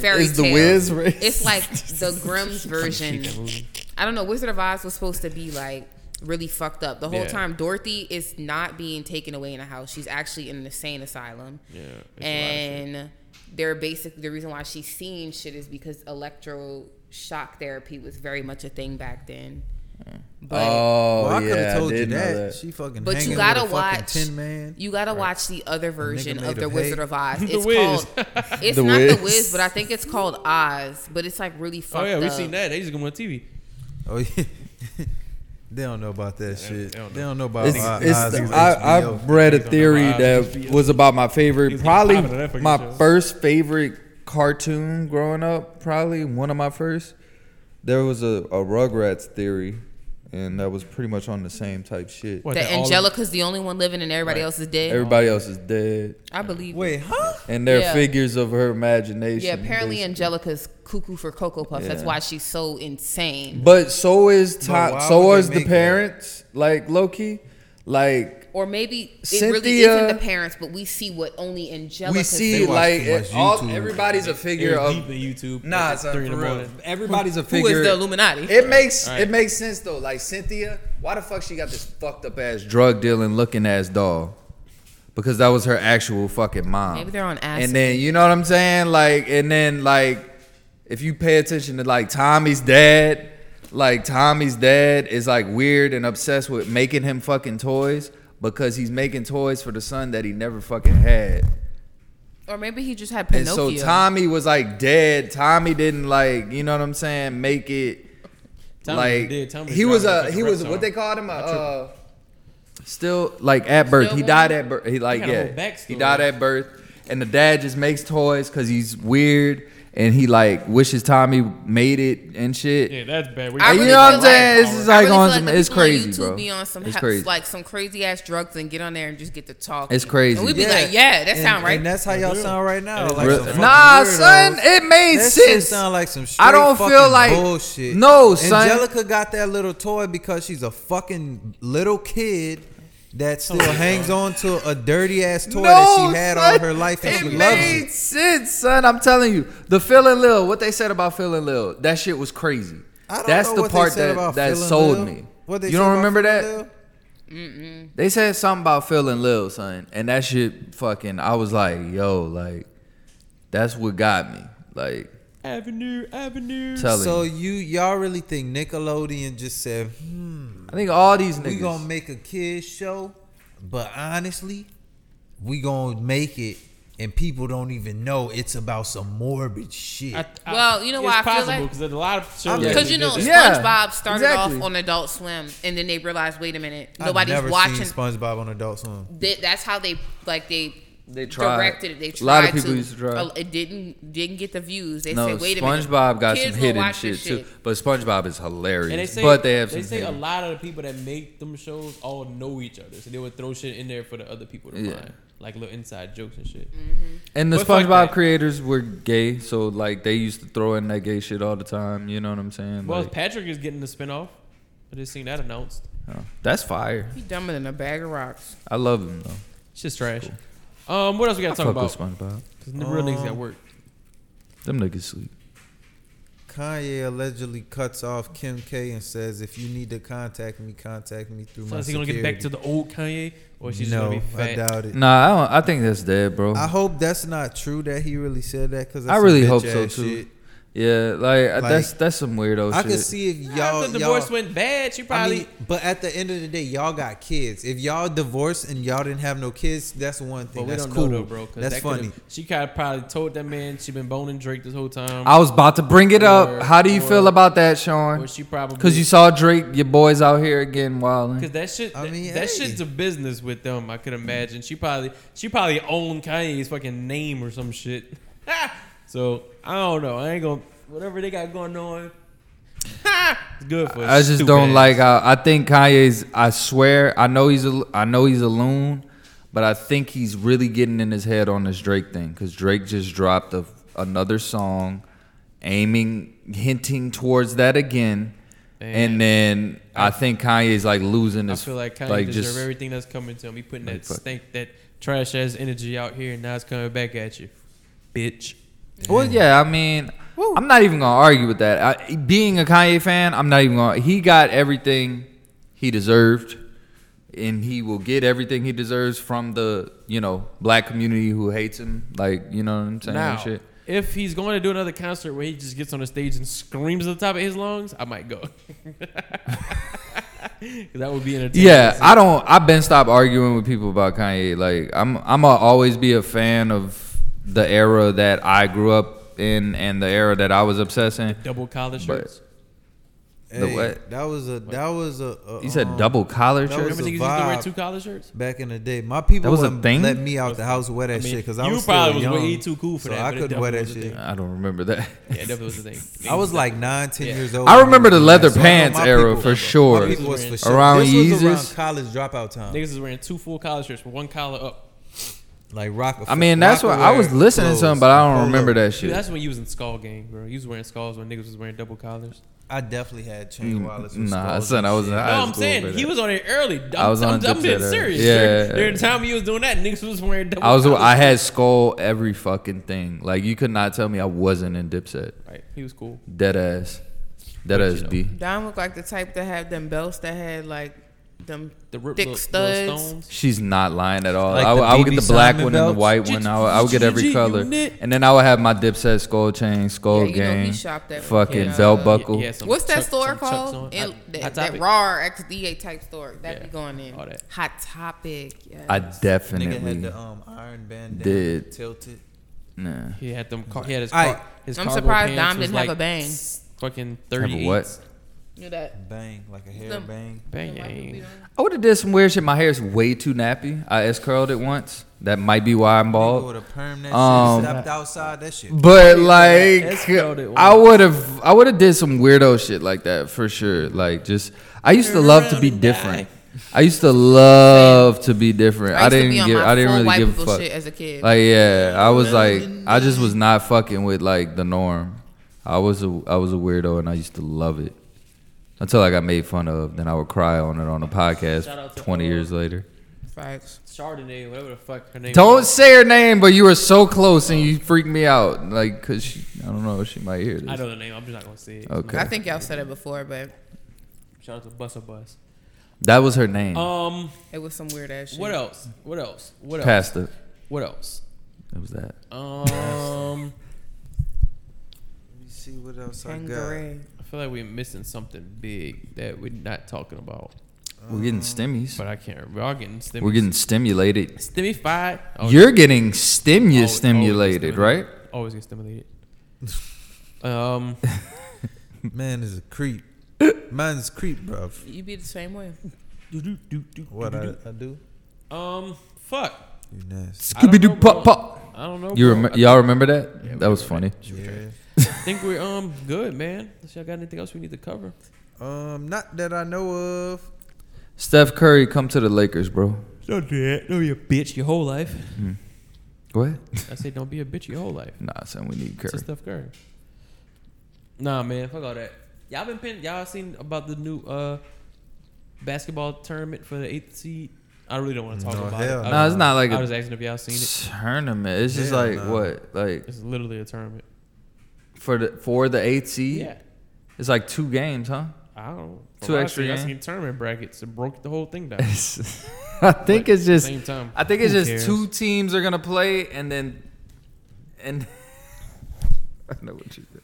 Speaker 4: fairy
Speaker 2: Is The
Speaker 4: tale.
Speaker 2: Wiz racist?
Speaker 4: It's like the
Speaker 1: <laughs>
Speaker 4: Grimm's version. I don't know. Wizard of Oz was supposed to be like really fucked up the whole
Speaker 1: Yeah.
Speaker 4: time. Dorothy is not being taken away in a house. She's actually in an insane asylum.
Speaker 1: Yeah, it's a lot of
Speaker 4: and they're basically the reason why she's seeing shit is because electroshock therapy was very much a thing back then. But
Speaker 2: Mm. Oh
Speaker 5: Well, I could
Speaker 2: yeah,
Speaker 5: have told
Speaker 2: I
Speaker 5: you
Speaker 2: did know
Speaker 5: that.
Speaker 2: that.
Speaker 5: She fucking.
Speaker 4: But
Speaker 5: hanging
Speaker 4: you gotta
Speaker 5: with a fucking
Speaker 4: watch.
Speaker 5: Tin Man.
Speaker 4: You gotta watch the other version
Speaker 5: made
Speaker 4: of
Speaker 5: a
Speaker 4: the
Speaker 5: pay.
Speaker 4: Wizard of Oz. It's
Speaker 1: Wiz.
Speaker 4: called. <laughs> It's
Speaker 2: The
Speaker 4: not
Speaker 2: Wiz.
Speaker 4: the Wiz, but I think it's called Oz. But it's like really fucked
Speaker 1: Oh
Speaker 4: up.
Speaker 1: yeah, we seen that. They just going on TV.
Speaker 5: Oh yeah. <laughs> They don't know about that shit.
Speaker 1: they don't
Speaker 5: They don't know about
Speaker 2: It's,
Speaker 5: Oz- Oz
Speaker 2: it's
Speaker 5: on
Speaker 2: I,
Speaker 5: HBO.
Speaker 2: I've read a theory
Speaker 1: He's on the Oz
Speaker 2: that
Speaker 1: HBO.
Speaker 2: was about my favorite,
Speaker 1: He's
Speaker 2: probably
Speaker 1: popping on that fucking
Speaker 2: my
Speaker 1: show.
Speaker 2: first favorite cartoon growing up. Probably one of my first. There was a, a Rugrats theory, and that was pretty much on the same type shit.
Speaker 1: What,
Speaker 4: That
Speaker 1: all of-
Speaker 4: Angelica's the only one living and everybody
Speaker 1: Right.
Speaker 4: else is dead.
Speaker 2: Everybody else is dead,
Speaker 4: I believe. it.
Speaker 5: Wait, huh?
Speaker 2: and they're
Speaker 4: Yeah.
Speaker 2: figures of her imagination.
Speaker 4: Yeah, apparently
Speaker 2: basically.
Speaker 4: Angelica's cuckoo for cocoa puffs. That's
Speaker 2: Yeah.
Speaker 4: why she's so insane.
Speaker 2: But so is
Speaker 5: But
Speaker 2: Tom,
Speaker 5: why
Speaker 2: so
Speaker 5: would they
Speaker 2: is the
Speaker 5: make that?
Speaker 2: parents. Like Loki, like
Speaker 4: Or maybe it really
Speaker 2: Cynthia-
Speaker 4: isn't the parents, but we see what only Angelica.
Speaker 2: we see
Speaker 5: they watch
Speaker 2: like
Speaker 5: too much
Speaker 2: all,
Speaker 5: YouTube.
Speaker 2: everybody's a
Speaker 1: It
Speaker 2: figure
Speaker 1: was
Speaker 2: of
Speaker 1: deep in YouTube.
Speaker 2: Nah,
Speaker 1: at
Speaker 2: son,
Speaker 1: three in
Speaker 2: for
Speaker 1: the
Speaker 2: real.
Speaker 1: morning.
Speaker 2: Everybody's a
Speaker 4: who
Speaker 2: figure.
Speaker 4: is the Illuminati.
Speaker 2: It makes
Speaker 1: All right.
Speaker 2: it makes sense though. Like Cynthia, why the fuck she got this fucked up ass drug dealing looking ass doll? Because that was her actual fucking mom.
Speaker 4: Maybe they're on acid.
Speaker 2: And then you know what I'm saying? Like and then like if you pay attention to like Tommy's dad, like Tommy's dad is like weird and obsessed with making him fucking toys because he's making toys for the son that he never fucking had.
Speaker 4: or maybe he just had
Speaker 2: And
Speaker 4: Pinocchio.
Speaker 2: so Tommy was like dead. Tommy didn't like, you know what I'm saying, make it
Speaker 1: Tommy
Speaker 2: like
Speaker 1: did. Tommy
Speaker 2: he was
Speaker 1: dropped
Speaker 2: a
Speaker 1: like
Speaker 2: he
Speaker 1: rap
Speaker 2: was
Speaker 1: song.
Speaker 2: what they called him a uh, still like at birth. He
Speaker 4: Stillborn?
Speaker 2: died at birth. He like
Speaker 1: He had a
Speaker 2: yeah.
Speaker 1: whole
Speaker 2: He
Speaker 1: backstory.
Speaker 2: died at birth and the dad just makes toys cuz he's weird and he like wishes Tommy made it and shit.
Speaker 1: Yeah, that's bad. We
Speaker 4: I
Speaker 2: And
Speaker 1: got-
Speaker 2: you
Speaker 4: really
Speaker 2: know what
Speaker 4: feel
Speaker 2: I'm saying?
Speaker 4: like-
Speaker 2: It's just
Speaker 4: I
Speaker 2: like
Speaker 4: really
Speaker 2: on
Speaker 4: feel
Speaker 2: some,
Speaker 4: the
Speaker 2: it's
Speaker 4: people on
Speaker 2: crazy,
Speaker 4: YouTube
Speaker 2: bro.
Speaker 4: Be on some
Speaker 2: it's
Speaker 4: ha-
Speaker 2: crazy.
Speaker 4: like some crazy ass drugs and get on there and just get to talk.
Speaker 2: It's crazy.
Speaker 4: And we be like, yeah, that
Speaker 5: and,
Speaker 4: sound right.
Speaker 5: And that's how y'all sound right now.
Speaker 1: And
Speaker 5: Like
Speaker 1: it's
Speaker 5: some
Speaker 1: real-
Speaker 5: fucking
Speaker 2: nah,
Speaker 5: weirdos.
Speaker 2: son, it made
Speaker 5: That shit
Speaker 2: sense.
Speaker 5: sound like some straight
Speaker 2: I don't feel
Speaker 5: fucking
Speaker 2: like-
Speaker 5: bullshit.
Speaker 2: No, son.
Speaker 5: Angelica got that little toy because she's a fucking little kid that still hangs on to a dirty ass toy that she had all
Speaker 2: son.
Speaker 5: her life and
Speaker 2: it
Speaker 5: she loves
Speaker 2: made
Speaker 5: it.
Speaker 2: sense, son. I'm telling you, the feeling Lil, what they said about feeling Lil, that shit was crazy.
Speaker 5: I don't
Speaker 2: That's
Speaker 5: know
Speaker 2: the
Speaker 5: what they
Speaker 2: part
Speaker 5: said
Speaker 2: that
Speaker 5: about
Speaker 2: that
Speaker 5: Phil and
Speaker 2: sold
Speaker 5: Lil.
Speaker 2: me.
Speaker 5: What they
Speaker 2: you
Speaker 5: said
Speaker 2: don't
Speaker 5: about
Speaker 2: remember
Speaker 5: Phil and
Speaker 2: that?
Speaker 5: Lil?
Speaker 2: They said something about Phil and Lil, son, and that shit fucking. I was like, yo, like, that's what got me. Like,
Speaker 1: Avenue, Avenue.
Speaker 2: telling.
Speaker 5: So
Speaker 2: you.
Speaker 5: you y'all really think Nickelodeon just said hmm.
Speaker 2: I think all these
Speaker 5: we gonna
Speaker 2: niggas.
Speaker 5: make a kids show, but honestly, we gonna make it, and people don't even know it's about some morbid shit.
Speaker 1: I- I-
Speaker 4: Well, you know
Speaker 1: it's
Speaker 4: why I feel
Speaker 1: possible
Speaker 4: like-
Speaker 1: because there's a lot of
Speaker 5: I
Speaker 1: shows.
Speaker 5: mean-
Speaker 1: that
Speaker 4: Because you
Speaker 1: did
Speaker 4: know,
Speaker 1: that.
Speaker 2: Yeah,
Speaker 4: SpongeBob started
Speaker 2: exactly.
Speaker 4: off on Adult Swim, and then they realized, wait a minute,
Speaker 5: I've
Speaker 4: nobody's
Speaker 5: never
Speaker 4: watching.
Speaker 5: seen SpongeBob on Adult Swim.
Speaker 4: Th- that's how they like they
Speaker 2: They tried.
Speaker 4: directed. They tried
Speaker 2: A lot of people
Speaker 4: to.
Speaker 2: used to try.
Speaker 4: Uh, It didn't didn't get the views. They
Speaker 2: no,
Speaker 4: said, "Wait a minute."
Speaker 2: SpongeBob got
Speaker 4: kids
Speaker 2: some
Speaker 4: will
Speaker 2: hidden
Speaker 4: watch
Speaker 2: shit,
Speaker 4: this
Speaker 2: too. But SpongeBob is hilarious.
Speaker 1: And they say,
Speaker 2: but they have some.
Speaker 1: say a
Speaker 2: hidden-
Speaker 1: lot of the people that make them shows all know each other, so they would throw shit in there for the other people to
Speaker 2: Yeah.
Speaker 1: find, like little inside jokes and shit.
Speaker 5: Mm-hmm.
Speaker 2: And the
Speaker 1: But fuck
Speaker 2: SpongeBob
Speaker 1: that.
Speaker 2: creators were gay, so like they used to throw in that gay shit all the time. You know what I'm saying?
Speaker 1: Well,
Speaker 2: Like,
Speaker 1: Patrick is getting the spinoff. I just seen that announced.
Speaker 2: oh, that's fire.
Speaker 4: He dumber than a bag of rocks.
Speaker 2: I love him though.
Speaker 1: It's just trash. Um, what else we got to
Speaker 2: Fuck
Speaker 1: talk about?
Speaker 2: with SpongeBob.
Speaker 1: Because the real niggas got
Speaker 5: Um,
Speaker 1: work.
Speaker 2: Them niggas sleep.
Speaker 5: Kanye allegedly cuts off Kim K and says, "If you need to contact me, contact me through
Speaker 1: So
Speaker 5: my
Speaker 1: is he gonna get back to
Speaker 5: security."
Speaker 1: the old Kanye, or she's
Speaker 5: no,
Speaker 1: gonna be fat?
Speaker 5: I doubt it.
Speaker 2: Nah, I, don't, I think that's dead, bro.
Speaker 5: I hope that's not true that he really said that because
Speaker 2: I really hope so too. Yeah, like, uh, that's that's some weirdo
Speaker 5: I
Speaker 2: shit.
Speaker 5: could see if y'all,
Speaker 1: After the divorce
Speaker 5: y'all
Speaker 1: went bad, she
Speaker 5: I
Speaker 1: probably.
Speaker 5: mean, but at the end of the day, y'all got kids. If y'all divorced and y'all didn't have no kids, that's one
Speaker 1: but
Speaker 5: thing.
Speaker 1: we
Speaker 5: that's
Speaker 1: don't
Speaker 5: cool,
Speaker 1: know though, bro. 'cause
Speaker 5: That's
Speaker 1: that could've-
Speaker 5: funny.
Speaker 1: She kind of probably told that man she been boning Drake this whole time.
Speaker 2: I was about to bring it
Speaker 1: Or-
Speaker 2: up. How do you
Speaker 1: or-
Speaker 2: feel about that,
Speaker 1: or
Speaker 2: Sean?
Speaker 1: she probably
Speaker 2: Because you saw Drake, your boys out here again wilding.
Speaker 1: Cause that shit,
Speaker 5: I
Speaker 1: that,
Speaker 5: mean,
Speaker 1: that
Speaker 5: hey.
Speaker 1: shit's a business with them. I could imagine. She probably, she probably owned Kanye's fucking name or some shit. <laughs> so I don't know. I ain't gonna whatever they got going on. <laughs> it's good for.
Speaker 2: I just
Speaker 1: stupid
Speaker 2: don't
Speaker 1: ass.
Speaker 2: like. uh, I, I think Kanye's. I swear. I know he's. A, I know he's a loon, but I think he's really getting in his head on this Drake thing because Drake just dropped a, another song, aiming, hinting towards that again,
Speaker 1: Damn.
Speaker 2: and then I, think Kanye's like losing
Speaker 1: I
Speaker 2: his.
Speaker 1: feel like Kanye
Speaker 2: like
Speaker 1: deserve
Speaker 2: just
Speaker 1: everything that's coming to him. He putting
Speaker 2: Like,
Speaker 1: that
Speaker 2: fuck.
Speaker 1: stink, that trash ass energy out here, and now it's coming back at you, bitch.
Speaker 2: Well, yeah, I mean, I'm not even gonna argue with that. I, being a Kanye fan, I'm not even gonna. He got everything he deserved, and he will get everything he deserves from the you know black community who hates him. Like you know what I'm saying? and
Speaker 1: Now,
Speaker 2: shit.
Speaker 1: if he's going to do another concert where he just gets on the stage and screams at the top of his lungs, I might go. <laughs> 'Cause that would be entertaining.
Speaker 2: Yeah, I don't. I've been stopped arguing with people about Kanye. Like I'm, I'm gonna always be a fan of the era that I grew up in and the era that I was obsessing.
Speaker 1: Double collar
Speaker 2: But-
Speaker 1: shirts.
Speaker 5: Hey,
Speaker 2: The what?
Speaker 5: That was a that was a. a
Speaker 2: You said
Speaker 5: um,
Speaker 2: double collar
Speaker 5: that
Speaker 2: shirt.
Speaker 5: was
Speaker 1: Remember
Speaker 5: a
Speaker 1: niggas used to wear
Speaker 5: vibe.
Speaker 1: two collar shirts?
Speaker 5: Back in the day, my people
Speaker 2: That was a
Speaker 5: wouldn't
Speaker 2: thing?
Speaker 5: let me out the house wear that shit because I
Speaker 1: you
Speaker 5: was
Speaker 1: probably
Speaker 5: still
Speaker 1: was
Speaker 5: young,
Speaker 1: way too cool for
Speaker 5: so
Speaker 1: that.
Speaker 5: I
Speaker 1: but it
Speaker 5: couldn't wear that
Speaker 1: definitely was a
Speaker 5: shit.
Speaker 1: thing.
Speaker 2: I don't remember that. <laughs>
Speaker 1: Yeah, it definitely was a thing.
Speaker 5: I was like nine, ten
Speaker 1: Yeah.
Speaker 5: years old.
Speaker 2: I remember the
Speaker 5: when
Speaker 2: leather
Speaker 5: I know
Speaker 2: pants
Speaker 5: my
Speaker 2: era
Speaker 5: people-
Speaker 2: for
Speaker 5: my
Speaker 2: sure.
Speaker 5: people was for sure.
Speaker 2: Around
Speaker 5: this
Speaker 2: Yeezus.
Speaker 5: was around college dropout time.
Speaker 1: Niggas is wearing two full collar shirts with one collar up.
Speaker 5: Like rock.
Speaker 2: I mean, that's what I was listening to something, but I don't remember that
Speaker 1: Dude,
Speaker 2: shit.
Speaker 1: that's when you was in Skull Gang, bro. You was wearing skulls when niggas was wearing double collars.
Speaker 5: I definitely had Chain Wallace. with
Speaker 2: Mm, Nah,
Speaker 5: skulls
Speaker 2: son,
Speaker 5: and
Speaker 2: I was
Speaker 5: shit.
Speaker 2: in high
Speaker 1: No, I'm
Speaker 2: school for
Speaker 1: saying he
Speaker 2: that.
Speaker 1: was on it early. I'm,
Speaker 2: I was
Speaker 1: I'm,
Speaker 2: on
Speaker 1: I'm
Speaker 2: Dipset
Speaker 1: being
Speaker 2: early.
Speaker 1: serious.
Speaker 2: Yeah.
Speaker 1: During, during the time he was doing that, niggas was wearing double
Speaker 2: I was
Speaker 1: collars.
Speaker 2: I had skull every fucking thing. Like you could not tell me I wasn't in Dipset.
Speaker 1: Right, he was cool.
Speaker 2: Dead ass, dead ass B.
Speaker 4: Don looked like the type that had them belts that had like them
Speaker 1: The rip,
Speaker 4: thick
Speaker 1: little,
Speaker 4: studs.
Speaker 1: little stones.
Speaker 2: She's not lying at all.
Speaker 5: Like
Speaker 2: I, would,
Speaker 5: the
Speaker 2: I would get
Speaker 5: BB
Speaker 2: the black
Speaker 5: Simon
Speaker 2: one and
Speaker 5: belt?
Speaker 2: the white one. I would, I would get every
Speaker 1: G- G-
Speaker 2: color,
Speaker 1: unit.
Speaker 2: and then I would have my Dipset skull chain,
Speaker 4: Yeah,
Speaker 2: skull
Speaker 4: you know he
Speaker 2: gang,
Speaker 4: shopped that.
Speaker 2: fucking
Speaker 4: uh,
Speaker 2: belt buckle.
Speaker 1: Yeah, yeah, some
Speaker 4: What's that
Speaker 1: Chuck-
Speaker 4: store
Speaker 1: some Chucks on. Hot-
Speaker 4: called? It-
Speaker 1: Hot
Speaker 4: that, that
Speaker 1: Topic.
Speaker 4: raw XDA type store. That
Speaker 1: Yeah.
Speaker 4: be going in.
Speaker 1: All that.
Speaker 4: Hot topic. Yes.
Speaker 2: I
Speaker 5: Nigga had
Speaker 2: definitely
Speaker 5: the um, iron bandana
Speaker 2: did.
Speaker 5: tilted.
Speaker 2: nah.
Speaker 1: He had them. Car- he had his.
Speaker 5: Aight.
Speaker 1: Car- his
Speaker 4: I'm
Speaker 1: cargo
Speaker 4: surprised
Speaker 1: pants
Speaker 4: Dom
Speaker 1: was
Speaker 4: didn't
Speaker 1: like
Speaker 4: have a bang.
Speaker 1: Fucking
Speaker 2: Have a
Speaker 1: thirty.
Speaker 2: what?
Speaker 4: Knew that.
Speaker 5: Bang, like a hair
Speaker 4: Them-
Speaker 5: bang.
Speaker 1: Bang.
Speaker 4: Them white people be
Speaker 1: bang.
Speaker 4: doing-
Speaker 2: I would have did some weird shit. My hair is way too nappy. I S curled it once. That might be why I'm
Speaker 5: Nigga
Speaker 2: bald.
Speaker 5: with a perm that
Speaker 2: Oh, Um,
Speaker 5: shit stepped outside that
Speaker 4: Mm.
Speaker 5: shit.
Speaker 2: But
Speaker 1: that's
Speaker 2: like,
Speaker 1: about it,
Speaker 2: I would have, I would have did some weirdo shit like that for sure. Like, just I used to
Speaker 1: Turn
Speaker 2: love
Speaker 1: around
Speaker 2: to be
Speaker 1: and
Speaker 2: different. I used to love to be different.
Speaker 4: I
Speaker 2: I
Speaker 4: used to
Speaker 2: didn't
Speaker 4: be on
Speaker 2: give,
Speaker 4: my
Speaker 2: I didn't
Speaker 4: full
Speaker 2: really
Speaker 4: white
Speaker 2: give a
Speaker 4: people
Speaker 2: fuck.
Speaker 4: shit Mm-hmm. as a kid.
Speaker 2: Like, yeah, I was like, I just was not fucking with like the norm. I was a, I was a weirdo, and I used to love it until I got made fun of. Then I would cry on it on a
Speaker 1: Shout out
Speaker 2: podcast
Speaker 1: to
Speaker 2: twenty
Speaker 1: Aurora.
Speaker 2: years later.
Speaker 4: Facts.
Speaker 1: Chardonnay, whatever the fuck her name.
Speaker 2: Don't
Speaker 1: was.
Speaker 2: say her name, but you were so close and you freaked me out. Like, cause she, I don't know, she might hear this.
Speaker 1: I know the name. I'm just not gonna say it.
Speaker 2: Okay,
Speaker 4: I think y'all said it before, but
Speaker 1: Shout out to Busta Bus.
Speaker 2: that was her name.
Speaker 1: Um.
Speaker 4: it was some weird ass shit.
Speaker 1: What else? What else? What else?
Speaker 2: Pasta.
Speaker 1: What else?
Speaker 2: It was that.
Speaker 1: Um.
Speaker 5: Let me see what else I got.
Speaker 4: Tangerine.
Speaker 1: I feel like we're missing something big that we're not talking about,
Speaker 2: We're getting stimmies.
Speaker 1: Oh, but I can't. remember. We're all getting stim-
Speaker 2: We're getting stimulated.
Speaker 1: stimified. Oh,
Speaker 2: You're getting stim
Speaker 1: always-
Speaker 2: you
Speaker 1: always get
Speaker 2: stimulated, right?
Speaker 1: stimulated. Always get stimulated. um.
Speaker 5: Man is a
Speaker 2: <laughs>
Speaker 5: creep. Man's creep, bruv.
Speaker 4: You be the same way.
Speaker 5: What I, I do?
Speaker 1: Um, fuck.
Speaker 5: You nasty.
Speaker 1: I don't
Speaker 2: Scooby Doo
Speaker 1: know, bro.
Speaker 2: pop pop.
Speaker 1: I don't know.
Speaker 2: You
Speaker 1: bro.
Speaker 2: remember?
Speaker 1: I
Speaker 2: Y'all remember that? that was funny.
Speaker 5: Yeah.
Speaker 1: think we're um good, man. Unless y'all got anything else we need to cover.
Speaker 5: Um, not that I know of.
Speaker 2: Steph Curry come to the Lakers, bro.
Speaker 1: Don't do that. Don't be a bitch your whole life.
Speaker 2: What?
Speaker 1: I say don't be a bitch your whole life.
Speaker 2: Nah, son, we need
Speaker 1: It's
Speaker 2: Curry.
Speaker 1: just Steph Curry. Nah, man, fuck all that. Y'all been pin- y'all seen about the new uh basketball tournament for the eighth seed? I really don't want to talk
Speaker 5: No,
Speaker 1: about
Speaker 5: hell
Speaker 1: it. I
Speaker 5: no.
Speaker 2: Nah,
Speaker 1: was-
Speaker 2: it's not like
Speaker 1: uh, I
Speaker 2: a
Speaker 1: was asking if y'all seen it.
Speaker 2: tournament. It's just
Speaker 5: Hell
Speaker 2: like
Speaker 5: nah.
Speaker 2: what, like
Speaker 1: It's literally a tournament.
Speaker 2: for the for the eighth seed.
Speaker 1: Yeah.
Speaker 2: It's like two games, huh? <laughs>
Speaker 1: I don't know. From
Speaker 2: Two
Speaker 1: what I
Speaker 2: extra
Speaker 1: seen, I
Speaker 2: game.
Speaker 1: seen tournament brackets and broke the whole
Speaker 2: <laughs>
Speaker 1: thing down.
Speaker 2: I think
Speaker 1: But
Speaker 2: it's just.
Speaker 1: same time.
Speaker 2: I think it's
Speaker 1: Who
Speaker 2: just
Speaker 1: cares?
Speaker 2: two teams are gonna play, and then, and <laughs> I know what you did.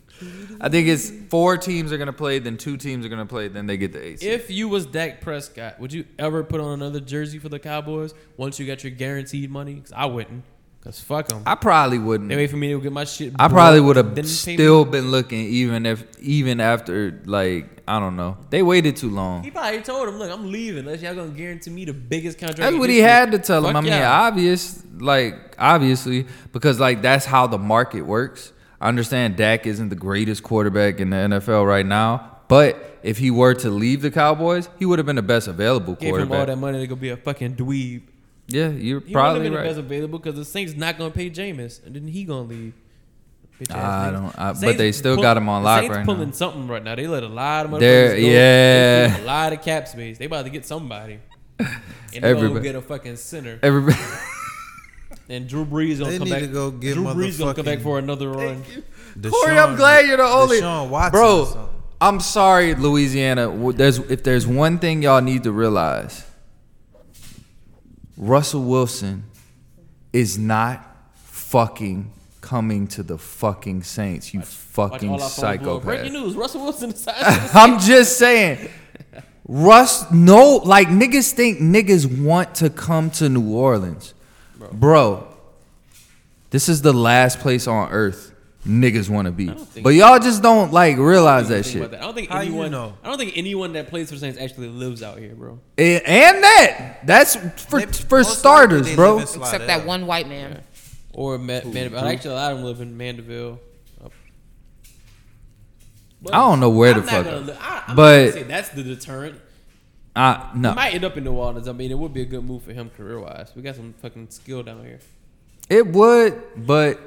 Speaker 2: I think it's four teams are gonna play, then two teams are gonna play, then they get the eight. seed.
Speaker 1: If you was Dak Prescott, would you ever put on another jersey for the Cowboys once you got your guaranteed money? Because I wouldn't. Because fuck them.
Speaker 2: I probably wouldn't.
Speaker 1: They wait for me to get my shit.
Speaker 2: I probably
Speaker 1: broke,
Speaker 2: would
Speaker 1: then pay
Speaker 2: have
Speaker 1: me.
Speaker 2: still been looking, even if even after like I don't know, they waited too long.
Speaker 1: He probably told him, "Look, I'm leaving. Unless y'all gonna guarantee me the biggest contract."
Speaker 2: That's
Speaker 1: in
Speaker 2: what he
Speaker 1: history."
Speaker 2: had to tell him.
Speaker 1: Fuck
Speaker 2: I mean,
Speaker 1: yeah.
Speaker 2: obvious, like obviously, because like that's how the market works. I understand Dak isn't the greatest quarterback in the NFL right now, but if he were to leave the Cowboys, he would have been the best available
Speaker 1: gave him all
Speaker 2: quarterback.
Speaker 1: that money to go be a fucking dweeb.
Speaker 2: Yeah, you're
Speaker 1: He
Speaker 2: probably
Speaker 1: would have been the
Speaker 2: right.
Speaker 1: best available because the Saints not gonna pay Jameis, and then he gonna leave. Bitch ass
Speaker 2: I
Speaker 1: niggas.
Speaker 2: don't- I- but
Speaker 1: Saints
Speaker 2: they still got him on
Speaker 1: the
Speaker 2: lock
Speaker 1: Saints
Speaker 2: right
Speaker 1: pulling
Speaker 2: now.
Speaker 1: something right now. They let a lot of motherfuckers
Speaker 2: They're-
Speaker 1: go.
Speaker 2: yeah.
Speaker 1: They keep a lot of cap space. They about to get somebody. And they gonna
Speaker 2: Everybody-
Speaker 1: get a fucking center.
Speaker 2: Everybody,
Speaker 1: And Drew Brees gonna
Speaker 5: They
Speaker 1: come
Speaker 5: need
Speaker 1: back.
Speaker 5: to go get
Speaker 1: Drew Brees gonna come back
Speaker 5: motherfucking-
Speaker 1: for another run.
Speaker 2: Corey, I'm
Speaker 5: Deshaun-
Speaker 2: glad you're the only
Speaker 5: Deshaun Watson or
Speaker 2: bro.
Speaker 5: something.
Speaker 2: I'm sorry, Louisiana. W- There's if there's one thing y'all need to realize, Russell Wilson is not fucking coming to the fucking Saints. You
Speaker 1: Watch
Speaker 2: fucking
Speaker 1: all our phones blow up. Breaking
Speaker 2: psychopath.
Speaker 1: news: Russell
Speaker 2: <laughs>
Speaker 1: Wilson decides.
Speaker 2: I'm just saying. Russ, no, like niggas think niggas want to come to New Orleans. Bro, this is the last place on earth niggas want to be.
Speaker 1: don't think-
Speaker 2: But y'all just don't like realize that
Speaker 1: Think
Speaker 2: shit.
Speaker 1: about that. I don't think
Speaker 5: How you
Speaker 1: anyone.
Speaker 5: know?
Speaker 1: I don't think anyone that plays for the Saints actually lives out here, bro.
Speaker 2: And- and that, that's for for
Speaker 5: They- most likely
Speaker 2: starters,
Speaker 5: they
Speaker 2: bro.
Speaker 5: live in
Speaker 4: Except
Speaker 5: Slidell.
Speaker 4: that one white man.
Speaker 1: Or Ma- Mandeville. Actually, a lot of them live in Mandeville. Up. But
Speaker 2: I don't know where the
Speaker 1: not
Speaker 2: fuck-
Speaker 1: gonna li- I, I'm
Speaker 2: but-
Speaker 1: not gonna say that's the deterrent.
Speaker 2: Uh,
Speaker 1: He
Speaker 2: no,
Speaker 1: might end up in New Orleans. I mean, it would be a good move for him career wise. We got some fucking skill down here.
Speaker 2: it would, but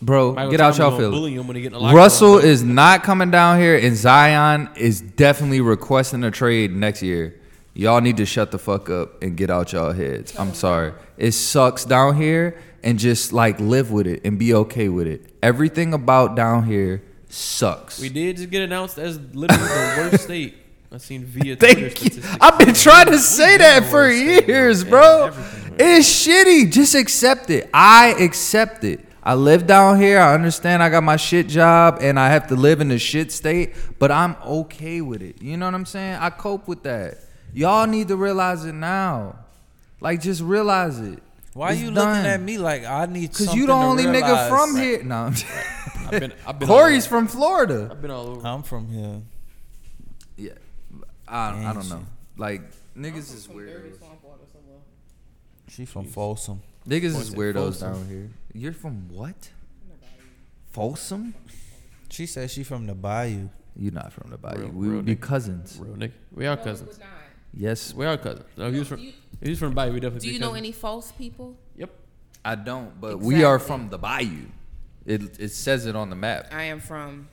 Speaker 2: bro,
Speaker 1: Michael
Speaker 2: get out
Speaker 1: Thomas
Speaker 2: y'all
Speaker 1: gonna
Speaker 2: feelings.
Speaker 1: Bully him when he get in the locker room.
Speaker 2: Russell is not coming down here, and Zion is definitely requesting a trade next year. Y'all need to shut the fuck up and get out y'all heads. I'm sorry. It sucks down here, and just like live with it and be okay with it. Everything about down here sucks.
Speaker 1: We did just get announced as literally the
Speaker 2: <laughs>
Speaker 1: worst state. I seen via Twitter
Speaker 2: Thank you.
Speaker 1: statistics.
Speaker 2: I've been trying to say that
Speaker 5: the
Speaker 2: for
Speaker 5: worst thing,
Speaker 2: years,
Speaker 5: man.
Speaker 2: bro.
Speaker 5: Everything,
Speaker 2: It's shitty. Just accept it. I accept it. I live down here. I understand I got my shit job and I have to live in a shit state, but I'm okay with it. You know what I'm saying? I cope with that. Y'all need to realize it now. Like, just realize it.
Speaker 5: Why
Speaker 2: It's
Speaker 5: you
Speaker 2: done.
Speaker 5: looking at me like I need?
Speaker 2: Cause
Speaker 5: something
Speaker 2: you the
Speaker 5: to
Speaker 2: only nigga
Speaker 5: realize?
Speaker 2: from here. No, I'm
Speaker 1: I've been, I've been all
Speaker 2: Corey's
Speaker 1: over.
Speaker 2: from Florida.
Speaker 1: I've been all over.
Speaker 5: I'm from here.
Speaker 2: Yeah, I, I don't know.
Speaker 5: Ancient.
Speaker 2: Like niggas is weirdos.
Speaker 5: She from Folsom.
Speaker 2: Niggas is weirdos
Speaker 5: Folsom.
Speaker 2: down here. You're from what? Folsom?
Speaker 5: She said she from the Bayou.
Speaker 2: You're not from the bayou.
Speaker 1: Real-
Speaker 2: we
Speaker 1: real
Speaker 2: would be
Speaker 1: nigga.
Speaker 2: cousins.
Speaker 1: Real nigga. We are cousins.
Speaker 2: Yes,
Speaker 1: We are cousins. No, he was from.
Speaker 4: Do you,
Speaker 1: He was from Bayou. We definitely.
Speaker 4: do you
Speaker 1: be
Speaker 4: know
Speaker 1: cousins.
Speaker 4: any false people?
Speaker 1: Yep.
Speaker 2: I don't, but we are
Speaker 4: Exactly.
Speaker 2: from the bayou. It it says it on the map.
Speaker 4: I am from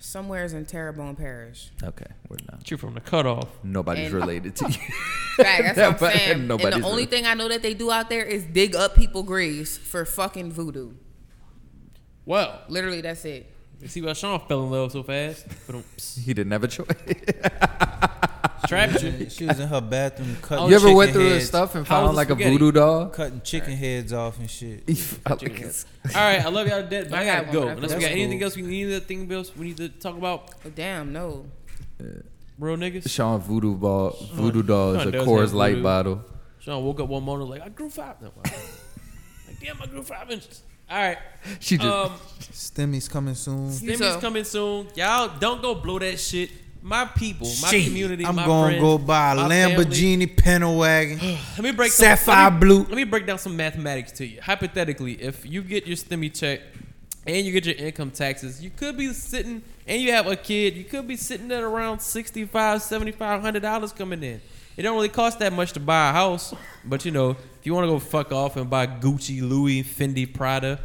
Speaker 4: somewheres in Terrebonne Parish.
Speaker 2: Okay, we're not.
Speaker 1: You from the cutoff.
Speaker 2: Nobody's
Speaker 4: And-
Speaker 2: related to you. <laughs>
Speaker 4: Fact, that's what I'm
Speaker 2: Nobody-
Speaker 4: saying. And
Speaker 2: nobody's
Speaker 4: the only
Speaker 2: really-
Speaker 4: thing I know that they do out there is dig up people graves for fucking voodoo.
Speaker 1: Well,
Speaker 4: Literally, that's it.
Speaker 1: you see why Sean fell in love so fast. Ba-dum-ps.
Speaker 2: He didn't have
Speaker 1: <laughs>
Speaker 2: a choice.
Speaker 1: Trapped you.
Speaker 5: She was in her
Speaker 4: <laughs>
Speaker 5: bathroom
Speaker 4: Oh,
Speaker 5: cutting.
Speaker 2: you ever went
Speaker 5: chicken
Speaker 2: through
Speaker 5: heads,
Speaker 2: this stuff and
Speaker 1: Oh, How was
Speaker 2: found
Speaker 1: the
Speaker 2: like
Speaker 1: spaghetti?
Speaker 2: a voodoo
Speaker 1: <laughs>
Speaker 2: doll? <laughs>
Speaker 5: Cutting chicken heads off and shit.
Speaker 1: All right, I love y'all to death, but I
Speaker 4: I
Speaker 1: gotta
Speaker 4: got one,
Speaker 1: go.
Speaker 4: but I
Speaker 1: Unless we
Speaker 4: forgot.
Speaker 1: got anything else, we need anything thing else we need to talk about,
Speaker 4: Oh, damn, no.
Speaker 1: real niggas.
Speaker 2: Sean voodoo
Speaker 1: <laughs>
Speaker 2: ball
Speaker 1: Oh,
Speaker 2: voodoo doll is
Speaker 1: Sean
Speaker 2: a
Speaker 1: does
Speaker 2: Coors
Speaker 1: have
Speaker 2: Light
Speaker 1: voodoo.
Speaker 2: bottle. <laughs>
Speaker 1: Sean woke up one morning like I grew five. No, wow. like damn, I grew five inches. All
Speaker 5: <laughs>
Speaker 1: right,
Speaker 2: She just
Speaker 1: um,
Speaker 5: Stemmy's coming soon.
Speaker 4: You
Speaker 1: Stimmy's
Speaker 4: too.
Speaker 1: coming soon. Y'all don't go blow that shit. my people, my
Speaker 5: Shit,
Speaker 1: community,
Speaker 5: I'm
Speaker 1: my
Speaker 5: gonna
Speaker 1: friends,
Speaker 5: go buy a
Speaker 1: my family.
Speaker 5: Lamborghini panel wagon.
Speaker 1: Let me break
Speaker 5: Sapphire
Speaker 1: some, let me,
Speaker 5: blue.
Speaker 1: Let me break down some mathematics to you. Hypothetically, if you get your stimmy check and you get your income taxes, you could be sitting and you have a kid. You could be sitting at around sixty five, seventy five hundred dollars coming in. It don't really cost that much to buy a house, but you know if you want to go fuck off and buy Gucci, Louis, Fendi, Prada,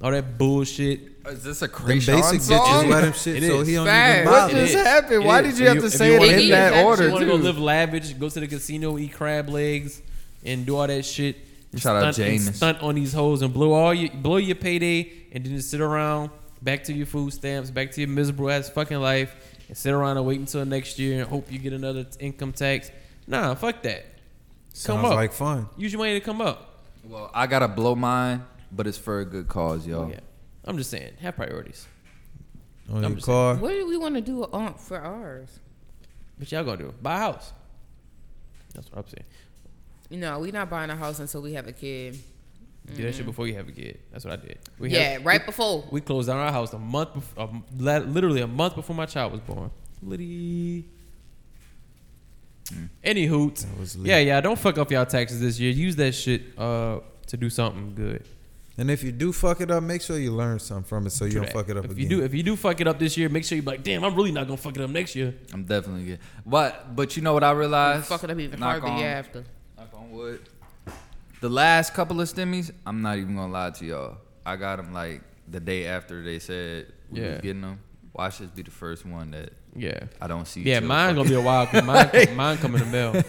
Speaker 1: all that bullshit.
Speaker 2: Is this a
Speaker 5: Them
Speaker 2: crazy
Speaker 5: basic bitches
Speaker 1: song?
Speaker 5: let him shit,
Speaker 1: It
Speaker 5: so
Speaker 1: is.
Speaker 5: he don't
Speaker 4: Facts.
Speaker 5: even
Speaker 2: What
Speaker 4: What
Speaker 5: bother.
Speaker 2: just
Speaker 1: just It is.
Speaker 2: happened?
Speaker 1: It
Speaker 2: Why
Speaker 1: is.
Speaker 2: did you have to
Speaker 1: If
Speaker 2: say
Speaker 1: you
Speaker 2: it
Speaker 1: wanna-
Speaker 2: in that
Speaker 4: If
Speaker 1: You
Speaker 2: order?
Speaker 1: want to go
Speaker 2: too?
Speaker 1: live lavish, go to the casino, eat crab legs, and do all that shit. and
Speaker 2: Shout out
Speaker 1: stunt- and
Speaker 2: Jameis.
Speaker 1: Stunt on these hoes and blow all your blow your payday, and then just sit around back to your food stamps, back to your miserable ass fucking life, and sit around and wait until next year and hope you get another t- income tax. Nah, fuck that.
Speaker 5: Sounds
Speaker 1: up.
Speaker 5: like fun.
Speaker 1: Use your money to come up.
Speaker 2: Well, I gotta blow mine, but it's for a good cause, y'all.
Speaker 1: Oh, Yeah, I'm just saying, have priorities.
Speaker 5: On
Speaker 1: I'm
Speaker 5: your
Speaker 1: just
Speaker 5: car.
Speaker 4: What do we want to do on for ours?
Speaker 1: But y'all gonna do buy a house. That's what I'm saying.
Speaker 4: No, we're not buying a house until we have a kid.
Speaker 1: Do that shit before you have a kid. That's what I did. We
Speaker 4: yeah,
Speaker 1: had-
Speaker 4: right before.
Speaker 1: We closed down our house a month, bef- a m- la- literally a month before my child was born. Liddy. Any hoots.
Speaker 5: That was lit.
Speaker 1: Yeah, yeah. Don't fuck up y'all taxes this year. Use that shit uh, to do something good.
Speaker 5: And if you do fuck it up, make sure you learn something from it so you
Speaker 1: Do
Speaker 5: don't
Speaker 1: that.
Speaker 5: fuck it up
Speaker 1: if
Speaker 5: again.
Speaker 1: You do, if you do fuck it up this year, make sure you're like, damn, I'm really not going to fuck it up next year.
Speaker 2: I'm definitely good. But but you know what I realized?
Speaker 4: Fuck it up even
Speaker 2: Knock
Speaker 4: harder the
Speaker 2: on-
Speaker 4: year after.
Speaker 2: Knock on wood. The last couple of stimmies, I'm not even gonna lie to y'all. I got them like the day after they said we
Speaker 1: Yeah.
Speaker 2: was getting them. Watch this be the first one that
Speaker 1: Yeah.
Speaker 2: I don't see.
Speaker 1: Yeah, mine's going to <laughs> be a while. 'cause Mine, come- mine coming to mail.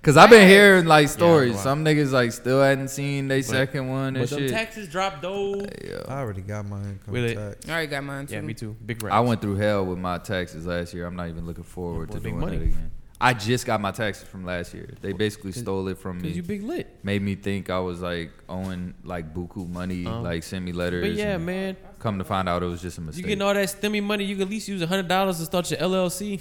Speaker 2: Because I've been hearing like stories.
Speaker 1: why?
Speaker 2: Some niggas like still hadn't seen they second one and
Speaker 1: But them
Speaker 2: shit.
Speaker 1: taxes dropped, though.
Speaker 2: yeah.
Speaker 5: I already got my income
Speaker 1: With it.
Speaker 5: tax.
Speaker 4: I already got mine too.
Speaker 1: Yeah, me too. Big rap.
Speaker 2: I went through hell with my taxes last year. I'm not even looking forward to
Speaker 1: Well, big
Speaker 2: doing
Speaker 1: money.
Speaker 2: that again. I just got my taxes from last year. They basically stole it from me.
Speaker 1: Because you big lit.
Speaker 2: Made me think I was like owing like buku money.
Speaker 1: Um,
Speaker 2: like send me letters.
Speaker 1: But yeah,
Speaker 2: and
Speaker 1: man.
Speaker 2: Come to find out, it was just a mistake.
Speaker 1: You getting all that STEMI money, you can at least use $100 to start your LLC.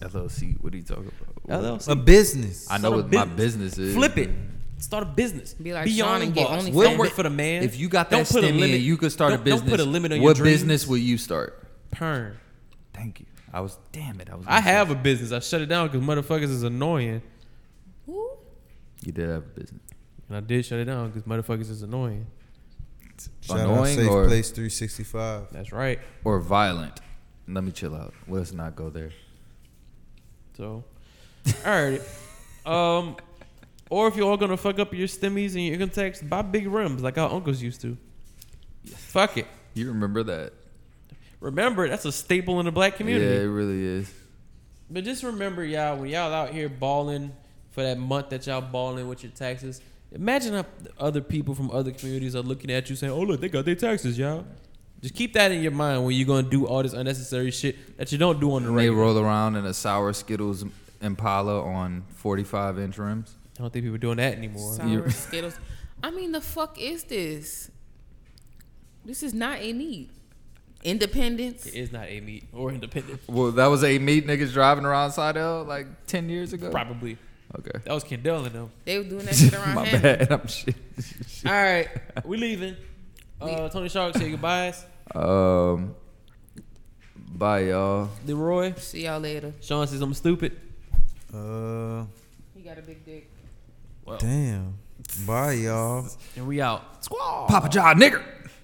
Speaker 2: LLC. What are you talking about?
Speaker 1: LLC.
Speaker 5: A business.
Speaker 2: I know
Speaker 1: Start a
Speaker 2: what my
Speaker 1: business.
Speaker 2: business is.
Speaker 1: Flip it. Start a business.
Speaker 4: Be like
Speaker 1: your
Speaker 4: Sean
Speaker 1: own
Speaker 4: and get
Speaker 1: boss.
Speaker 4: OnlyFans.
Speaker 1: Don't
Speaker 4: What-
Speaker 1: work for the man.
Speaker 2: If you got
Speaker 1: Don't
Speaker 2: that
Speaker 1: put a
Speaker 2: stimmy
Speaker 1: limit-
Speaker 2: and you could start
Speaker 1: don't-
Speaker 2: a business,
Speaker 1: Don't put a limit on
Speaker 2: what
Speaker 1: your dreams.
Speaker 2: business will you start?
Speaker 1: Perm.
Speaker 2: Thank you. I was. Damn it. I was.
Speaker 1: I have a business. I shut it down because motherfuckers is annoying,
Speaker 4: Who?
Speaker 2: You did have a business.
Speaker 1: and I did shut it down because motherfuckers is annoying.
Speaker 5: Shout
Speaker 2: Annoying
Speaker 5: out Safe
Speaker 2: or-
Speaker 5: Place 365.
Speaker 1: That's right.
Speaker 2: Or violent. Let me chill out. Let's not go there.
Speaker 1: So, all right. <laughs> Um, or if you're all gonna fuck up your stimmies and your income tax, buy big rims like our uncles used to. Fuck it.
Speaker 2: You remember that?
Speaker 1: Remember, that's a staple in the black community.
Speaker 2: Yeah, it really is.
Speaker 1: But just remember, y'all, when y'all out here balling for that month that y'all balling with your taxes, imagine how other people from other communities are looking at you saying, "Oh look, they got their taxes, y'all." Just keep that in your mind when you're gonna do all this unnecessary shit that you don't do on the
Speaker 2: When they
Speaker 1: regular.
Speaker 2: roll around in a sour Skittles Impala on 45 inch rims.
Speaker 1: I don't think people doing that anymore.
Speaker 4: Sour Skittles. I mean, the fuck is this? This is not a need. Independence.
Speaker 1: It is not a meat or independent.
Speaker 2: Well, that was a meat niggas driving around Sidell like 10 years ago.
Speaker 1: Probably
Speaker 2: Okay.
Speaker 1: that was Kendall and them.
Speaker 4: They were doing that shit
Speaker 2: <laughs>
Speaker 4: around
Speaker 2: My
Speaker 4: him.
Speaker 2: bad. I'm shit.
Speaker 1: All right, we leaving. Uh, Tony Shark say goodbyes.
Speaker 2: Um, bye, y'all.
Speaker 1: Leroy,
Speaker 4: See y'all later.
Speaker 1: Sean says I'm stupid.
Speaker 5: Uh,
Speaker 4: He got a big dick.
Speaker 5: damn. Bye, y'all.
Speaker 1: And we out.
Speaker 2: Papa John, nigger.